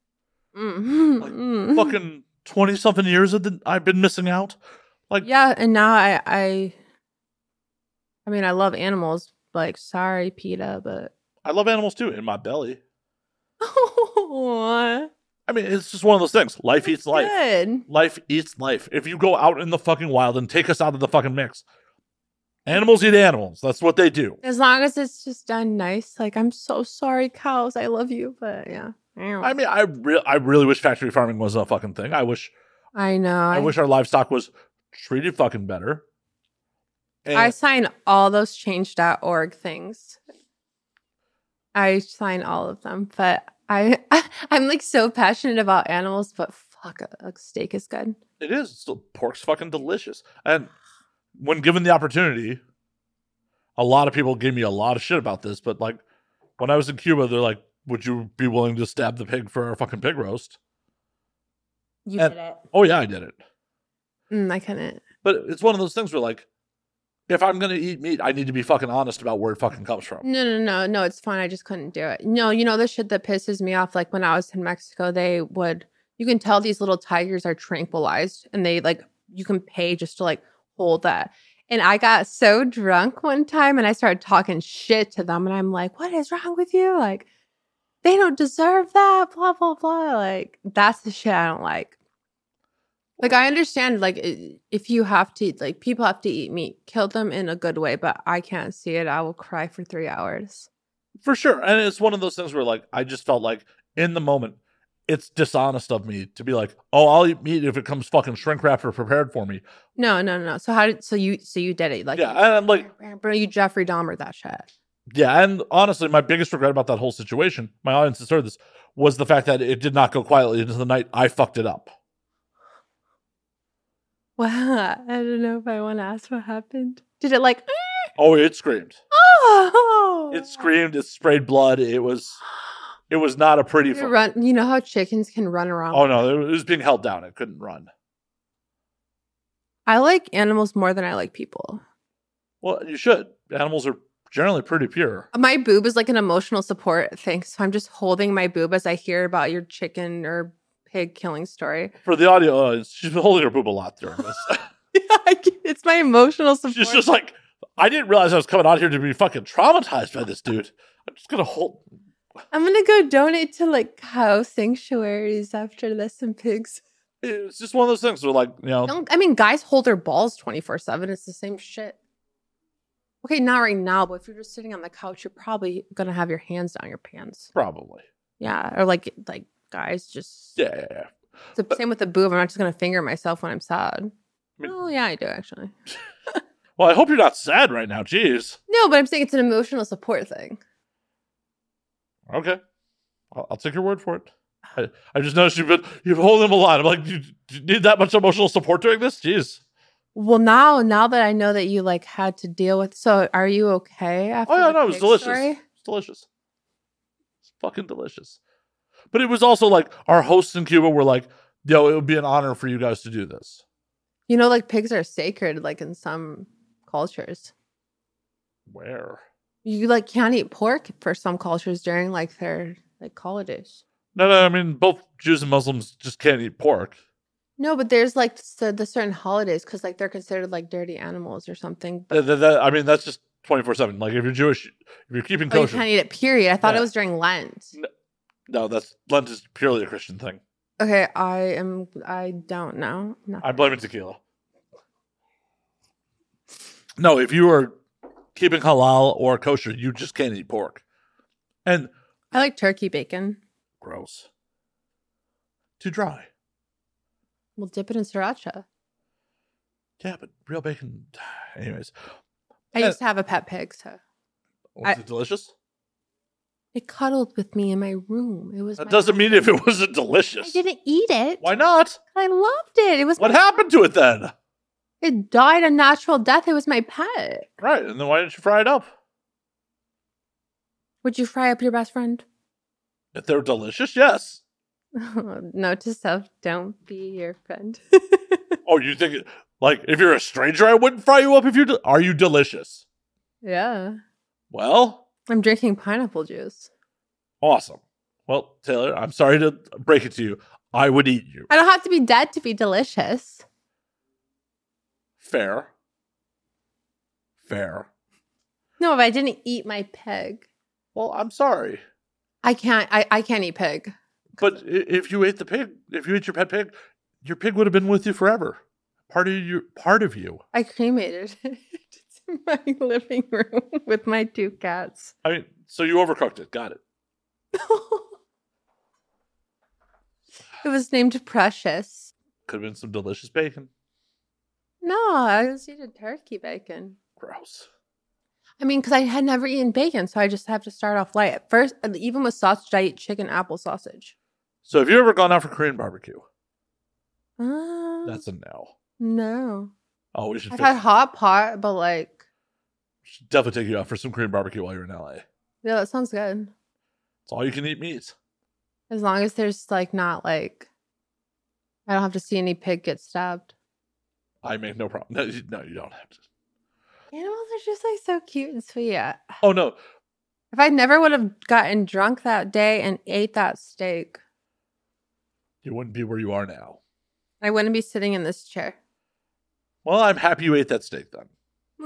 Speaker 3: mm,
Speaker 1: Like,
Speaker 3: mm.
Speaker 1: Fucking 20 something years of the, I've been missing out. Like,
Speaker 3: Yeah, and now I I I mean I love animals, like sorry, PETA, but
Speaker 1: I love animals too in my belly.
Speaker 3: Aw.
Speaker 1: I mean, it's just one of those things. Life eats life.
Speaker 3: Good.
Speaker 1: Life eats life. If you go out in the fucking wild and take us out of the fucking mix, animals eat animals. That's what they do.
Speaker 3: As long as it's just done nice. Like, I'm so sorry, cows. I love you, but yeah.
Speaker 1: I mean, I re- I really wish factory farming wasn't a fucking thing. I wish
Speaker 3: I know.
Speaker 1: I, wish our livestock was treated fucking better. And
Speaker 3: I sign all those change.org things. I sign all of them, but I I'm like so passionate about animals, but fuck, a, a steak is good.
Speaker 1: it is still pork's fucking delicious. And when given the opportunity, a lot of people gave me a lot of shit about this. But like when I was in Cuba, they're like, "Would you be willing to stab the pig for our fucking pig roast?"
Speaker 3: You
Speaker 1: And-
Speaker 3: it.
Speaker 1: Oh yeah, I did it.
Speaker 3: Mm, I couldn't.
Speaker 1: But it's one of those things where like if I'm gonna eat meat, I need to be fucking honest about where it fucking comes from.
Speaker 3: No, no, no, no. It's fine. I just couldn't do it. No, you know the shit that pisses me off. Like when I was in Mexico, they would. You can tell these little tigers are tranquilized, and they like you can pay just to like hold that. And I got so drunk one time and I started talking shit to them. And I'm like, what is wrong with you? Like, they don't deserve that, blah, blah, blah. Like, that's the shit I don't like. Like, I understand, like, i- if you have to, like, people have to eat meat, kill them in a good way, but I can't see it. I will cry for three hours.
Speaker 1: For sure. And it's one of those things where like I just felt like in the moment, it's dishonest of me to be like, oh, I'll eat meat if it comes fucking shrink wrapped or prepared for me.
Speaker 3: No, no, no. So, how did, so you, so you did it. Like,
Speaker 1: yeah. And I'm like,
Speaker 3: bro, you Jeffrey Dahmer that shit.
Speaker 1: yeah. And honestly, my biggest regret about that whole situation, my audience has heard this, was the fact that it did not go quietly into the night I fucked it up.
Speaker 3: Wow. I don't know if I want to ask what happened. Did it like,
Speaker 1: Oh, it screamed.
Speaker 3: oh,
Speaker 1: It screamed, it sprayed blood. It was it was not a pretty
Speaker 3: You
Speaker 1: fu-
Speaker 3: run. You know how chickens can run around.
Speaker 1: Oh no, it was being held down. It couldn't run.
Speaker 3: I like animals more than I like people.
Speaker 1: Well, you should. Animals are generally pretty pure.
Speaker 3: My boob is like an emotional support thing, so I'm just holding my boob as I hear about your chicken or pig killing story.
Speaker 1: For the audio, audience, she's been holding her boob a lot during this.
Speaker 3: I get- it's my emotional support.
Speaker 1: She's just like, I didn't realize I was coming out here to be fucking traumatized by this dude. I'm just gonna hold.
Speaker 3: I'm gonna go donate to like cow sanctuaries after this and pigs.
Speaker 1: It's just one of those things where, like, you know,
Speaker 3: Don't, I mean, guys hold their balls 24 7. It's the same shit. Okay, not right now, but if you're just sitting on the couch, you're probably gonna have your hands down your pants.
Speaker 1: probably.
Speaker 3: Yeah, or like like guys just
Speaker 1: Yeah, yeah, yeah.
Speaker 3: It's the same with the boob. I'm not just gonna finger myself when I'm sad.
Speaker 1: mean-
Speaker 3: oh yeah, I do actually.
Speaker 1: Well, I hope you're not sad right now. Jeez.
Speaker 3: No, but I'm saying it's an emotional support thing.
Speaker 1: Okay, I'll, I'll take your word for it. I, I just noticed you've been you've been holding him a lot. I'm like, you, you need that much emotional support during this? Jeez.
Speaker 3: Well, now now that I know that you like had to deal with, so are you okay after?
Speaker 1: Oh yeah,
Speaker 3: the
Speaker 1: no, it was
Speaker 3: pig
Speaker 1: delicious.
Speaker 3: story?
Speaker 1: It's delicious. It's fucking delicious. But it was also like our hosts in Cuba were like, yo, it would be an honor for you guys to do this.
Speaker 3: You know, like pigs are sacred, like in some cultures.
Speaker 1: Where?
Speaker 3: You like can't eat pork for some cultures during like their like holidays.
Speaker 1: No, no, I mean both Jews and Muslims just can't eat pork.
Speaker 3: No, but there's like the, the certain holidays because like they're considered like dirty animals or something. But
Speaker 1: That- that- that- I mean that's just twenty four seven. Like if you're Jewish, if you're keeping
Speaker 3: oh, you
Speaker 1: kosher,
Speaker 3: can't eat it. Period. I thought
Speaker 1: Yeah.
Speaker 3: it was during Lent.
Speaker 1: no, that's Lent is purely a Christian thing.
Speaker 3: Okay, I am. I don't know. Nothing.
Speaker 1: I blame it tequila. No, if you are keeping halal or kosher, you just can't eat pork. And
Speaker 3: I like turkey bacon.
Speaker 1: gross. Too dry.
Speaker 3: We'll dip it in sriracha.
Speaker 1: Yeah, but real bacon. Anyways,
Speaker 3: I
Speaker 1: Uh,
Speaker 3: used to have a pet pig, so
Speaker 1: was
Speaker 3: I-
Speaker 1: it delicious?
Speaker 3: it cuddled with me in my room. It was.
Speaker 1: That
Speaker 3: my-
Speaker 1: doesn't mean if it wasn't
Speaker 3: I
Speaker 1: delicious.
Speaker 3: didn't eat it.
Speaker 1: Why not?
Speaker 3: I loved it. It was.
Speaker 1: What
Speaker 3: my-
Speaker 1: happened to it then?
Speaker 3: It died a natural death. It was my pet.
Speaker 1: Right, and then why didn't you fry it up?
Speaker 3: Would you fry up your best friend?
Speaker 1: If they're delicious, yes.
Speaker 3: no, to self, don't be your friend.
Speaker 1: Oh, you think it, like if you're a stranger, I wouldn't fry you up if you de- are you delicious?
Speaker 3: yeah,
Speaker 1: Well,
Speaker 3: I'm drinking pineapple juice.
Speaker 1: awesome. Well, Taylor, I'm sorry to break it to you. I would eat you.
Speaker 3: I don't have to be dead to be delicious.
Speaker 1: Fair. Fair.
Speaker 3: No, if I didn't eat my pig,
Speaker 1: Well, I'm sorry.
Speaker 3: I can't. I, I can't eat pig.
Speaker 1: But i- if you ate the pig, if you ate your pet pig, your pig would have been with you forever. Part of you, part of you.
Speaker 3: I cremated it. It's in my living room with my two cats.
Speaker 1: I mean, so you overcooked it. Got it.
Speaker 3: it was named Precious.
Speaker 1: Could have been some delicious bacon.
Speaker 3: No, I was eating turkey bacon.
Speaker 1: Gross.
Speaker 3: I mean, because I had never eaten bacon, so I just have to start off light. At first, even with sausage, I eat chicken apple sausage.
Speaker 1: So have you ever gone out for Korean barbecue?
Speaker 3: Uh,
Speaker 1: That's a no.
Speaker 3: no.
Speaker 1: Oh, we should,
Speaker 3: I've
Speaker 1: fix-
Speaker 3: had hot pot, but like,
Speaker 1: should definitely take you out for some Korean barbecue while you're in LA. It's
Speaker 3: yeah, that sounds good.
Speaker 1: all you can eat meat.
Speaker 3: As long as there's like not like, I don't have to see any pig get stabbed.
Speaker 1: I make no problem. No, you- no, you don't have to.
Speaker 3: Animals are just like so cute and sweet. I-
Speaker 1: Oh no,
Speaker 3: If I never would have gotten drunk that day and ate that steak,
Speaker 1: you wouldn't be where you are now.
Speaker 3: I wouldn't be sitting in this chair.
Speaker 1: Well, I'm happy you ate that steak then.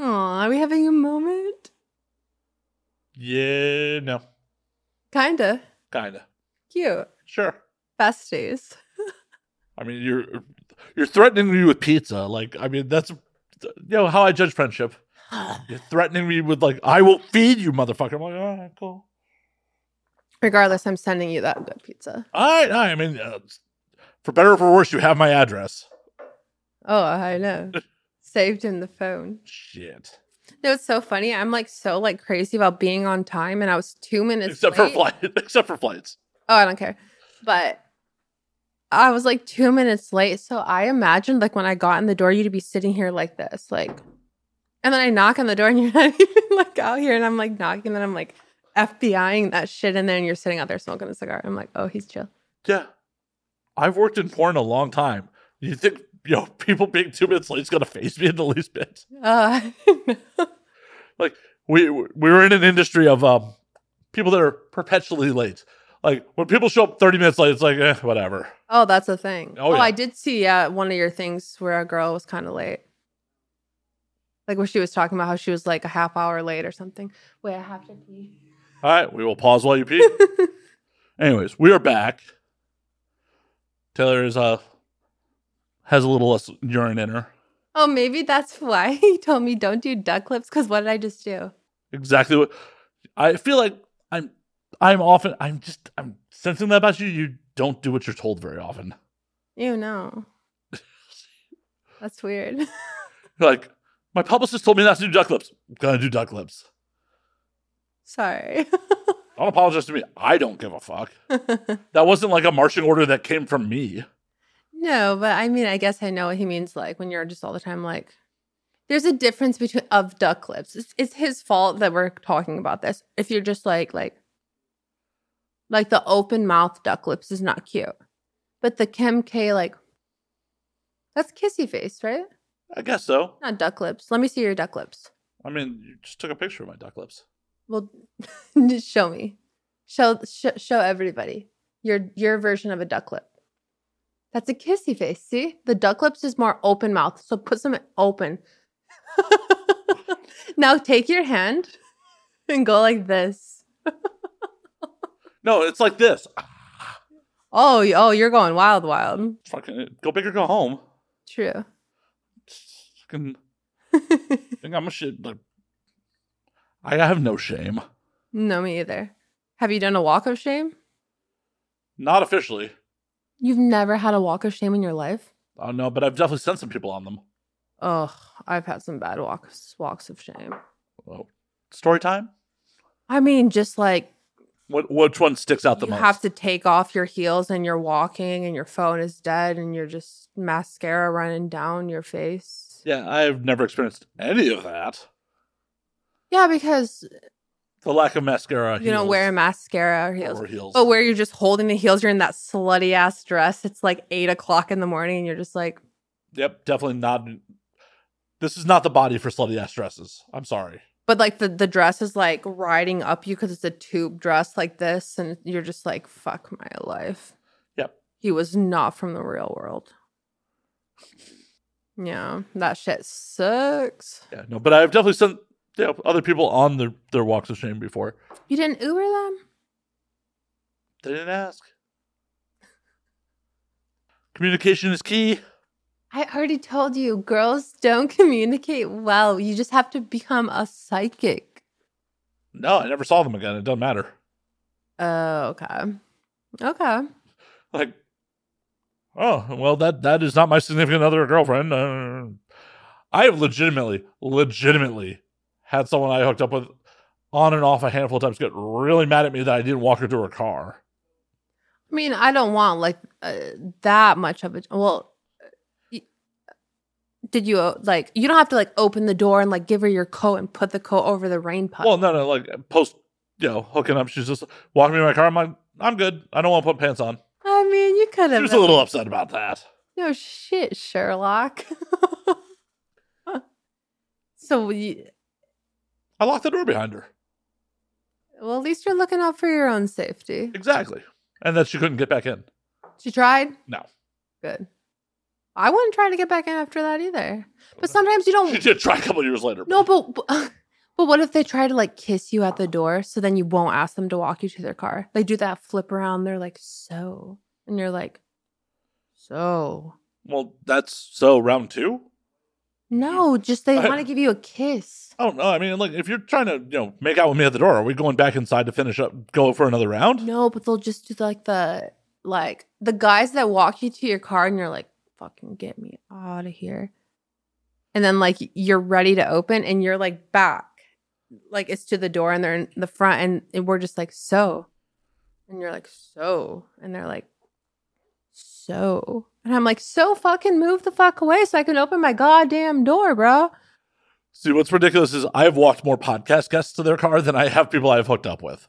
Speaker 3: Aw, are we having a moment?
Speaker 1: Yeah, no,
Speaker 3: Kinda.
Speaker 1: kinda,
Speaker 3: Cute.
Speaker 1: sure.
Speaker 3: Besties.
Speaker 1: I mean, you're you're threatening me with pizza. Like, I mean, that's you know how I judge friendship. You're threatening me with like, I will feed you, motherfucker. I'm like, all right, cool.
Speaker 3: Regardless, I'm sending you that good pizza.
Speaker 1: All right, all right. I mean, uh, for better or for worse, you have my address.
Speaker 3: Oh, I know. Saved in the phone.
Speaker 1: Shit.
Speaker 3: No, it's so funny. I'm like so like crazy about being on time, and I was two minutes
Speaker 1: except
Speaker 3: late.
Speaker 1: for flight. Except for flights.
Speaker 3: Oh, I don't care. But I was like two minutes late. So I imagined like when I got in the door, you'd be sitting here like this, like, and then I knock on the door and you're not even like out here. And I'm like knocking, and I'm like FBIing that shit in there, and you're sitting out there smoking a cigar. I'm like, oh, he's chill.
Speaker 1: Yeah. I've worked in porn a long time. You think you know people being two minutes late is gonna phase me in the least bit?
Speaker 3: Uh,
Speaker 1: we we were in an industry of um, people that are perpetually late. Like when people show up 30 minutes late, it's like eh, whatever.
Speaker 3: oh, that's a thing.
Speaker 1: Oh,
Speaker 3: Oh,
Speaker 1: yeah.
Speaker 3: I did see yeah one of your things where a girl was kind of late. Like where she was talking about how she was like a half hour late or something. Wait, I have to pee.
Speaker 1: All right, we will pause while you pee. Anyways, we are back. Taylor is uh has a little less urine in her.
Speaker 3: Oh, maybe that's why he told me don't do duck lips. Because what did I just do?
Speaker 1: Exactly what I feel like. I'm I'm often I'm just I'm sensing that about you. You don't do what you're told very often.
Speaker 3: You know, that's weird.
Speaker 1: You're like my publicist told me not to do duck lips. I'm gonna do duck lips.
Speaker 3: Sorry.
Speaker 1: Don't apologize to me. I don't give a fuck. that wasn't like a marching order that came from me.
Speaker 3: no, but I mean, I guess I know what he means. Like when you're just all the time, like there's a difference between of duck lips. It's, it's his fault that we're talking about this. If you're just like like like the open mouth duck lips is not cute, but the Kim K like that's kissy face, right?
Speaker 1: I guess so.
Speaker 3: Not duck lips. Let me see your duck lips.
Speaker 1: I mean, you just took a picture of my duck lips.
Speaker 3: Well, just show me. Show sh- show everybody your your version of a duck lip. That's a kissy face. See, the duck lips is more open mouth. So put some open. now take your hand and go like this.
Speaker 1: No, it's like this. Ah,
Speaker 3: Oh, y- oh, you're going wild, wild.
Speaker 1: Fucking uh, go big or go home.
Speaker 3: True.
Speaker 1: Fucking, think I'm a shit. Like, I have no shame.
Speaker 3: No, me either. Have you done a walk of shame?
Speaker 1: Not officially.
Speaker 3: You've never had a walk of shame in your life.
Speaker 1: I don't know, but I've definitely sent some people on them.
Speaker 3: Ugh, I've had some bad walks walks of shame.
Speaker 1: Oh, story time.
Speaker 3: I mean, just like
Speaker 1: What which one sticks out the
Speaker 3: you
Speaker 1: most?
Speaker 3: have to take off your heels and you're walking and your phone is dead and you're just mascara running down your face.
Speaker 1: yeah, I've never experienced any of that.
Speaker 3: Yeah, because
Speaker 1: The lack of mascara.
Speaker 3: you don't wear mascara or heels.
Speaker 1: or heels.
Speaker 3: But where you're just holding the heels, you're in that slutty ass dress. It's like eight o'clock in the morning and you're just like,
Speaker 1: Yep, definitely not. This is not the body for slutty ass dresses. I'm sorry.
Speaker 3: but like the, the dress is like riding up you because it's a tube dress like this. And you're just like, fuck my life.
Speaker 1: Yep.
Speaker 3: He was not from the real world. Yeah, that shit sucks.
Speaker 1: Yeah, no, but I've definitely sent you know, other people on their, their walks of shame before.
Speaker 3: You didn't Uber them?
Speaker 1: They didn't ask. Communication is key.
Speaker 3: I already told you, girls don't communicate well. You just have to become a psychic.
Speaker 1: No, I never saw them again. It doesn't matter.
Speaker 3: Oh, okay. Okay.
Speaker 1: Like, oh, well, that that is not my significant other or girlfriend. Uh, I have legitimately, legitimately had someone I hooked up with on and off a handful of times get really mad at me that I didn't walk her to her car.
Speaker 3: I mean, I don't want like uh, that much of a well. y- Did you uh, like? You don't have to like open the door and like give her your coat and put the coat over the rain puddle.
Speaker 1: Well, no, no, like post, you know, hooking up. She's just walking me in my car. I'm like, I'm good. I don't want to put pants on.
Speaker 3: I mean, you could
Speaker 1: She
Speaker 3: have.
Speaker 1: was a little upset about that.
Speaker 3: No shit, Sherlock. so, you,
Speaker 1: I locked the door behind her.
Speaker 3: well, at least you're looking out for your own safety.
Speaker 1: Exactly. And that she couldn't get back in.
Speaker 3: She tried?
Speaker 1: No.
Speaker 3: Good. I wouldn't try to get back in after that either. But sometimes you don't
Speaker 1: She did try a couple years later.
Speaker 3: No, but but but what if they try to like kiss you at the door so then you won't ask them to walk you to their car? They do that flip around. They're like, "So." And you're like, "So."
Speaker 1: Well, that's so round two.
Speaker 3: No, just they
Speaker 1: I-
Speaker 3: want to give you a kiss.
Speaker 1: I don't know. I mean, like, if you're trying to, you know, make out with me at the door, are we going back inside to finish up, go for another round?
Speaker 3: No, but they'll just do like the like the guys that walk you to your car and you're like, "Fucking get me out of here." And then like you're ready to open and you're like back. Like it's to the door and they're in the front and, and we're just like, "So." And you're like, "So." And they're like, "So." And I'm like, "So fucking move the fuck away so I can open my goddamn door, bro."
Speaker 1: See, what's ridiculous is I have walked more podcast guests to their car than I have people I've hooked up with.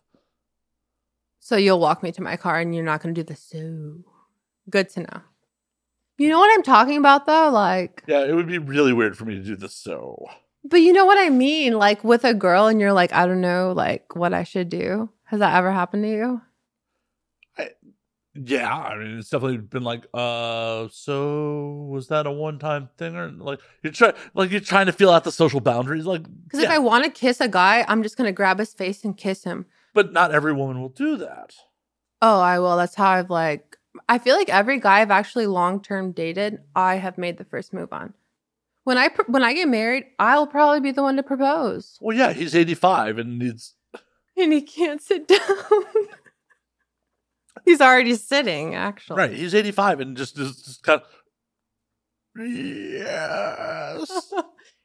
Speaker 3: So you'll walk me to my car and you're not going to do the so. Good to know. You know what I'm talking about though? Like,
Speaker 1: Yeah, it would be really weird for me to do this. So,
Speaker 3: but you know what I mean? Like with a girl and you're like, I don't know, like what I should do. Has that ever happened to you?
Speaker 1: yeah, I mean, it's definitely been like, uh, so was that a one time thing or like you're trying, like you're trying to feel out the social boundaries, like,
Speaker 3: Because if
Speaker 1: yeah,
Speaker 3: I want to kiss a guy, I'm just going to grab his face and kiss him.
Speaker 1: but not every woman will do that.
Speaker 3: Oh, I will. That's how I've like, I feel like every guy I've actually long term dated, I have made the first move on. When I pr- when I get married, I'll probably be the one to propose,
Speaker 1: Well, yeah, he's 85 and needs,
Speaker 3: and he can't sit down. He's already sitting, actually.
Speaker 1: right, he's 85 and just, just, just kind of, yes.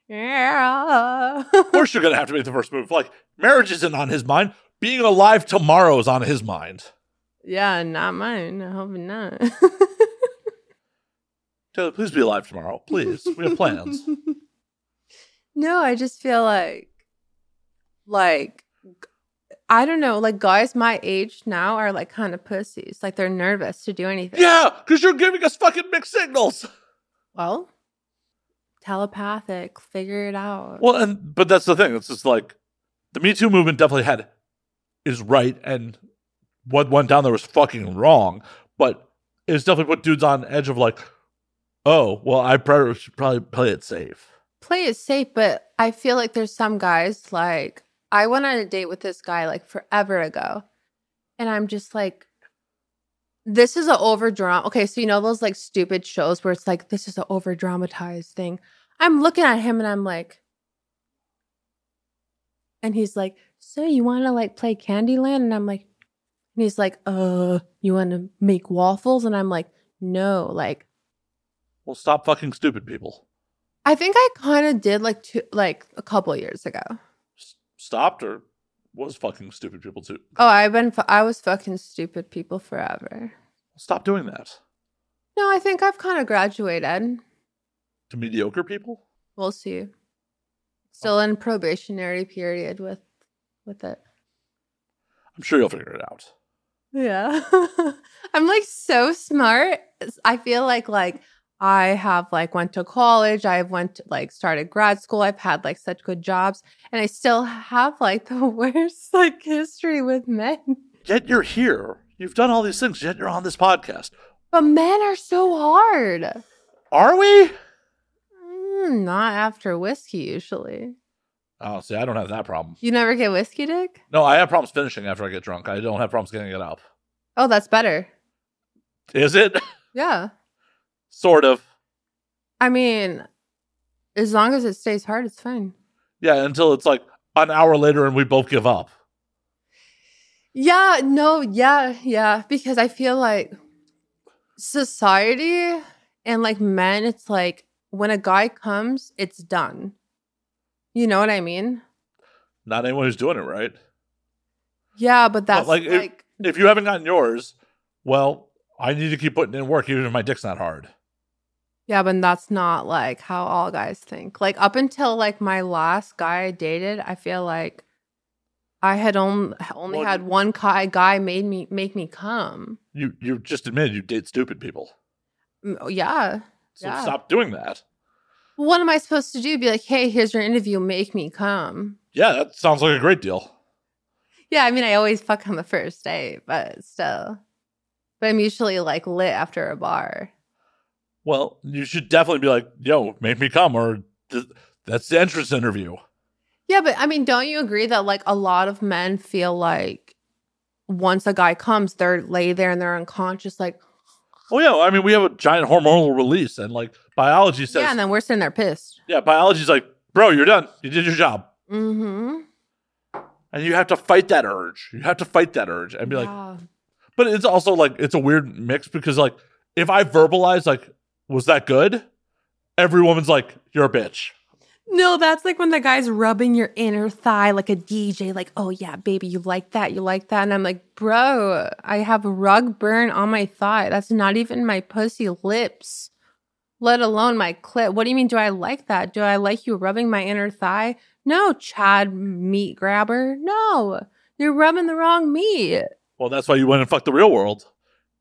Speaker 3: Yeah.
Speaker 1: Of course, you're going to have to make the first move. Like, marriage isn't on his mind. Being alive tomorrow is on his mind.
Speaker 3: yeah, not mine. I hope not.
Speaker 1: Taylor, please be alive tomorrow. Please. We have plans.
Speaker 3: no, I just feel like, like, I don't know, like guys my age now are like kind of pussies. Like they're nervous to do anything.
Speaker 1: yeah, because you're giving us fucking mixed signals.
Speaker 3: Well, telepathic, figure it out.
Speaker 1: Well, and but that's the thing. It's just like the Me Too movement definitely had is right, and what went down there was fucking wrong. But it's definitely put dudes on edge of like, oh, well, I probably should probably play it safe.
Speaker 3: play it safe, but I feel like there's some guys like I went on a date with this guy like forever ago, and I'm just like, this is a overdrawn. Okay, so you know those like stupid shows where it's like this is an over dramatized thing. I'm looking at him and I'm like, and he's like, so you want to like play Candyland? And I'm like, and he's like, uh, you want to make waffles? And I'm like, no, like
Speaker 1: Well, stop fucking stupid people.
Speaker 3: I think I kind of did like two, like a couple years ago.
Speaker 1: S- stopped or was fucking stupid people too.
Speaker 3: Oh, I've been fu- I was fucking stupid people forever.
Speaker 1: Stop doing that
Speaker 3: No, I think I've kind of graduated.
Speaker 1: to mediocre people.
Speaker 3: We'll see. Still in probationary period with with it.
Speaker 1: I'm sure you'll figure it out.
Speaker 3: Yeah. I'm like so smart. It's- I feel like like I have like went to college, I've went to, like started grad school, I've had like such good jobs, and I still have like the worst like history with men.
Speaker 1: Yet you're here. You've done all these things. Yet you're on this podcast.
Speaker 3: But men are so hard.
Speaker 1: Are we?
Speaker 3: Mm, not after whiskey, usually.
Speaker 1: Oh, see, I don't have that problem.
Speaker 3: You never get whiskey, Dick?
Speaker 1: No, I have problems finishing after I get drunk. I don't have problems getting it up.
Speaker 3: Oh, that's better.
Speaker 1: Is it?
Speaker 3: Yeah.
Speaker 1: sort of.
Speaker 3: I mean, as long as it stays hard, it's fine.
Speaker 1: Yeah, until it's like an hour later and we both give up.
Speaker 3: Yeah, no, yeah, yeah. Because I feel like society and like men, it's like when a guy comes, it's done. You know what I mean?
Speaker 1: Not anyone who's doing it right.
Speaker 3: Yeah, but that's
Speaker 1: like,
Speaker 3: like,
Speaker 1: it- If you haven't gotten yours, well, I need to keep putting in work even if my dick's not hard.
Speaker 3: Yeah, but that's not like how all guys think. Like up until like my last guy I dated, I feel like I had only only
Speaker 1: Well,
Speaker 3: had one guy guy made me make me come.
Speaker 1: You you just admitted you date stupid people.
Speaker 3: Mm, oh, Yeah.
Speaker 1: So
Speaker 3: Yeah.
Speaker 1: stop doing that.
Speaker 3: What am I supposed to do? Be like, "Hey, here's your interview, make me come."
Speaker 1: Yeah, that sounds like a great deal.
Speaker 3: Yeah, I mean, I always fuck on the first date, but still. But I'm usually like lit after a bar.
Speaker 1: Well, you should definitely be like, yo, make me come, or th- that's the entrance interview.
Speaker 3: Yeah, but I mean, don't you agree that like a lot of men feel like once a guy comes, they're lay there and they're unconscious, like
Speaker 1: Oh, yeah. I mean, we have a giant hormonal release, and like biology says,
Speaker 3: yeah, and then we're sitting there pissed.
Speaker 1: yeah, biology's like, bro, you're done. You did your job.
Speaker 3: Mm-hmm.
Speaker 1: And you have to fight that urge. You have to fight that urge and be like, But it's also like it's a weird mix because like if I verbalize like was that good, every woman's like you're a bitch.
Speaker 3: no, that's like when the guy's rubbing your inner thigh like a DJ, like, oh yeah, baby, you like that, you like that. And I'm like, bro, I have rug burn on my thigh. That's not even my pussy lips, let alone my clit. What do you mean, do I like that? Do I like you rubbing my inner thigh? No, Chad meat grabber. No, you're rubbing the wrong meat.
Speaker 1: Well, that's why you went and fucked the real world.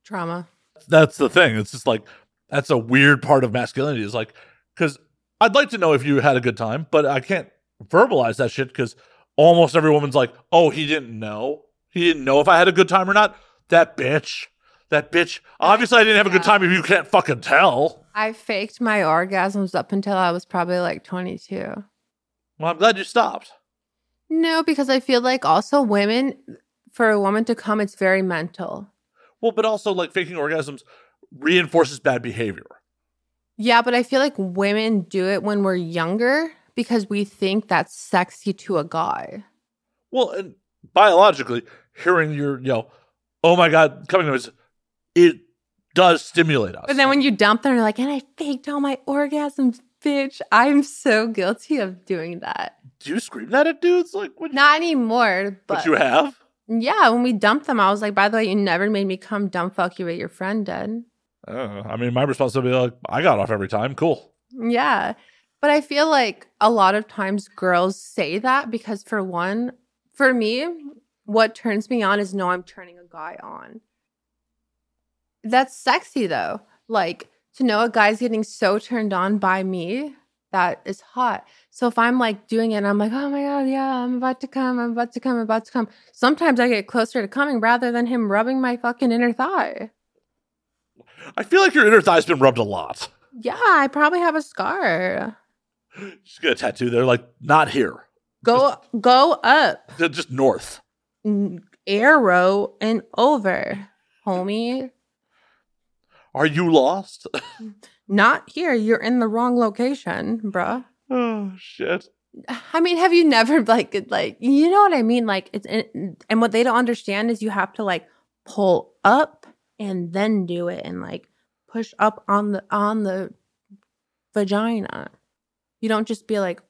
Speaker 3: Trauma.
Speaker 1: That's the thing. It's just like that's a weird part of masculinity is like because I'd like to know if you had a good time, but I can't verbalize that shit because almost every woman's like, oh, he didn't know. He didn't know if I had a good time or not. That bitch. That bitch. Obviously, I didn't have a good time if you can't fucking tell.
Speaker 3: I faked my orgasms up until I was probably like 22.
Speaker 1: Well, I'm glad you stopped.
Speaker 3: No, because I feel like also women, for a woman to come, it's very mental.
Speaker 1: Well, but also like faking orgasms reinforces bad behavior.
Speaker 3: Yeah, but I feel like women do it when we're younger because we think that's sexy to a guy.
Speaker 1: Well, and biologically, hearing your you know, oh my god, coming to us, it does stimulate us.
Speaker 3: But then when you dump them, you're like, and I faked all my orgasms, bitch. I'm so guilty of doing that.
Speaker 1: do you scream that at dudes like what?
Speaker 3: Not anymore, but,
Speaker 1: But you have.
Speaker 3: yeah, when we dumped them, I was like, by the way, you never made me come dumb fuck you at your friend did.
Speaker 1: I, don't know. I mean, my response would be like, I got off every time. Cool.
Speaker 3: Yeah. But I feel like a lot of times girls say that because, for one, for me, what turns me on is no, I'm turning a guy on. That's sexy though. Like to know a guy's getting so turned on by me, that is hot. So if I'm like doing it, and I'm like, oh my God, yeah, I'm about to come, I'm about to come, I'm about to come. Sometimes I get closer to coming rather than him rubbing my fucking inner thigh.
Speaker 1: I feel like your inner thigh's been rubbed a lot.
Speaker 3: Yeah, I probably have a scar.
Speaker 1: Just get a tattoo there, like not here,
Speaker 3: Go go up.
Speaker 1: just north.
Speaker 3: n- arrow and over, homie.
Speaker 1: Are you lost?
Speaker 3: Not here. You're in the wrong location, bruh.
Speaker 1: oh shit.
Speaker 3: I mean, have you never like it- like you know what I mean? Like it's and and what they don't understand is you have to like pull up and then do it and like push up on the on the vagina. You don't just be like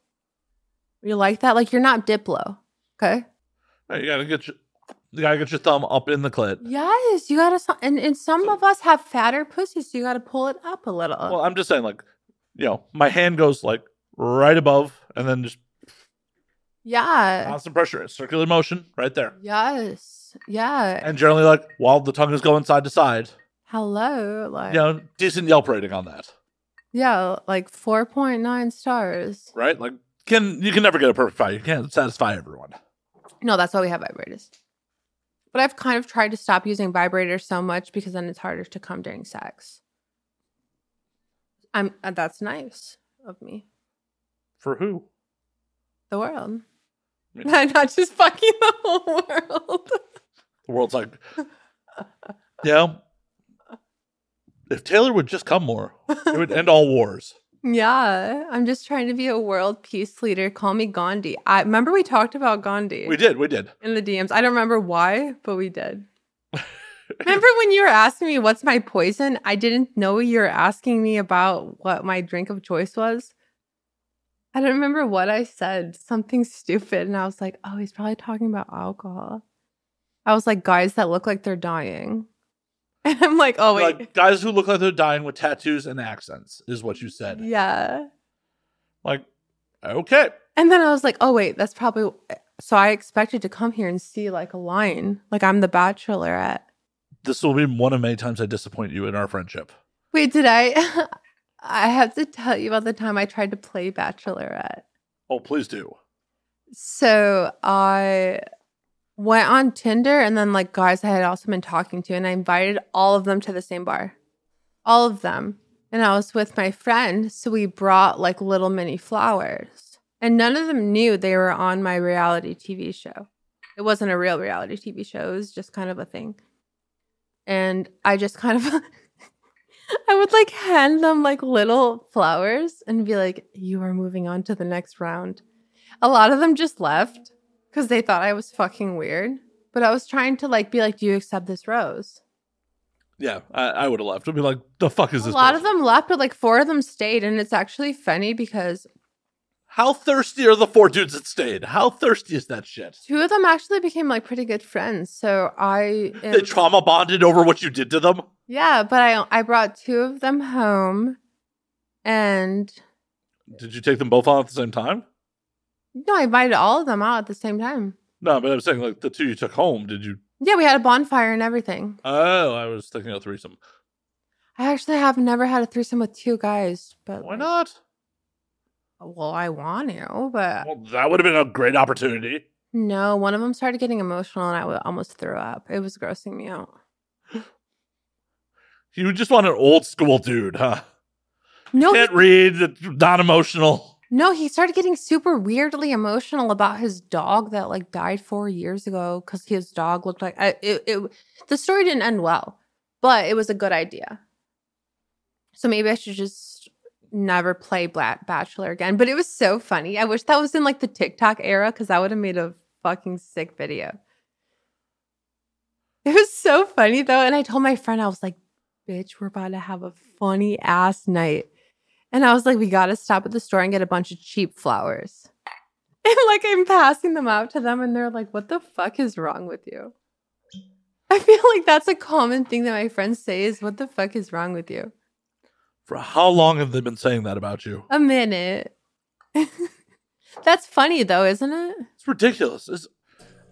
Speaker 3: you like that. Like you're not Diplo, okay?
Speaker 1: Hey, you gotta get your, you gotta get your thumb up in the clit.
Speaker 3: Yes, you gotta. so- And and some of us have fatter pussies, so you gotta pull it up a little.
Speaker 1: Well, I'm just saying, like, you know, my hand goes like right above, and then just
Speaker 3: Yeah.
Speaker 1: constant pressure, circular motion, right there.
Speaker 3: Yes. Yeah.
Speaker 1: And generally, like, while the tongue is going side to side,
Speaker 3: Hello. Like
Speaker 1: you know, decent Yelp rating on that,
Speaker 3: yeah, like four point nine stars.
Speaker 1: right? Like, can you can never get a perfect fight? You can't satisfy everyone.
Speaker 3: No, that's why we have vibrators. But I've kind of tried to stop using vibrators so much because then it's harder to come during sex. I'm uh, that's nice of me.
Speaker 1: For who?
Speaker 3: The world.
Speaker 1: Yeah.
Speaker 3: Not just fucking the whole world.
Speaker 1: The world's like, you know, if Taylor would just come more, it would end all wars.
Speaker 3: yeah. I'm just trying to be a world peace leader. Call me Gandhi. I remember we talked about Gandhi.
Speaker 1: We did, we did.
Speaker 3: in the DMs. I don't remember why, but we did. remember when you were asking me what's my poison? I didn't know you were asking me about what my drink of choice was. I don't remember what I said, something stupid. And I was like, oh, he's probably talking about alcohol. I was like, guys that look like they're dying. And I'm like, oh, wait.
Speaker 1: Like guys who look like they're dying with tattoos and accents is what you said.
Speaker 3: yeah.
Speaker 1: Like, okay.
Speaker 3: And then I was like, oh, wait, that's probably. So I expected to come here and see like a line, like I'm the bachelorette.
Speaker 1: this will be one of many times I disappoint you in our friendship.
Speaker 3: Wait, did I? I have to tell you about the time I tried to play Bachelorette.
Speaker 1: Oh, please do.
Speaker 3: So I went on Tinder and then like guys I had also been talking to, and I invited all of them to the same bar. All of them. and I was with my friend, so we brought like little mini flowers. And none of them knew they were on my reality TV show. It wasn't a real reality TV show, it was just kind of a thing. And I just kind of I would like hand them like little flowers and be like, "You are moving on to the next round." A lot of them just left cuz they thought I was fucking weird, but I was trying to like be like, "Do you accept this rose?"
Speaker 1: Yeah, I, I would have left. I'd be like, the fuck is
Speaker 3: a
Speaker 1: this?
Speaker 3: lot
Speaker 1: bitch?
Speaker 3: of them left, but like four of them stayed, and it's actually funny because
Speaker 1: How thirsty are the four dudes that stayed? How thirsty is that shit?
Speaker 3: two of them actually became like pretty good friends. So I, am-
Speaker 1: They trauma bonded over what you did to them.
Speaker 3: yeah, but I I brought two of them home, and
Speaker 1: Did you take them both on at the same time?
Speaker 3: no, I invited all of them out at the same time.
Speaker 1: No, but I'm saying like the two you took home. Did you?
Speaker 3: Yeah, we had a bonfire and everything.
Speaker 1: Oh, I was thinking a threesome.
Speaker 3: I actually have never had a threesome with two guys, but
Speaker 1: Why not?
Speaker 3: Well, I want to, but
Speaker 1: Well, that would have been a great opportunity.
Speaker 3: no. One of them started getting emotional, and I wa- almost threw up. It was grossing me out.
Speaker 1: You just want an old school dude, huh?
Speaker 3: No, he
Speaker 1: Can't read, not emotional.
Speaker 3: No, he started getting super weirdly emotional about his dog that like died four years ago because his dog looked like I, it, it. The story didn't end well, but it was a good idea. So maybe I should just never play Bla- Bachelor again. But it was so funny. I wish that was in like the TikTok era because I would have made a fucking sick video. It was so funny though, and I told my friend I was like, "Bitch, we're about to have a funny ass night." And I was like, we got to stop at the store and get a bunch of cheap flowers. And like, I'm passing them out to them, and they're like, what the fuck is wrong with you? I feel like that's a common thing that my friends say is, what the fuck is wrong with you?
Speaker 1: For how long have they been saying that about you?
Speaker 3: A minute. that's funny though, isn't it?
Speaker 1: It's ridiculous. It's,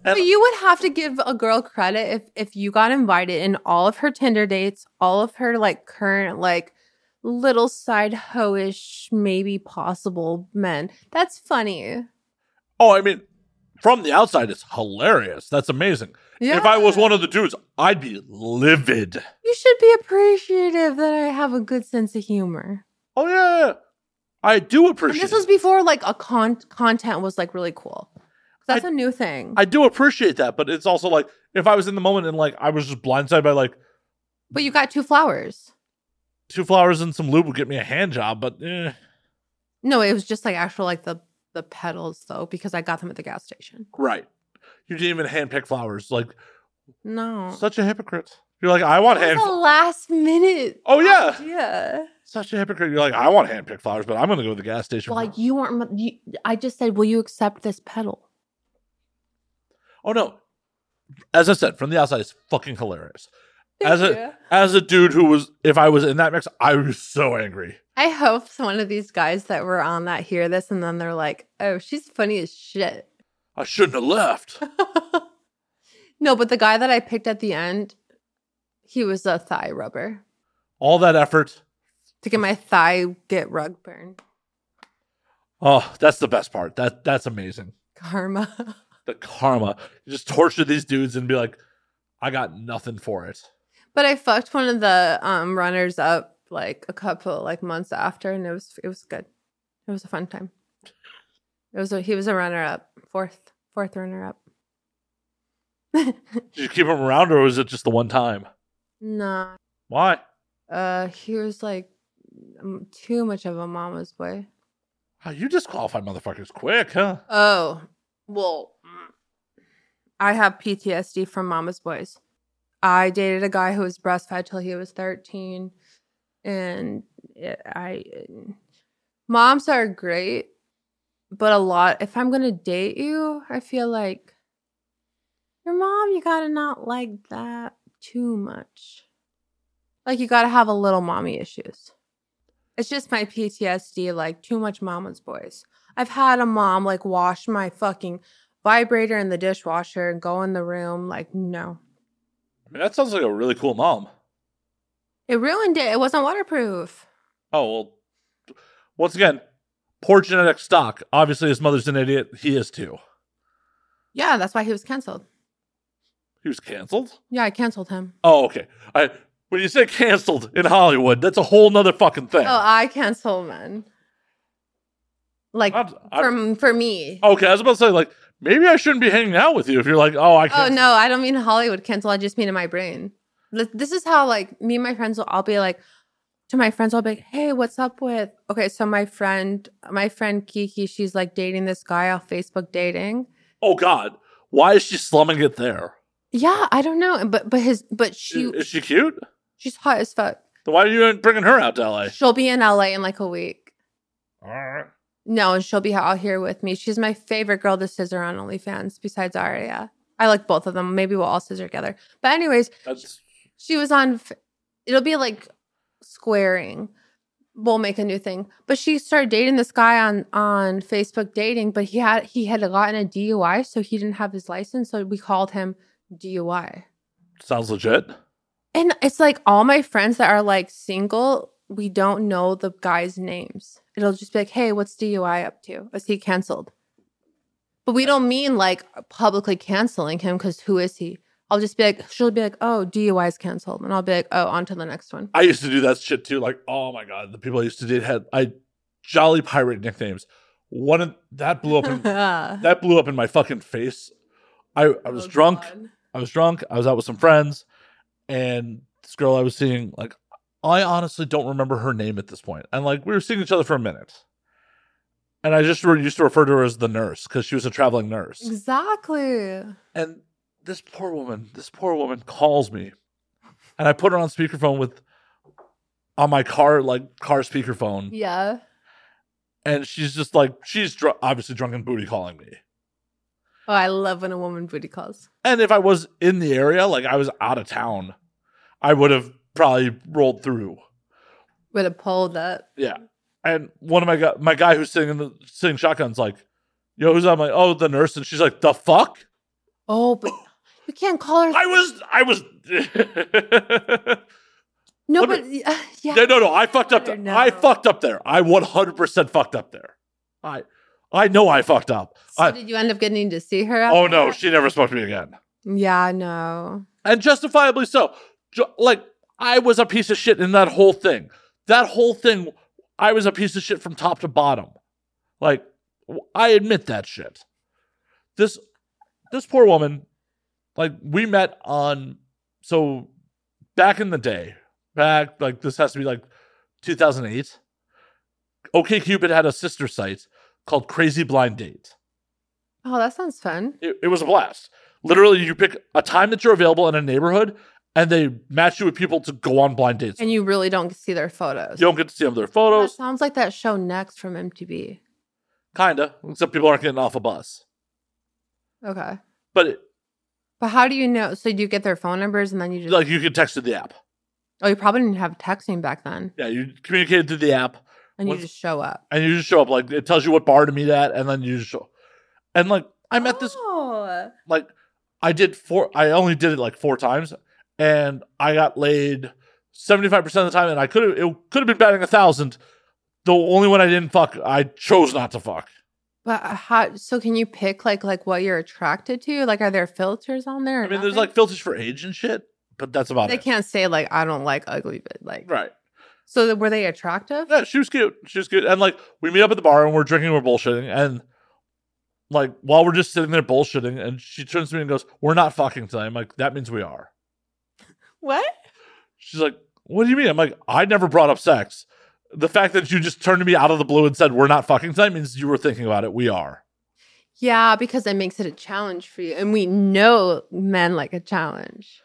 Speaker 1: and
Speaker 3: But you would have to give a girl credit if if you got invited in all of her Tinder dates, all of her like current like little side hoish maybe possible men. That's funny.
Speaker 1: oh, I mean, from the outside, it's hilarious. That's amazing.
Speaker 3: Yeah.
Speaker 1: If I was one of the dudes, I'd be livid.
Speaker 3: You should be appreciative that I have a good sense of humor.
Speaker 1: Oh yeah, yeah. I do
Speaker 3: And
Speaker 1: appreciate.
Speaker 3: this was before like a con- content was like really cool. 'Cause That's
Speaker 1: I-
Speaker 3: a new thing.
Speaker 1: I do appreciate that, but it's also like if I was in the moment and like I was just blindsided by like
Speaker 3: but you got two flowers.
Speaker 1: two flowers and some lube would get me a hand job, but eh,
Speaker 3: No, it was just like actual like the the petals though because I got them at the gas station.
Speaker 1: right. You didn't even handpick flowers. Like
Speaker 3: No.
Speaker 1: such a hypocrite. You're like I want
Speaker 3: That
Speaker 1: hand.
Speaker 3: was a last minute.
Speaker 1: Oh yeah,
Speaker 3: Yeah.
Speaker 1: such a hypocrite. You're like I want handpicked flowers, but I'm gonna go to the gas station.
Speaker 3: Well,
Speaker 1: for-
Speaker 3: like you weren't. mu- You, I just said, "Will you accept this pedal?"
Speaker 1: Oh no. As I said, from the outside, it's fucking hilarious. as a as a dude who was, if I was in that mix, I was so angry.
Speaker 3: I hope one of these guys that were on that hear this and then they're like, "Oh, she's funny as shit."
Speaker 1: I shouldn't have left.
Speaker 3: no, but the guy that I picked at the end, he was a thigh rubber
Speaker 1: All that effort.
Speaker 3: to get my thigh get rug burn
Speaker 1: Oh, that's the best part. That that's amazing.
Speaker 3: karma.
Speaker 1: The karma. You just torture these dudes and be like, I got nothing for it.
Speaker 3: but I fucked one of the um, runners up like a couple like months after, and it was it was good. It was a fun time. It was a, he was a runner up, fourth fourth runner up.
Speaker 1: Did you keep him around or was it just the one time?
Speaker 3: Nah,
Speaker 1: Why?
Speaker 3: uh, he was like m- too much of a mama's boy.
Speaker 1: Oh, you disqualify motherfuckers quick, huh?
Speaker 3: Oh, well, I have PTSD from Mama's Boys. I dated a guy who was breastfed till he was 13. And it- I, moms are great, but a lot, if I'm going to date you, I feel like your mom, you got to not like that too much. Like, you got to have a little mommy issues. It's just my PTSD, like, too much mama's boys. I've had a mom like wash my fucking vibrator in the dishwasher and go in the room. Like, no.
Speaker 1: I mean, that sounds like a really cool mom.
Speaker 3: It ruined it. It wasn't waterproof.
Speaker 1: Oh well. Once again, poor genetic stock. Obviously, his mother's an idiot. He is too.
Speaker 3: Yeah, that's why he was canceled.
Speaker 1: He was canceled.
Speaker 3: Yeah, I canceled him.
Speaker 1: Oh, okay. I When you say canceled in Hollywood, that's a whole nother fucking thing.
Speaker 3: Oh, I cancel men. Like
Speaker 1: I'm- I'm-
Speaker 3: from for me. Oh,
Speaker 1: okay, Oh, I was about to say, like, maybe I shouldn't be hanging out with you if you're like, oh, I can't.
Speaker 3: no, I don't mean Hollywood cancel. I just mean in my brain. Th- This is how like me and my friends will. I'll be like to my friends. I'll be like, hey, what's up with? Okay, so my friend, my friend Kiki, she's like dating this guy off Facebook dating.
Speaker 1: Oh, God. Why is she slumming it there?
Speaker 3: Yeah, I don't know, but but his but she
Speaker 1: Is she cute?
Speaker 3: she's hot as fuck.
Speaker 1: Then why are you bringing her out to LA?
Speaker 3: She'll be in LA in like a week.
Speaker 1: All right.
Speaker 3: No, and she'll be out here with me. She's my favorite girl to scissor on OnlyFans besides Aria. I like both of them. Maybe we'll all scissor together. But anyways,
Speaker 1: That's
Speaker 3: she was on. f- It'll be like squaring. We'll make a new thing. But she started dating this guy on on Facebook dating, but he had he had gotten a DUI, so he didn't have his license. So we called him DUI.
Speaker 1: sounds legit.
Speaker 3: And it's like all my friends that are like single, we don't know the guys' names. It'll just be like, hey, what's DUI up to? Is he canceled? But we don't mean like publicly canceling him because who is he? I'll just be like, she'll be like, oh, DUI is canceled. And I'll be like, oh, on to the next one.
Speaker 1: I used to do that shit too. Like, oh my god, the people I used to date had I jolly pirate nicknames. One of that blew up in,
Speaker 3: I
Speaker 1: that blew up in my fucking face. I, I
Speaker 3: Oh,
Speaker 1: was drunk. I was drunk. I was out with some friends, and this girl I was seeing, like, I honestly don't remember her name at this point. And like, we were seeing each other for a minute, and I just re- used to refer to her as the nurse because she was a traveling nurse.
Speaker 3: Exactly.
Speaker 1: And this poor woman, this poor woman calls me. And I put her on speakerphone with on my car, like car speakerphone.
Speaker 3: Yeah.
Speaker 1: And she's just like, she's dr- obviously drunk and booty calling me.
Speaker 3: Oh, I love when a woman booty calls.
Speaker 1: And if I was in the area, like I was out of town, I would have probably rolled through.
Speaker 3: With a pole that.
Speaker 1: Yeah. And one of my guy, my guy who's sitting in the sitting shotgun's like, yo, who's that? I'm like, oh, the nurse. And she's like, the fuck?
Speaker 3: Oh, but you can't call her.
Speaker 1: I was, I was.
Speaker 3: No,
Speaker 1: let
Speaker 3: but uh, yeah.
Speaker 1: No, no, no. I fucked up.
Speaker 3: Or no.
Speaker 1: I fucked up there. I 100% fucked up there. I I know I fucked up.
Speaker 3: So
Speaker 1: I,
Speaker 3: did you end up getting to see her? after
Speaker 1: oh no,
Speaker 3: that?
Speaker 1: she never spoke to me again.
Speaker 3: Yeah, no.
Speaker 1: And justifiably so. Ju- like I was a piece of shit in that whole thing. That whole thing I was a piece of shit from top to bottom. Like w- I admit that shit. This this poor woman like we met on so back in the day, back like this has to be like 2008. OKCupid had a sister site called Crazy Blind Date.
Speaker 3: Oh, that sounds fun.
Speaker 1: It, it was a blast. Literally, you pick a time that you're available in a neighborhood, and they match you with people to go on blind dates.
Speaker 3: And you really don't see their photos.
Speaker 1: you don't get to see them their
Speaker 3: that
Speaker 1: photos,
Speaker 3: sounds like that show next from MTV.
Speaker 1: kinda, except people aren't getting off a bus.
Speaker 3: Okay.
Speaker 1: But it,
Speaker 3: But how do you know? So do you get their phone numbers and then you just
Speaker 1: like you could text through the app.
Speaker 3: Oh, you probably didn't have texting back then.
Speaker 1: Yeah, you communicated through the app,
Speaker 3: And you
Speaker 1: What's-
Speaker 3: just show up.
Speaker 1: and you just show up. Like it tells you what bar to meet at, and then you just show. And like I met this
Speaker 3: Oh.
Speaker 1: like I did four I only did it like four times and I got laid 75% of the time and I could have it could have been batting a thousand. The only one I didn't fuck, I chose not to fuck.
Speaker 3: But how so can you pick like like what you're attracted to? Like are there filters on there? or
Speaker 1: I mean there's
Speaker 3: nothing?
Speaker 1: like filters for age and shit, but that's about
Speaker 3: they
Speaker 1: it.
Speaker 3: can't say like I don't like ugly but like
Speaker 1: Right.
Speaker 3: so that, were they attractive?
Speaker 1: Yeah, she was cute. She was cute. And like we meet up at the bar and we're drinking, we're bullshitting, and like while we're just sitting there bullshitting, and she turns to me and goes, We're not fucking tonight. I'm like, that means we are.
Speaker 3: What?
Speaker 1: She's like, "What do you mean?" I'm like, "I never brought up sex. The fact that you just turned to me out of the blue and said we're not fucking tonight means you were thinking about it. We are."
Speaker 3: Yeah, because it makes it a challenge for you. And we know men like a challenge.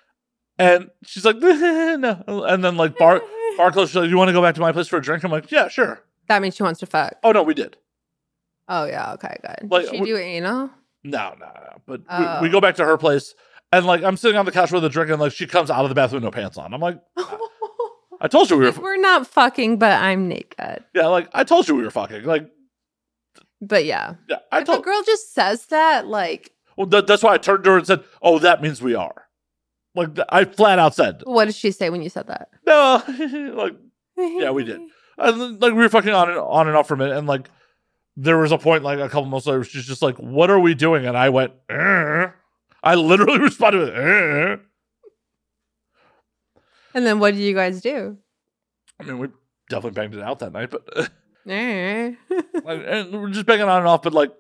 Speaker 1: And she's like, "No." And then like bar bar close, she's like, "Do you want to go back to my place for a drink?" I'm like, "Yeah, sure."
Speaker 3: That means she wants to fuck.
Speaker 1: Oh no, we did.
Speaker 3: Oh yeah, okay, good.
Speaker 1: Like,
Speaker 3: Did she
Speaker 1: we-
Speaker 3: do anal?
Speaker 1: No, no, no. But
Speaker 3: Oh.
Speaker 1: we, we go back to her place, and like I'm sitting on the couch with a drink, and like she comes out of the bathroom no pants on. I'm like, "I told you we were,
Speaker 3: Like, we're not fucking, but I'm naked.
Speaker 1: yeah, like I told you we were fucking." Like,
Speaker 3: But yeah,
Speaker 1: yeah, I
Speaker 3: if a
Speaker 1: told.
Speaker 3: girl just says that, like,
Speaker 1: Well, th- that's why I turned to her and said, "Oh, that means we are." Like th- I flat out said,
Speaker 3: what did she say when you said that?
Speaker 1: "No," like Yeah, we did. And then, like we were fucking on and on and off for a minute, and like there was a point like a couple months later, she's just like, "What are we doing?" And I went, "Eh." I literally responded with, "Eh."
Speaker 3: And then what do you guys do?
Speaker 1: I mean, we definitely banged it out that night, but
Speaker 3: Eh.
Speaker 1: like, and we're just banging on and off. But like,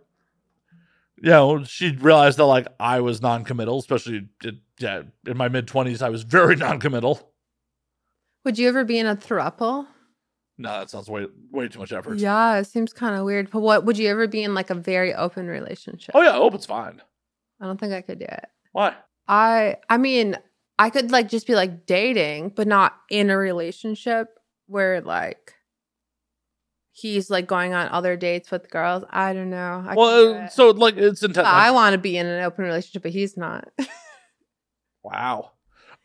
Speaker 1: you know, she realized that like I was non-committal, especially in, yeah, in my mid twenties. I was very non-committal.
Speaker 3: Would you ever be in a throuple?
Speaker 1: No, that sounds way way too much effort.
Speaker 3: Yeah, it seems kind of weird. But what would you ever be in like a very open relationship?
Speaker 1: Oh yeah, I hope it's fine.
Speaker 3: I don't think I could do it.
Speaker 1: Why?
Speaker 3: I I mean, I could like just be like dating, but not in a relationship where like he's like going on other dates with girls. I don't know. I
Speaker 1: well,
Speaker 3: could do
Speaker 1: uh,
Speaker 3: it.
Speaker 1: so like it's
Speaker 3: But
Speaker 1: intense.
Speaker 3: I want to be in an open relationship, but he's not.
Speaker 1: wow.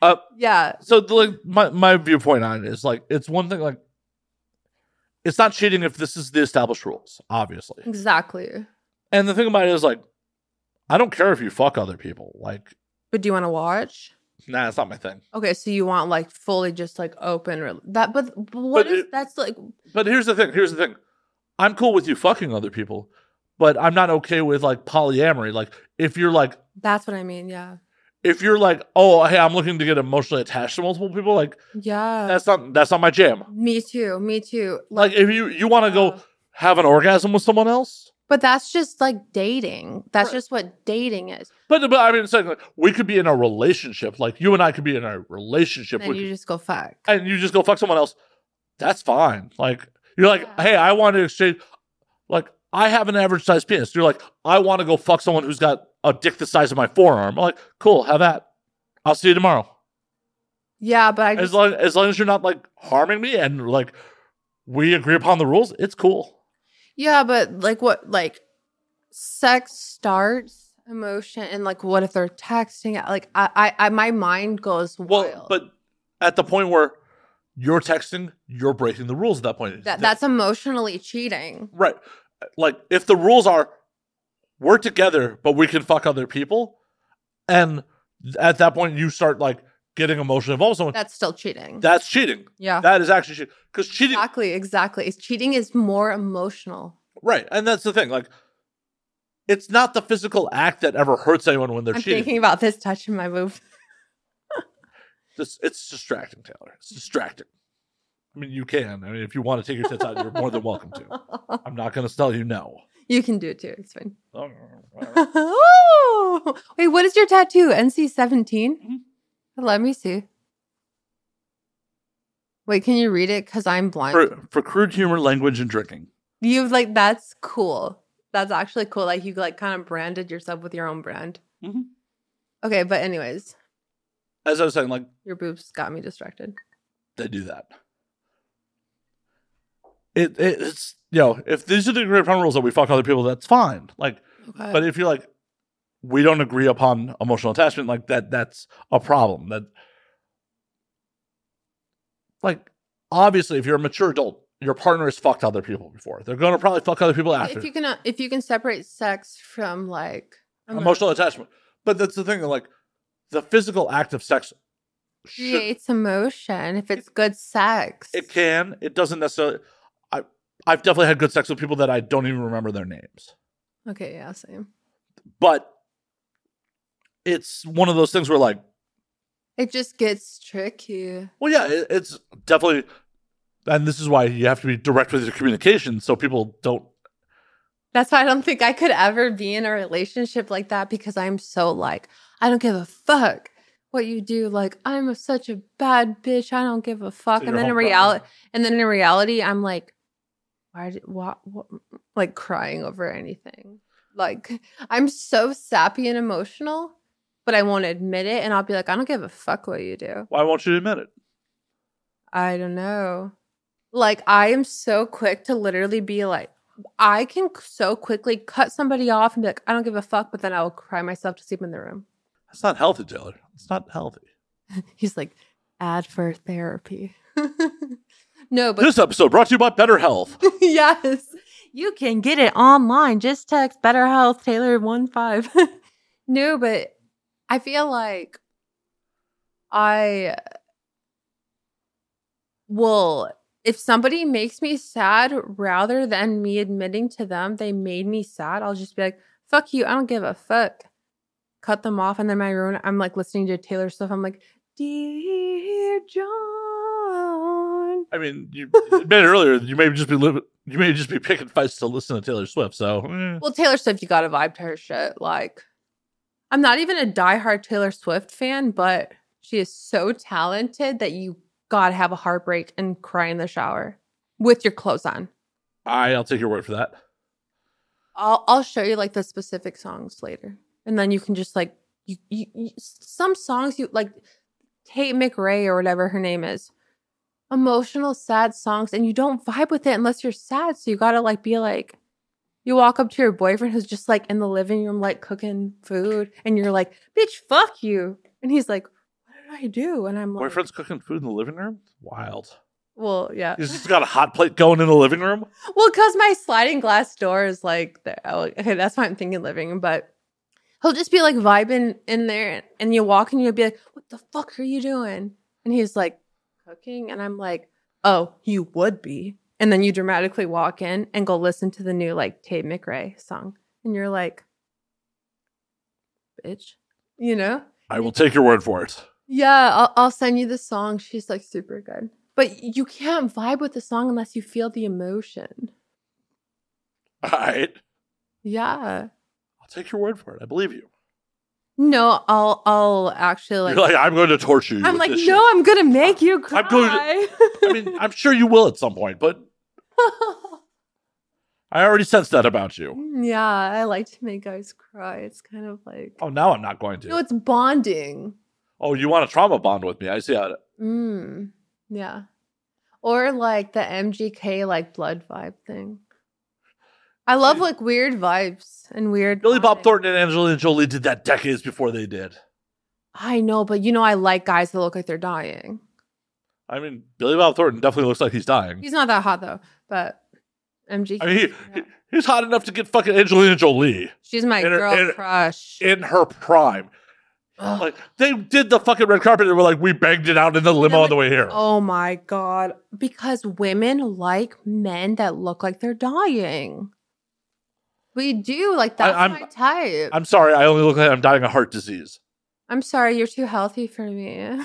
Speaker 1: Uh,
Speaker 3: yeah.
Speaker 1: so the, like my my viewpoint on it is like it's one thing like it's not cheating if this is the established rules, obviously.
Speaker 3: Mm. Exactly.
Speaker 1: And the thing about it is like I don't care if you fuck other people. Like,
Speaker 3: But do you want to watch?
Speaker 1: nah, it's not my thing.
Speaker 3: Okay, so you want like fully just like open re- that, but but what
Speaker 1: But
Speaker 3: is
Speaker 1: it-
Speaker 3: that's like?
Speaker 1: But here's the thing. Here's the thing. I'm cool with you fucking other people, but I'm not okay with like polyamory. Like if you're like
Speaker 3: That's what I mean. Yeah,
Speaker 1: if you're like, oh hey, I'm looking to get emotionally attached to multiple people, like
Speaker 3: yeah.
Speaker 1: that's not that's not my jam.
Speaker 3: me too. Me too.
Speaker 1: Like if you you want to go
Speaker 3: Yeah.
Speaker 1: have an orgasm with someone else,
Speaker 3: But that's just like dating. That's
Speaker 1: Right.
Speaker 3: just what dating is.
Speaker 1: But, but I mean, it's like, like, we could be in a relationship. Like you and I could be in a relationship,
Speaker 3: Then
Speaker 1: we
Speaker 3: you
Speaker 1: could-
Speaker 3: just go fuck.
Speaker 1: and you just go fuck someone else. That's fine. Like you're like,
Speaker 3: Yeah.
Speaker 1: hey, I want to exchange. Like I have an average size penis. You're like, I want to go fuck someone who's got a dick the size of my forearm. I'm like, cool, have that. I'll see you tomorrow.
Speaker 3: Yeah, but I
Speaker 1: As
Speaker 3: just
Speaker 1: long as long as you're not like harming me and like we agree upon the rules, it's cool.
Speaker 3: yeah, but like what like sex starts emotion and like what if they're texting? Like I I, I my mind goes
Speaker 1: Well,
Speaker 3: wild.
Speaker 1: but at the point where you're texting, you're breaking the rules at that point.
Speaker 3: that that's emotionally cheating.
Speaker 1: Right. Like if the rules are we're together, but we can fuck other people, and at that point you start like getting emotionally involved with someone,
Speaker 3: That's still cheating.
Speaker 1: that's cheating.
Speaker 3: yeah.
Speaker 1: That is actually cheating. Because cheating
Speaker 3: exactly, exactly. It's- Cheating is more emotional.
Speaker 1: right. And that's the thing. Like it's not the physical act that ever hurts anyone when they're
Speaker 3: I'm
Speaker 1: cheating.
Speaker 3: thinking about this touch in my boob.
Speaker 1: This- it's distracting, Taylor. It's distracting. I mean, you can. I mean, if you want to take your tits out, you're more than welcome to. I'm not going to tell you no.
Speaker 3: You can do it too. It's fine.
Speaker 1: All
Speaker 3: Ooh. Oh, Wait, what is your tattoo? NC 17? Let me see. Wait, can you read it? Because I'm blind.
Speaker 1: For, for crude humor, language, and drinking.
Speaker 3: You've like, that's cool. That's actually cool. Like, you like kind of branded yourself with your own brand.
Speaker 1: Mhm.
Speaker 3: Okay, but anyways,
Speaker 1: As I was saying, like
Speaker 3: your boobs got me distracted.
Speaker 1: they do that. It, it it's you know if these are the agreed upon rules that we fuck other people, that's fine. Like,
Speaker 3: Okay.
Speaker 1: but if you're like, we don't agree upon emotional attachment, like that, that's a problem. That, like, obviously, if you're a mature adult, your partner has fucked other people before. They're gonna probably fuck other people after
Speaker 3: if you can, uh, if you can separate sex from like
Speaker 1: emotional attachment. But that's the thing, like, the physical act of sex should
Speaker 3: creates emotion if it's good sex.
Speaker 1: It can. It doesn't necessarily. I I've definitely had good sex with people that I don't even remember their names.
Speaker 3: okay, yeah, same.
Speaker 1: But it's one of those things where like,
Speaker 3: It just gets tricky.
Speaker 1: well, yeah, it, it's definitely. And this is why you have to be direct with your communication, so people don't.
Speaker 3: That's why I don't think I could ever be in a relationship like that because I'm so like, I don't give a fuck what you do. Like, I'm such a bad bitch. I don't give a fuck.
Speaker 1: So
Speaker 3: and
Speaker 1: you're
Speaker 3: then in
Speaker 1: homecoming.
Speaker 3: reality, and then in reality, I'm like, why did what, what like crying over anything? Like, I'm so sappy and emotional, but I won't admit it. And I'll be like, I don't give a fuck what you do.
Speaker 1: Why won't you admit it?
Speaker 3: I don't know. Like I am so quick to literally be like, I can so quickly cut somebody off and be like, I don't give a fuck, but then I will cry myself to sleep in the room.
Speaker 1: That's not healthy, Taylor. It's not healthy.
Speaker 3: He's like, ad for therapy. no, but
Speaker 1: this episode brought to you by Better Health.
Speaker 3: yes, you can get it online. Just text Better Health Taylor one five. no, but I feel like I will if somebody makes me sad rather than me admitting to them they made me sad. I'll just be like, "Fuck you! I don't give a fuck." Cut them off, and then my room. I'm like listening to Taylor stuff. I'm like. Dear John.
Speaker 1: I mean, you admitted earlier that you may just be living, you may just be picking fights to listen to Taylor Swift. So, eh.
Speaker 3: Well, Taylor Swift, you got to vibe to her shit. Like, I'm not even a diehard Taylor Swift fan, but she is so talented that you got to have a heartbreak and cry in the shower with your clothes on.
Speaker 1: I, I'll take your word for that.
Speaker 3: I'll I'll show you like the specific songs later, and then you can just like you, you, you some songs you like Tate McRae or whatever her name is, emotional sad songs, and you don't vibe with it unless you're sad. So you gotta like be like, you walk up to your boyfriend who's just like in the living room like cooking food, and you're like, bitch, fuck you, and he's like, what did I do? And I'm like,
Speaker 1: Boyfriend's cooking food in the living room. Wild.
Speaker 3: well, yeah,
Speaker 1: He's just got a hot plate going in the living room.
Speaker 3: Well, because my sliding glass door is like, the, oh, okay, that's why I'm thinking living, but he'll just be like vibing in there and you walk and you'll be like, what the fuck are you doing? And he's like, cooking. And I'm like, oh, you would be. And then you dramatically walk in and go listen to the new like Tate McRae song. And you're like, bitch, you know?
Speaker 1: I will take your word for it.
Speaker 3: Yeah, I'll, I'll send you the song. She's like super good. But you can't vibe with the song unless you feel the emotion.
Speaker 1: All right.
Speaker 3: Yeah.
Speaker 1: I'll take your word for it. I believe you.
Speaker 3: No, I'll I'll actually like,
Speaker 1: You're like, I'm going to torture you.
Speaker 3: I'm
Speaker 1: with
Speaker 3: like, no,
Speaker 1: this
Speaker 3: I'm gonna make you cry.
Speaker 1: I'm going to- shit." I mean, I'm sure you will at some point, but I already sensed that about you.
Speaker 3: yeah, I like to make guys cry. It's kind of like
Speaker 1: Oh, now I'm not going to.
Speaker 3: no, it's bonding.
Speaker 1: oh, you want a trauma bond with me? I see how. It,
Speaker 3: Mm. Yeah. Or like the MGK like blood vibe thing. I love like weird vibes and weird
Speaker 1: Billy Bob
Speaker 3: bonding.
Speaker 1: Thornton and Angelina Jolie did that decades before they did.
Speaker 3: I know, but you know I like guys that look like they're dying.
Speaker 1: I mean, Billy Bob Thornton definitely looks like he's dying.
Speaker 3: He's not that hot though, but MGK.
Speaker 1: I mean, he, he- he's hot enough to get fucking Angelina Jolie
Speaker 3: she's my
Speaker 1: and her-
Speaker 3: girl
Speaker 1: and her-
Speaker 3: crush.
Speaker 1: in her prime.
Speaker 3: Ugh.
Speaker 1: Like they did the fucking red carpet and were like, we banged it out in the limo on the way here.
Speaker 3: Oh my god. Because women like men that look like they're dying. We do. Like that's
Speaker 1: I'm-
Speaker 3: my type. I'm,
Speaker 1: I'm sorry, I only look like I'm dying of heart disease.
Speaker 3: sorry, you're too healthy for me.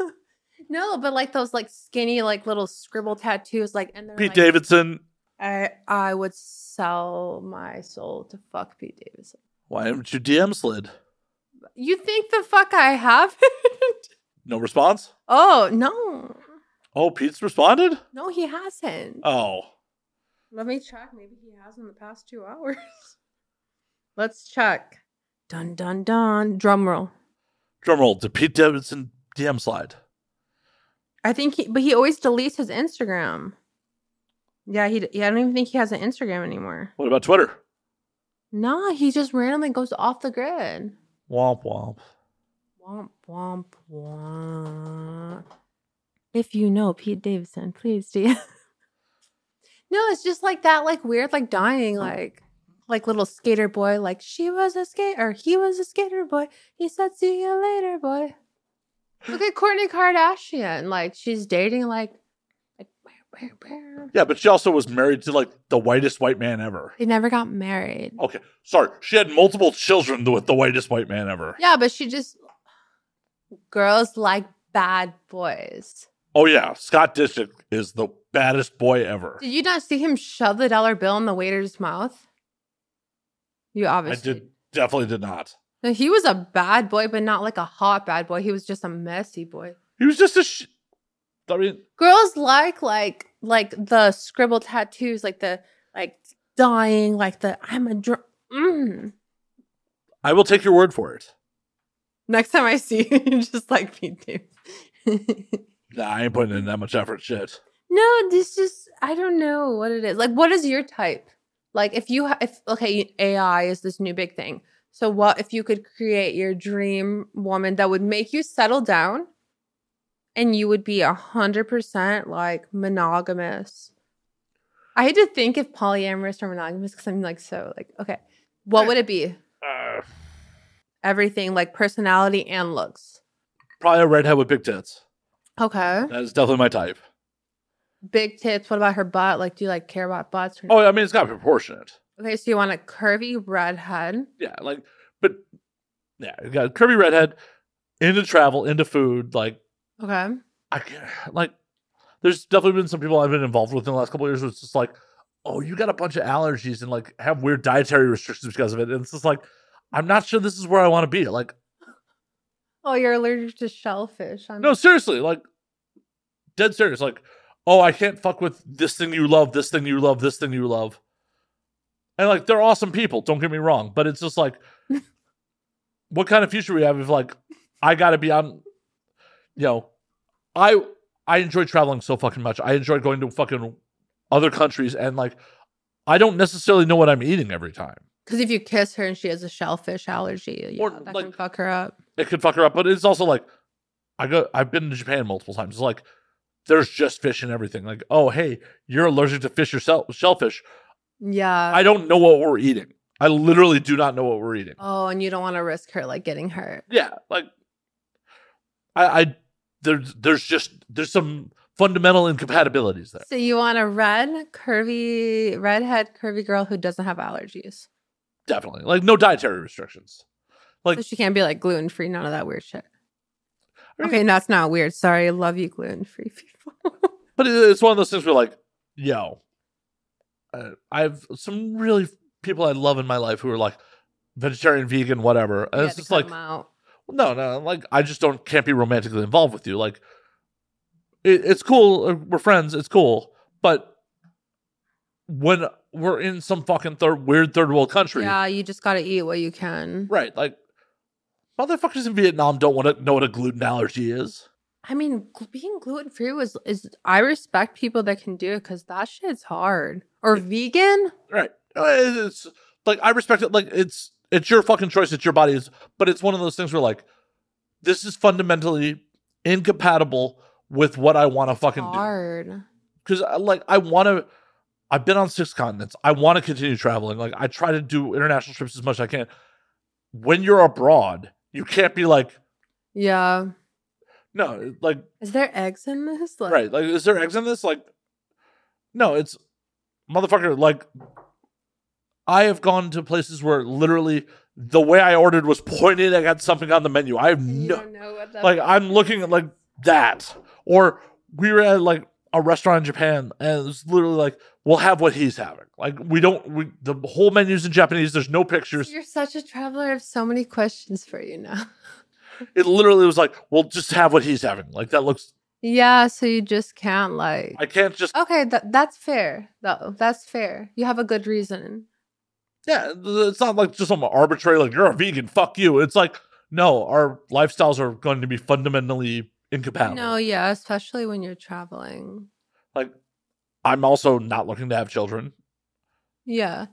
Speaker 3: no, but like those like skinny, like little scribble tattoos, like and they're
Speaker 1: Pete
Speaker 3: like,
Speaker 1: Davidson,
Speaker 3: I I would sell my soul to fuck Pete Davidson.
Speaker 1: why haven't you DM slid?
Speaker 3: You think the fuck I haven't?
Speaker 1: No response.
Speaker 3: oh no.
Speaker 1: Oh, Pete's responded.
Speaker 3: No, he hasn't.
Speaker 1: Oh,
Speaker 3: Let me check. Maybe he has in the past two hours. Let's check. Dun dun dun. Drum roll.
Speaker 1: drum roll. Did Pete Davidson DM slide?
Speaker 3: I think he, but he always deletes his Instagram. Yeah, he. Yeah, I don't even think he has an Instagram anymore.
Speaker 1: What about Twitter?
Speaker 3: Nah, he just randomly goes off the grid.
Speaker 1: Womp womp.
Speaker 3: Womp womp womp. If you know Pete Davidson, please do. no, it's just like that, like weird, like dying, like like little skater boy, like she was a skater, he was a skater boy. He said, "See you later, boy." Look at Courtney Kardashian, like she's dating like. like
Speaker 1: Yeah, but she also was married to like the whitest white man ever.
Speaker 3: They never got married.
Speaker 1: Okay, sorry. She had multiple children with the whitest white man ever.
Speaker 3: Yeah, but she just girls like bad boys.
Speaker 1: Oh yeah, Scott Disick is the baddest boy ever.
Speaker 3: Did you not see him shove the dollar bill in the waiter's mouth? You
Speaker 1: I
Speaker 3: obviously.
Speaker 1: did definitely did not.
Speaker 3: No, he was a bad boy, but not like a hot bad boy. He was just a messy boy.
Speaker 1: He was just a. Sh- I mean,
Speaker 3: Girls like like like the scribble tattoos, like the like dying, like the I'm a dr- mm.
Speaker 1: I will take your word for it.
Speaker 3: Next time I see you, you're just like me too.
Speaker 1: Nah, I ain't putting in that much effort. Shit.
Speaker 3: No, this is I don't know what it is. Like, what is your type? Like, if you ha- if okay, AI is this new big thing. So, what if you could create your dream woman that would make you settle down, and you would be a hundred percent like monogamous? I had to think if polyamorous or monogamous because I'm like so like okay, what would it be?
Speaker 1: Uh,
Speaker 3: Everything like personality and looks.
Speaker 1: probably a redhead with big tits.
Speaker 3: Okay,
Speaker 1: That is definitely my type.
Speaker 3: big tits. What about her butt? Like, do you like care about butts? Or
Speaker 1: Oh, I mean, it's got to be proportionate.
Speaker 3: Okay, so you want a curvy redhead.
Speaker 1: Yeah, like, but yeah, you got a curvy redhead, into travel, into food. Like
Speaker 3: Okay.
Speaker 1: I can't, like there's definitely been some people I've been involved with in the last couple of years where it's just like, oh, you got a bunch of allergies and like have weird dietary restrictions because of it. And it's just like, I'm not sure this is where I want to be. Like,
Speaker 3: Oh, you're allergic to shellfish. I'm
Speaker 1: no, seriously, like dead serious. Like, oh, I can't fuck with this thing you love, this thing you love, this thing you love. And like they're awesome people, don't get me wrong. But it's just like what kind of future we have if like I gotta be on you know, I I enjoy traveling so fucking much. I enjoy going to fucking other countries and like I don't necessarily know what I'm eating every time.
Speaker 3: Because if you kiss her and she has a shellfish allergy, yeah,
Speaker 1: Or,
Speaker 3: that
Speaker 1: like-
Speaker 3: can fuck her up.
Speaker 1: it could fuck her up. But it's also like I go I've been to Japan multiple times. It's like there's just fish and everything. Like, oh hey, you're allergic to fish yourself shellfish.
Speaker 3: Yeah.
Speaker 1: I don't know what we're eating. I literally do not know what we're eating.
Speaker 3: oh, and you don't want to risk her like getting hurt.
Speaker 1: Yeah, like I, I there's there's just there's some fundamental incompatibilities there.
Speaker 3: So you want a red, curvy, redhead, curvy girl who doesn't have allergies.
Speaker 1: Definitely. Like no dietary restrictions. Like-
Speaker 3: so she can't be like gluten free, none of that weird shit.
Speaker 1: I mean-
Speaker 3: Okay, that's not weird. Sorry, I love you, gluten free people.
Speaker 1: But it, it's one of those things where, like, yo, uh, I have some really people I love in my life who are like vegetarian, vegan, whatever. And
Speaker 3: You had
Speaker 1: it's
Speaker 3: to
Speaker 1: just like,
Speaker 3: come out.
Speaker 1: no, no, like I just don't can't be romantically involved with you. Like, it, it's cool. uh, We're friends. It's cool. But when we're in some fucking third weird third world country,
Speaker 3: yeah, you just gotta eat what you can.
Speaker 1: right? Like, motherfuckers in Vietnam don't want to know what a gluten allergy is.
Speaker 3: I mean, gl- being gluten free was is I respect people that can do it because that shit's hard. Or vegan,
Speaker 1: Right. Uh, It's like I respect it. Like it's it's your fucking choice. It's your body. It's, but it's one of those things where like this is fundamentally incompatible with what I want to fucking do.
Speaker 3: hard.
Speaker 1: Because like I want to. I've been on six continents. I want to continue traveling. Like I try to do international trips as much as I can. When you're abroad, you can't be like
Speaker 3: Yeah.
Speaker 1: no, like
Speaker 3: Is there eggs in this? Like,
Speaker 1: right. Like is there eggs in this? Like no, it's motherfucker. Like I have gone to places where literally the way I ordered was pointed I got something on the menu. I have
Speaker 3: and you
Speaker 1: no
Speaker 3: don't know what that
Speaker 1: like I'm looking at like that. Or we were at like a restaurant in Japan and it was literally like we'll have what he's having. Like we don't we the whole menu's in Japanese, there's no pictures.
Speaker 3: You're such a traveler. I have so many questions for you now.
Speaker 1: It literally was like, we'll just have what he's having. Like that looks
Speaker 3: Yeah, so you just can't like.
Speaker 1: I can't just
Speaker 3: okay, th- that's fair though. That's fair. You have a good reason.
Speaker 1: Yeah, th- it's not like just some arbitrary like you're a vegan, fuck you. It's like no, our lifestyles are going to be fundamentally incompatible.
Speaker 3: No, yeah, especially when you're traveling.
Speaker 1: Like I'm also not looking to have children,
Speaker 3: Yeah.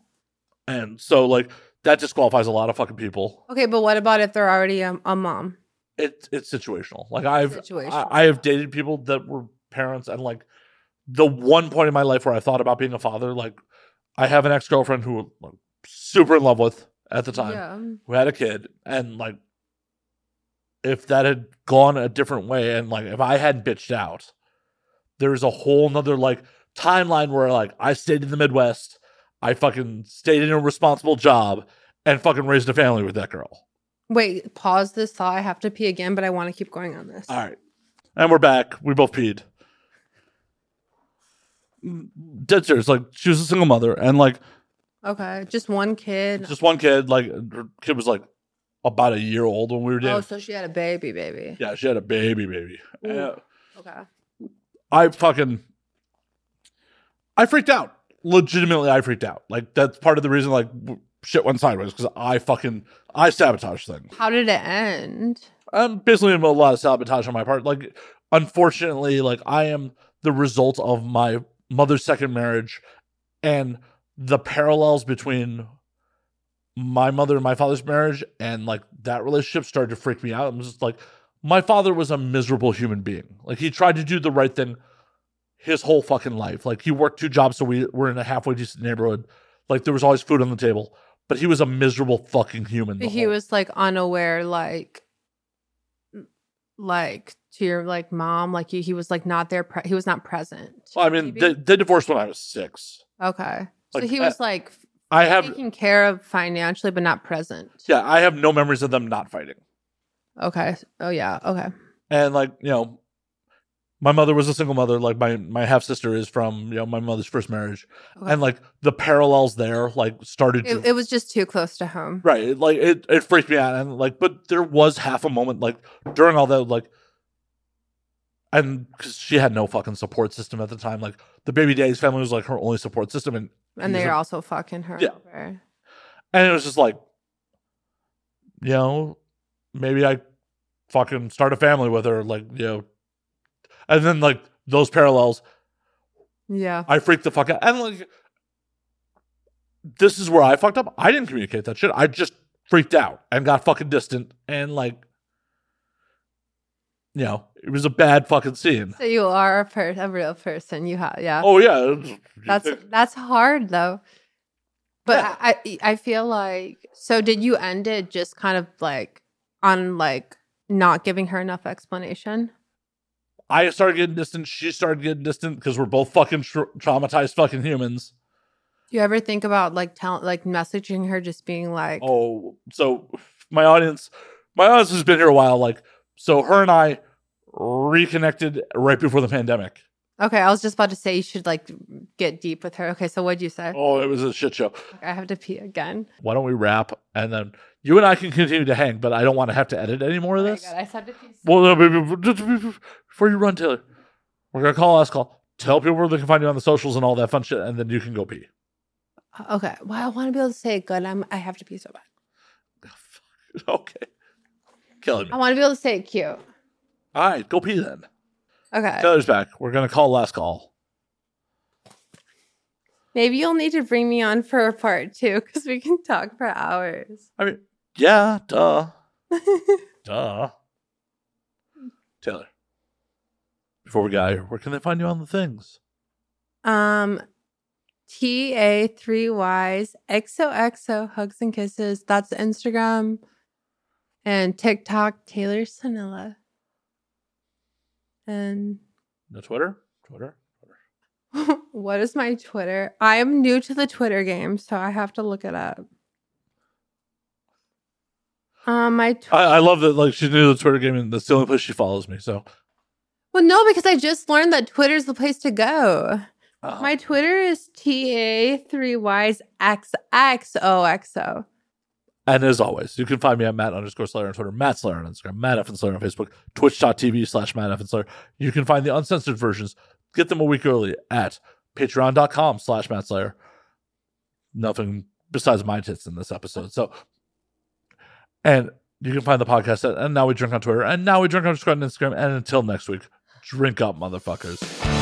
Speaker 1: and so like that disqualifies a lot of fucking people.
Speaker 3: Okay, but what about if they're already a, a mom?
Speaker 1: It it's situational. Like I've
Speaker 3: Situational.
Speaker 1: I, I have dated people that were parents, and like the one point in my life where I thought about being a father, like I have an ex girlfriend who I'm super in love with at the time.
Speaker 3: Yeah.
Speaker 1: who had a kid and like if that had gone a different way and like if i hadn't bitched out there's a whole nother like timeline where like i stayed in the midwest i fucking stayed in a responsible job and fucking raised a family with that girl
Speaker 3: Wait, pause this thought. I have to pee again, but I want to keep going on this.
Speaker 1: all right and we're back we both peed dead serious like she was a single mother and like
Speaker 3: Okay, just one kid.
Speaker 1: just one kid like her kid was like about a year old when we were dating
Speaker 3: Oh, so she had a baby, baby.
Speaker 1: yeah she had a baby baby
Speaker 3: Ooh.
Speaker 1: Yeah.
Speaker 3: Okay.
Speaker 1: I fucking I freaked out. Legitimately, I freaked out. Like that's part of the reason like w- shit went sideways because I fucking I sabotage things.
Speaker 3: How did it end?
Speaker 1: I'm basically a lot of sabotage on my part. Like unfortunately, like I am the result of my mother's second marriage and the parallels between my mother and my father's marriage and like that relationship started to freak me out. I'm just like, my father was a miserable human being. Like he tried to do the right thing his whole fucking life. Like he worked two jobs so we were in a halfway decent neighborhood. Like there was always food on the table. But he was a miserable fucking human. the
Speaker 3: he
Speaker 1: whole-
Speaker 3: was like unaware like like to your like mom like he, he was like not there pre- he was not present
Speaker 1: Well, I mean,
Speaker 3: maybe?
Speaker 1: they, they divorced when I was six.
Speaker 3: okay
Speaker 1: like,
Speaker 3: so he
Speaker 1: uh,
Speaker 3: was like f-
Speaker 1: I have
Speaker 3: taken care of financially but not present
Speaker 1: yeah, I have no memories of them not fighting.
Speaker 3: Okay. Oh yeah. Okay.
Speaker 1: and like you know my mother was a single mother like my my half sister is from you know my mother's first marriage
Speaker 3: Okay.
Speaker 1: and like the parallels there like started to
Speaker 3: It, it was just too close to home.
Speaker 1: right it, like it, it freaked me out and like but there was half a moment like during all that like and 'cause she had no fucking support system at the time like the baby daddy's family was like her only support system and
Speaker 3: And they
Speaker 1: Usually-
Speaker 3: are also fucking her
Speaker 1: Yeah.
Speaker 3: over.
Speaker 1: and it was just like you know maybe i fucking start a family with her like you know and then like those parallels
Speaker 3: Yeah.
Speaker 1: I freaked the fuck out. And like, this is where I fucked up. I didn't communicate that shit. I just freaked out and got fucking distant. And like, you know, it was a bad fucking scene.
Speaker 3: So you are a per- a real person. You have yeah.
Speaker 1: Oh yeah, it's-
Speaker 3: That's that's hard though. But
Speaker 1: Yeah.
Speaker 3: I I I feel like so did you end it just kind of like on like not giving her enough explanation?
Speaker 1: I started getting distant. She started getting distant because we're both fucking tra- traumatized fucking humans.
Speaker 3: Do you ever think about like tell like messaging her just being like
Speaker 1: Oh, so my audience, my audience has been here a while. Like, so her and I reconnected right before the pandemic.
Speaker 3: Okay, I was just about to say you should like get deep with her. Okay, so what'd you say?
Speaker 1: Oh, it was a shit show.
Speaker 3: Okay, I have to pee again.
Speaker 1: why don't we wrap and then you and I can continue to hang, but I don't want to have to edit any more of
Speaker 3: Oh my
Speaker 1: this.
Speaker 3: God, I just have to pee.
Speaker 1: well, no, but- but- but- but- before you run, Taylor, we're gonna call us call. Tell people where they can find you on the socials and all that fun shit, and then you can go pee.
Speaker 3: Okay, well, I want to be able to say it good. I'm I have to pee so bad.
Speaker 1: okay, killing me.
Speaker 3: I want to be able to say it cute.
Speaker 1: All right, go pee then.
Speaker 3: Okay,
Speaker 1: Taylor's back. We're gonna call last call.
Speaker 3: maybe you'll need to bring me on for a part two because we can talk for hours.
Speaker 1: I mean, yeah, duh, duh. Taylor, before we go, where can they find you on the things?
Speaker 3: Um, T A three Y's XOXO hugs and kisses. That's Instagram and TikTok. Taylor Sanilla and.
Speaker 1: No Twitter, Twitter.
Speaker 3: what is my Twitter? I am new to the Twitter game, so I have to look it up. Um, my tw-
Speaker 1: I, I love that like she's new to the Twitter game and that's the only place she follows me. So
Speaker 3: well, no, because I just learned that Twitter's the place to go.
Speaker 1: uh,
Speaker 3: My Twitter is T A three Y's X X O X O.
Speaker 1: and as always, you can find me at Matt underscore Slayer on Twitter, Matt Slayer on Instagram, Matt F and Slayer on Facebook, twitch.tv slash Matt F and Slayer. You can find the uncensored versions, get them a week early at patreon.com slash Matt Slayer. Nothing besides my tits in this episode. So and you can find the podcast at and now we drink on Twitter and now we drink underscore on Instagram. And until next week, drink up, motherfuckers.